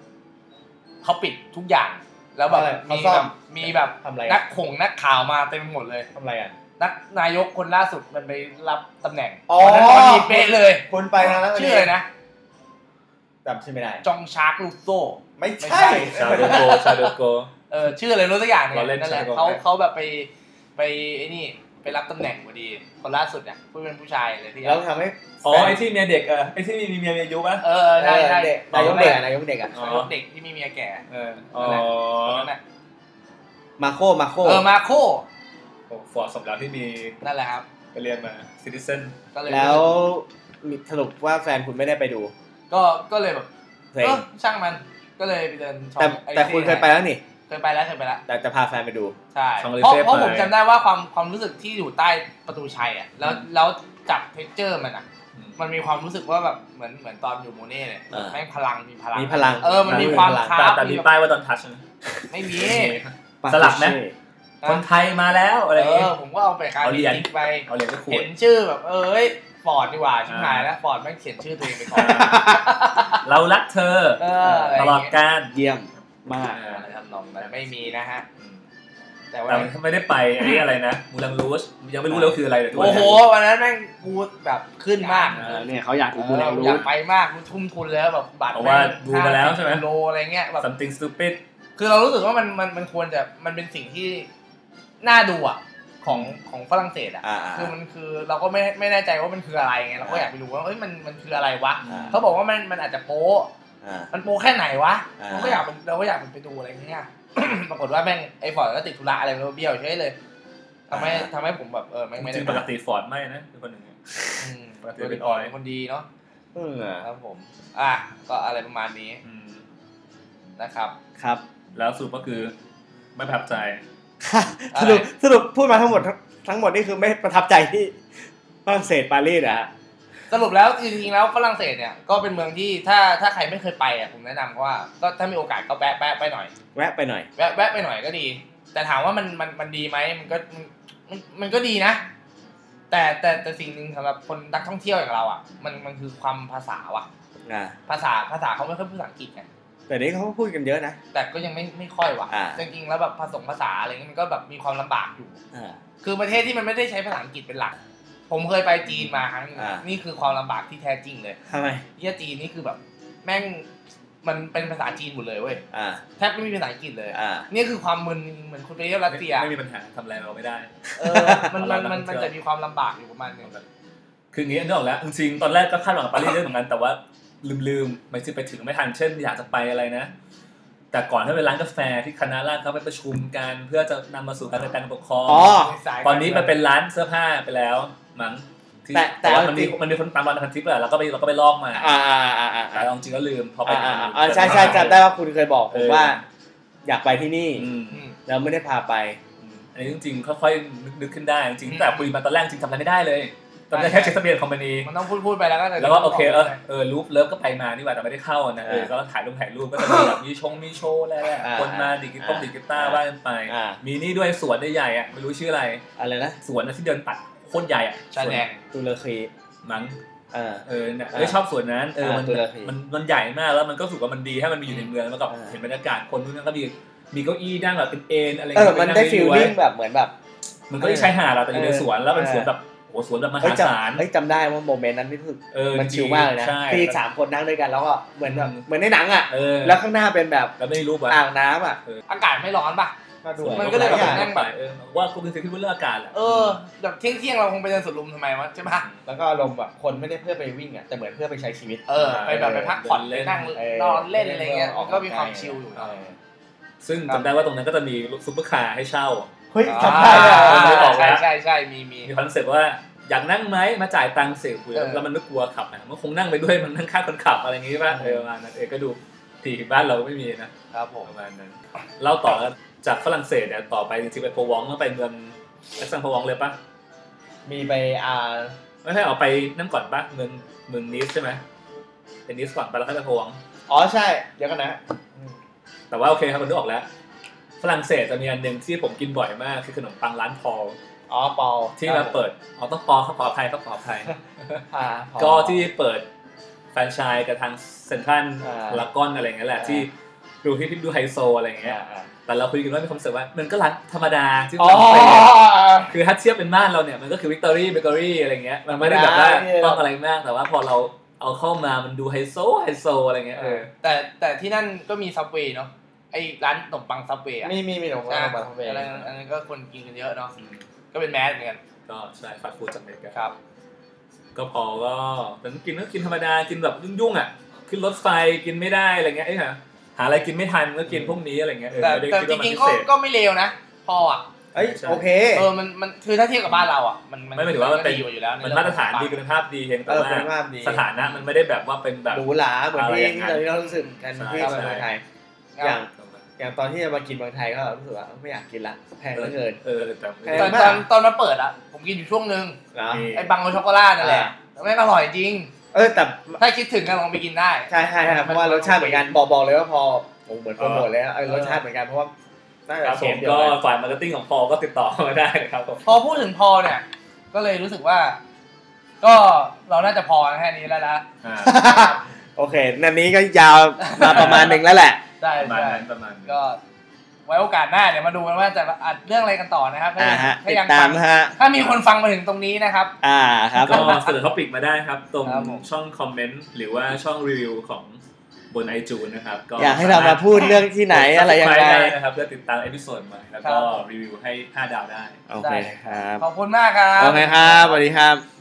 Speaker 1: เขาปิดทุกอย่าง แล้วแบบ
Speaker 2: อะไรเขา
Speaker 1: มี
Speaker 2: ซ่อ
Speaker 1: แบ
Speaker 2: ม
Speaker 1: บมีแบบ
Speaker 2: ทำอะไร
Speaker 1: นั
Speaker 2: กั
Speaker 1: ก
Speaker 2: น
Speaker 1: ข่งนักข่าวมาเต็มไปหมดเลย
Speaker 2: ทำอะไรกัน
Speaker 1: นักนายกคนล่าสุดมันไปรับตำแหน่ง
Speaker 2: อ๋อ
Speaker 1: วันนั้นพอดีเป๊ะเลย
Speaker 2: คุณไปนะแล้ว
Speaker 1: ชื่ออะไรนะ
Speaker 2: จำชื่อไม่ได้
Speaker 1: จองชาร์กลูโซ
Speaker 2: ไม่
Speaker 1: ใช่
Speaker 2: ใช่
Speaker 3: ชาโดโกชาโดโก
Speaker 1: เออชื่ออะไรรู้สักอย่าง
Speaker 3: เราเล่น
Speaker 1: นั่นแหละ
Speaker 3: ใช่ไหม
Speaker 1: เขาเขาแบบไปไปไอ้นี่ไปรับตำแหน่งพอดี คนล่าสุดเนี่ยผู้เป็นผู้ชายเลยที่
Speaker 2: แล้วทำให้
Speaker 3: อ๋อไอที่เมียเด็กอะไอที่มีมีเมียมีอายุป่ะ
Speaker 1: เออเออใช่ใช่
Speaker 2: เด็กนายกเด็กอะนายกเด็กอ่ะ
Speaker 1: นายกเด็กที่มีเมียแก่
Speaker 3: เอออ๋อ
Speaker 1: คนนั้นน่ะ
Speaker 2: มาโคมาโค
Speaker 1: เออมาโค
Speaker 3: ฟอร์ดสำหรับที่มี
Speaker 1: นั่นแหละครับ
Speaker 3: ไปเรียนมาซิติเซน
Speaker 1: ก็เลย
Speaker 2: แล้วมีสรุปว่าแฟนคุณไม่ได้ไปดู
Speaker 1: ก็ก็เลยแบบ
Speaker 2: เพลง
Speaker 1: เออช่างมันก็เลยไปเดินช็อป
Speaker 2: แต่
Speaker 1: ไอ้
Speaker 2: แต่คุณ
Speaker 1: ที่
Speaker 2: เคยไปแล้วนี่
Speaker 1: เคยไปแล้วเคยไปแล้ว
Speaker 2: แต่จะพาแฟนไปดู
Speaker 1: ใช่
Speaker 3: ช่อง
Speaker 1: เพราะ
Speaker 3: Elysee
Speaker 1: เพราะผม
Speaker 3: ไป
Speaker 1: จำได้ว่าความความรู้สึกที่อยู่ใต้ประตูชัยอ่ะแล้วแล้วจับเท็เจอร์มันอ่ะ มันมีความรู้สึกว่าแบบเหมือนเหมือนตอนอยู่โมเน่เนี่ย
Speaker 2: อ่า
Speaker 1: แม่งพลังมีพลัง
Speaker 2: มีพลัง
Speaker 1: เออมันมีความ
Speaker 2: พลัง
Speaker 1: คา
Speaker 3: แต่
Speaker 1: บ
Speaker 3: แต่
Speaker 1: มี
Speaker 3: มี
Speaker 1: แบบ
Speaker 3: ป้ายว่าตอนทัชนะ
Speaker 1: ไม่มี
Speaker 3: สลับไหม
Speaker 1: นะ
Speaker 3: คนไทยมาแล้วอะไร
Speaker 1: เอ
Speaker 3: อย่างเงี้ย
Speaker 1: อผมก็เอาไปการ
Speaker 3: เอาเหรียญ
Speaker 1: ติ๊กไป
Speaker 3: เอาเหรียญไปขู
Speaker 1: เห็
Speaker 3: ด
Speaker 1: นชื่อแบบเอ้ยฟอร์ดดีกว่าชิบหายแล้วฟอร์ดแม่งเขียนชื่อตัวเองไปก่อน
Speaker 3: เรารักเธอ
Speaker 1: เอออะไร
Speaker 3: ต
Speaker 1: ย่าง
Speaker 3: ลอด
Speaker 1: เงี้ย
Speaker 3: กาล
Speaker 2: เยี่ยมมาก
Speaker 1: อะไรทำนองนั้นไม่มีนะฮะ แต่ว่า
Speaker 3: แต่ไม่ได้ไปไอันนี้อะไรนะมูลังรูชยังไม่รู้เลยว่าคืออะไรแต่ทุกวั
Speaker 1: โอ้
Speaker 3: น
Speaker 1: โห
Speaker 3: นี้
Speaker 1: วันนั้นแม่งกูแบบขึ้นมาก
Speaker 2: เออเนี่ยเขาอยากดูแล
Speaker 1: เรา
Speaker 2: รู้
Speaker 1: อยากไปมากกูทุ่มทุนแล้วแบบบัตร
Speaker 3: เพราะว่าดูมาแล้วใช่ไหม
Speaker 1: โลอะไรเงี้ยแบบ
Speaker 3: something stupid
Speaker 1: คือเรารู้สึกว่ามันมันมันควรจะมันเป็นสิ่งที่น่าดูอ่ะของของฝรั่งเศสอ่ะ
Speaker 2: อ่า
Speaker 1: คือมันคือเราก็ไม่ไม่แน่ใจว่ามันคืออะไรไงเราก็อยากไปดูว่าเอ้ยมันมันคืออะไรวะ
Speaker 2: อ่า
Speaker 1: เขาบอกว่ามันมันอาจจะโป๊ะ
Speaker 2: อ่า
Speaker 1: มันโป๊ะแค่ไหนวะ
Speaker 2: อ่า
Speaker 1: เราก็อยากไปเราก็อยากไปดูอะไรเงี้ย ปรากฏว่าแม่งไอ้ฟอร์ดก็ติดธุระอะไรไม่รู้เบี้ยวเฉยเลยทำให้ทำให้ผมแบบเออไม่ไม่
Speaker 3: จริ
Speaker 1: ได้
Speaker 3: งๆปกติฟอร์ดไม่นะคือคนหนึ่ง
Speaker 1: อืม
Speaker 3: ปกติเป็นออย
Speaker 1: คนดีเนาะ
Speaker 2: เอออ่า
Speaker 1: ครับผม อ่ะ ก็อะไรประมาณนี้
Speaker 3: อืม
Speaker 1: นะครับ
Speaker 2: ครับ
Speaker 3: แล้วสรุปก็คือไม่ประทับใจ
Speaker 2: สรุปสรุปพูดมาทั้งหมดทั้งทั้งหมดนี่คือไม่ประทับใจที่ฝรั่งเศสปารีสนะฮะ
Speaker 1: สรุปแล้วจริงๆแล้วฝรั่งเศสเนี่ย ก็เป็นเมืองที่ถ้าถ้าใครไม่เคยไปอ่ะผมแนะนำว่า ก็ถ้ามีโอกาสก็แวะแวะไปหน่อย
Speaker 2: แวะไปหน่อย
Speaker 1: แวะแวะไปหน่อยก็ดี แต่ถามว่ามันมันมันดีไหมมันก็มันมันมันก็ดีนะ แต่แต่แต่สิ่งหนึ่งสำหรับคนนักท่องเที่ยวอย่างเราอ่ะ มันมันคือความภาษาว่ะ
Speaker 2: อ่า
Speaker 1: ภาษาภาษาเขาไม่ค่อยพูดภาษาอังกฤษไง
Speaker 2: แต่นี้เขาก็พูดกันเยอะนะ
Speaker 1: แต่ก็ยังไม่ไม่ค่อยว่ะ
Speaker 2: อ่า
Speaker 1: จริงๆแล้วแบบผสมภาษาอะไรเงี้ยมันก็แบบมีความลำบากอยู่
Speaker 2: อ่า
Speaker 1: คือประเทศที่มันไม่ได้ใช้ภาษาอังกฤษเป็นหลัก ผมเคยไปจีนมาครั้งหนึง
Speaker 2: อ่านี่
Speaker 1: นี่คือความลำบากที่แท้จริงเลย
Speaker 2: ทำไม
Speaker 1: ที่จีนนี่คือแบบ แม่งมันเป็นภาษาจีนหมดเลยเว้ย
Speaker 2: อ่า
Speaker 1: แทบไม่มีภาษาอังกฤษเลย
Speaker 2: อ่า
Speaker 1: นี่คือความมึนเหมือนคุณไปเที่ยวรัสเซีย
Speaker 3: ไม่มีปัญหาทำอะไรเราไม่ได้
Speaker 1: เออ มันมันมันมันจะมีความลำบากอยู่ประมาณหนึง
Speaker 3: คืออย่างนี้นึกออกแล้วจริงๆตอนแรกก็คาดหวังปารีสเยอะเหมือนกันแต่ว่าลืมลืมๆไม่ใช่ไปถึงไม่ทันเช่นอยากจะไปอะไรนะ แต่ก่อนถ้าเป็นร้านกาแฟที่คณะราษฎรเขาไปประชุมกันเพื่อจะนำมาสู่การจัดการปกครอง
Speaker 2: อ๋อ
Speaker 1: สายการ
Speaker 3: ตอนนี้มันเป็นร้านเสื้อผ้าไปแล้วมั้งที่
Speaker 2: แต่แต่
Speaker 3: ว่า
Speaker 2: เอา
Speaker 3: มัน
Speaker 2: จ
Speaker 3: มี
Speaker 2: ริง
Speaker 3: มันมีคนตามร้านพันทิปอะเราก็ไปเราก็ไปลอกมา
Speaker 2: อ่าอ่าอ่าอ่า
Speaker 3: แต่เอาจริงก็ลืมพอไป
Speaker 2: อ่าอ่าใช่ใช่จำได้ว่าคุณเคยบอกผมว่า อยากไปที่นี่
Speaker 3: อืม
Speaker 1: อืม
Speaker 2: แล้วไม่ได้พาไป
Speaker 3: อันนี้จริงๆค่อยๆนึกขึ้นได้จริงๆแต่คุยมาตอนแรกจริงๆทำอะไรไม่ได้เลยตอนแรกแค่เช็คทะเบียนคอมพานี
Speaker 1: มันต้องพูดพูดไปแล้วก็ดี๋ย
Speaker 3: แล้วก็โอเคเออเออรูปเลิฟก็ไปมานี่หว่าแต่ไม่ได้เข้านะเออ
Speaker 2: อ่า
Speaker 3: ก็ถ่ายรูปถ่ายรูปก็จะมีแบบมีชงมีโชว์อะไรแหละ
Speaker 2: อ่า
Speaker 3: คนมาดิกิตต้ง
Speaker 2: อ่า
Speaker 3: ดิกิต้าว่ากันไป
Speaker 2: อ่า
Speaker 3: มีนี่ด้วยสวนใหญ่ๆอ่ะไม่รู้ชื่ออะไร
Speaker 2: อะไรนะ
Speaker 3: สวนนะที่เดินตัดโคตรใหญ่อ่ะ
Speaker 1: ชาแดง
Speaker 2: ตุรกี
Speaker 3: มั้ง
Speaker 2: เออ
Speaker 3: เออเนี่ยเอ้ยชอบส่วนนั้นเออมัน
Speaker 2: อ่าตัวละที
Speaker 3: มันมันใหญ่มากแล้วมันก็รู้สึกว่ามันดีให้มันมีอยู่ในเมืองแล้วก็
Speaker 2: อ่า
Speaker 3: เห็นบรรยากาศคนนู่นนั่นก็มีมีเก้าอี้นั่งแบบเป็นเอนอะไร
Speaker 2: เออ
Speaker 3: งี้ย
Speaker 2: มัน
Speaker 3: ป
Speaker 2: ได้
Speaker 3: ง
Speaker 2: ฟีล
Speaker 3: เรื่อยๆ
Speaker 2: ลิ่งแบบเหมือนแบบ
Speaker 3: มันก็ที่ชายหาดเราแต่อยู่ใน
Speaker 2: เออ
Speaker 3: สวนแล้วเป็น
Speaker 2: เออ
Speaker 3: สวนแบบโอ้โหสวนแบบม
Speaker 2: เฮ้ย
Speaker 3: หา
Speaker 2: จ
Speaker 3: ศาล
Speaker 2: ำเฮ้ยจำได้ว่าโมเมนต์นั้นนี่คือ
Speaker 3: เออ
Speaker 2: มัน
Speaker 3: ดี
Speaker 2: ชิลมากเลยนะ
Speaker 3: ใช่
Speaker 2: ที่สามคนนั่งด้วยกันแล้วก็เหมือนแบบเหมือนในหนังอ่ะ
Speaker 3: เออ
Speaker 2: แล้วข้างหน้าเป็นแบบ
Speaker 3: แล้วไม่รู้ว่า
Speaker 2: อ่างน้ำอ่ะ
Speaker 1: อากาศไม่ร้อนป่ะ
Speaker 4: น่าดู
Speaker 1: มันก็เลยแบบ
Speaker 2: หลายอย่าง
Speaker 1: นั่งแบบ
Speaker 3: เออว่าคุณเป็นสิ่งที่พูดเรื่องอากาศแหละ
Speaker 1: เออแบบเที่ยงเที่ยงๆเราคงไปเดินสวนลุมทำไมวะใช่ปะ
Speaker 2: แล้วก็อารมณ์แบบคนไม่ได้เพื่อไปวิ่งอ่ะแต่เหมือนเพื่อไปใช้ชีวิต
Speaker 1: เออไปแบบไปพักผ่อนไปนั่ง
Speaker 2: เออน
Speaker 1: อนเล่นอะไรเงี้ย
Speaker 2: ออกกำลัง
Speaker 1: ก็
Speaker 2: กาย
Speaker 1: มีความชิลอยู่นะ
Speaker 3: ซึ่งจำได้ว่าตรงนั้นก็จะมีซุปเปอร์คาร์ให้เช่า
Speaker 2: เฮ้ย
Speaker 1: อ่า
Speaker 2: จำได้อะ
Speaker 3: จำได้หรอ
Speaker 1: ใช่ใช่ใช่มีมี
Speaker 3: มีคอนเซ็ปต์ว่าอยากนั่งไหมมาจ่ายตังค์เสียคุย
Speaker 1: เออ
Speaker 3: แล้วมันไม่กลัวขับอ่ะมันคงนั่งไปด้วยมันนั่งข้างคนขับอะไรอย่างงี้ป่ะเออประมาณนั้นเออก็ดูที่บ้านเราไม่มีนะครับ
Speaker 2: ผ
Speaker 3: ป
Speaker 2: ม
Speaker 3: ระมาณนั้นเล่าต่อแล้วจากฝรั่งเศสเนี่ยต่อไปจริงๆไปโพวองแล้วไปเมืองแอสซังโพวองเลยป่ะ
Speaker 2: มีไปอ่า
Speaker 3: ไม่ใช่ออกไปนั่นก่อนป่ะเมืองเมืองนิสใช่ไหมเป็นนิสก่อนไปแล้วก็ไปโพวอง
Speaker 2: อ๋อใช่เดี๋ยวกันนะ
Speaker 3: แต่ว่าโอเคครับมันนึกออกแล้ว ฝรั่งเศสจะมีอันหนึ่งที่ผมกินบ่อยมากคือขนมปังร้านพอล
Speaker 2: อ๋อเปา
Speaker 3: ที่มาเปิดอ๋อต้องปอครับขออภัยครับขออภัย
Speaker 2: อ่าเปา
Speaker 3: ก็ที่เปิดแฟรนไชส์กับทางเซ็นทรัล
Speaker 2: อ่า
Speaker 3: พารากอนอะไรอย่างเงี้ยแหละ
Speaker 2: อ่า
Speaker 3: ที่ดูฮิปฮิปดูไฮโซอะไรอย่างเงี้ย
Speaker 2: อ่าอ่า
Speaker 3: แต่เราคุยกันว่ามีความรู้สึกว่ามันก็ร้านธรรมดาที่
Speaker 2: อ๋อ
Speaker 3: ฝรั่งเศสคือถ้าเทียบเป็นบ้านเราเนี่ยมันก็คือวิกตอรี่เบเกอรี่อะไรเงี้ยมันไม่ได้แบบว่า
Speaker 2: อ่าเนี่ย
Speaker 3: ต้องอะไรมากแต่ว่าพอเราเอาเข้ามามันดูไฮโซไฮโซอะไรเงี้ยเออ
Speaker 1: แต่แต่ที่นั่นก็มีซับเวย์เนาะไอ้ร้านขนมปังซับเวย์อะ
Speaker 2: มีมีมีหนูมา
Speaker 1: อ่ะ
Speaker 2: ทำมาทำเอง
Speaker 1: อันนั้นอันนั้นก็คนกินกันเยอะเนาะก็เป็นแมสเหมือนกัน
Speaker 3: ก็ใช่ฟาสต์ฟู้ดจากอเมริกา
Speaker 1: ครับ
Speaker 3: ก็พอก็แต่กินก็กินธรรมดากินแบบยุ่งๆอ่ะขึ้นรถไฟกินไม่ได้อะไรเงี้ยไอ้ห่าหาอะไรกินไม่ทันก็กินพวกนี้อะไรเงี้ยเออ
Speaker 1: แต่
Speaker 3: ไม่ได้
Speaker 1: แต่
Speaker 3: คิ
Speaker 1: จริ
Speaker 3: ดว่ามัน
Speaker 1: งๆ
Speaker 3: พิ
Speaker 1: ก็
Speaker 3: เศษ
Speaker 1: ก็ไม่เลวนะ พออ่ะ
Speaker 2: เอ้ย
Speaker 3: ใช่
Speaker 2: โอเค
Speaker 1: เออมันมันคือถ้าเทียบกับบ้านเราอ่ะมัน
Speaker 3: ไม่หมายถึงว่ามันเป็น
Speaker 1: ดีกอยู่แล้ว
Speaker 3: มันมาตรฐานดีคุณภาพดีเพียงแต่
Speaker 2: เออ
Speaker 3: ว่า
Speaker 2: เป็นภาพดี
Speaker 3: สถานะมันไม่ได้แบบว่าเป็นแบบ
Speaker 2: หรูหราเหมือน
Speaker 3: อะไร
Speaker 2: ที่
Speaker 3: อย่าง
Speaker 2: ต
Speaker 3: นั้น
Speaker 2: อนนี้เรารู้สึกกันที่
Speaker 3: ใช่
Speaker 2: เมืองไทย อย่าง อย่างตอนที่จะมากินเมืองไทยก็รู้สึกว่าไม่อยากกินละแพงเหลือเกิน
Speaker 3: เออแต่
Speaker 1: ตอน
Speaker 2: เแพ
Speaker 1: ตอ
Speaker 2: งมา
Speaker 1: ก นตอนมาเปิดอ่ะผมกินอยู่ช่วงหนึ่ง
Speaker 2: นะ
Speaker 1: ไอ้บังโกช็อกโกแลตนั่นแหละ
Speaker 2: อ่า
Speaker 1: แม่งอร่อยจริง
Speaker 2: เออแต่
Speaker 1: ถ้าคิดถึงก็ลองไปกินได้
Speaker 2: ใช่ใช่ใช่เพราะว่ารสชาติเหมือนกันบอกบอกเลยว่าพอโอ้เหมือนโปรโมทเลยนะเออ
Speaker 1: เออ
Speaker 2: รสชาติเหมือนกันเพราะว่าน่า
Speaker 3: ค
Speaker 2: จะ
Speaker 3: รับ
Speaker 2: เช
Speaker 3: ผ
Speaker 2: ฟ
Speaker 3: ม
Speaker 2: เดียว
Speaker 3: ก็
Speaker 2: กัน
Speaker 3: ฝ่ายมาร์เก็ตติ้งของพอก็ติดต่อมาได้นะครับผม
Speaker 1: พอพูดถึงพอเนี่ย ก็เลยรู้สึกว่า ก็เราน่าจะพอแค่นี้แล้วละ
Speaker 3: อ่า
Speaker 2: โอเคนันนี้ก็ยาวมาประมาณหนึ่งแล้วแหละ
Speaker 1: ได้
Speaker 3: ประมาณ
Speaker 1: ใช่
Speaker 3: นั้นประมาณนั้น
Speaker 1: ก็ ไว้โอกาสหน้าเดี๋ยวมาดูกันว่าจะอัดเรื่องอะไรกันต่อนะครับ
Speaker 2: อ่าฮะ
Speaker 1: ถ้า
Speaker 2: ติด
Speaker 1: ยัง
Speaker 2: ตา
Speaker 1: ฟั
Speaker 2: ม
Speaker 1: ง
Speaker 2: นะฮะ
Speaker 1: ถ้ามีคนฟังมาถึงตรงนี้นะครับ
Speaker 2: อ่าครับผ
Speaker 3: ก็
Speaker 2: ม
Speaker 3: เสนอท็อปิกมาได้ครับ ตรง
Speaker 1: ครับผม
Speaker 3: ช่องคอมเมนต์หรือว่าช่องรีวิวของบนไอจูนนะครับ
Speaker 2: อยากให้เรามาพูดเรื่องที่ไหนอะไรยังไง
Speaker 3: ด้นะครับเพื่อติดตามเอพิโซดใหม่แล้วก็รีวิวให้ 5 ดาวได้
Speaker 2: โอเคครับ
Speaker 1: ขอบคุณมากครับ
Speaker 2: โอเคครับสวัสดีครับ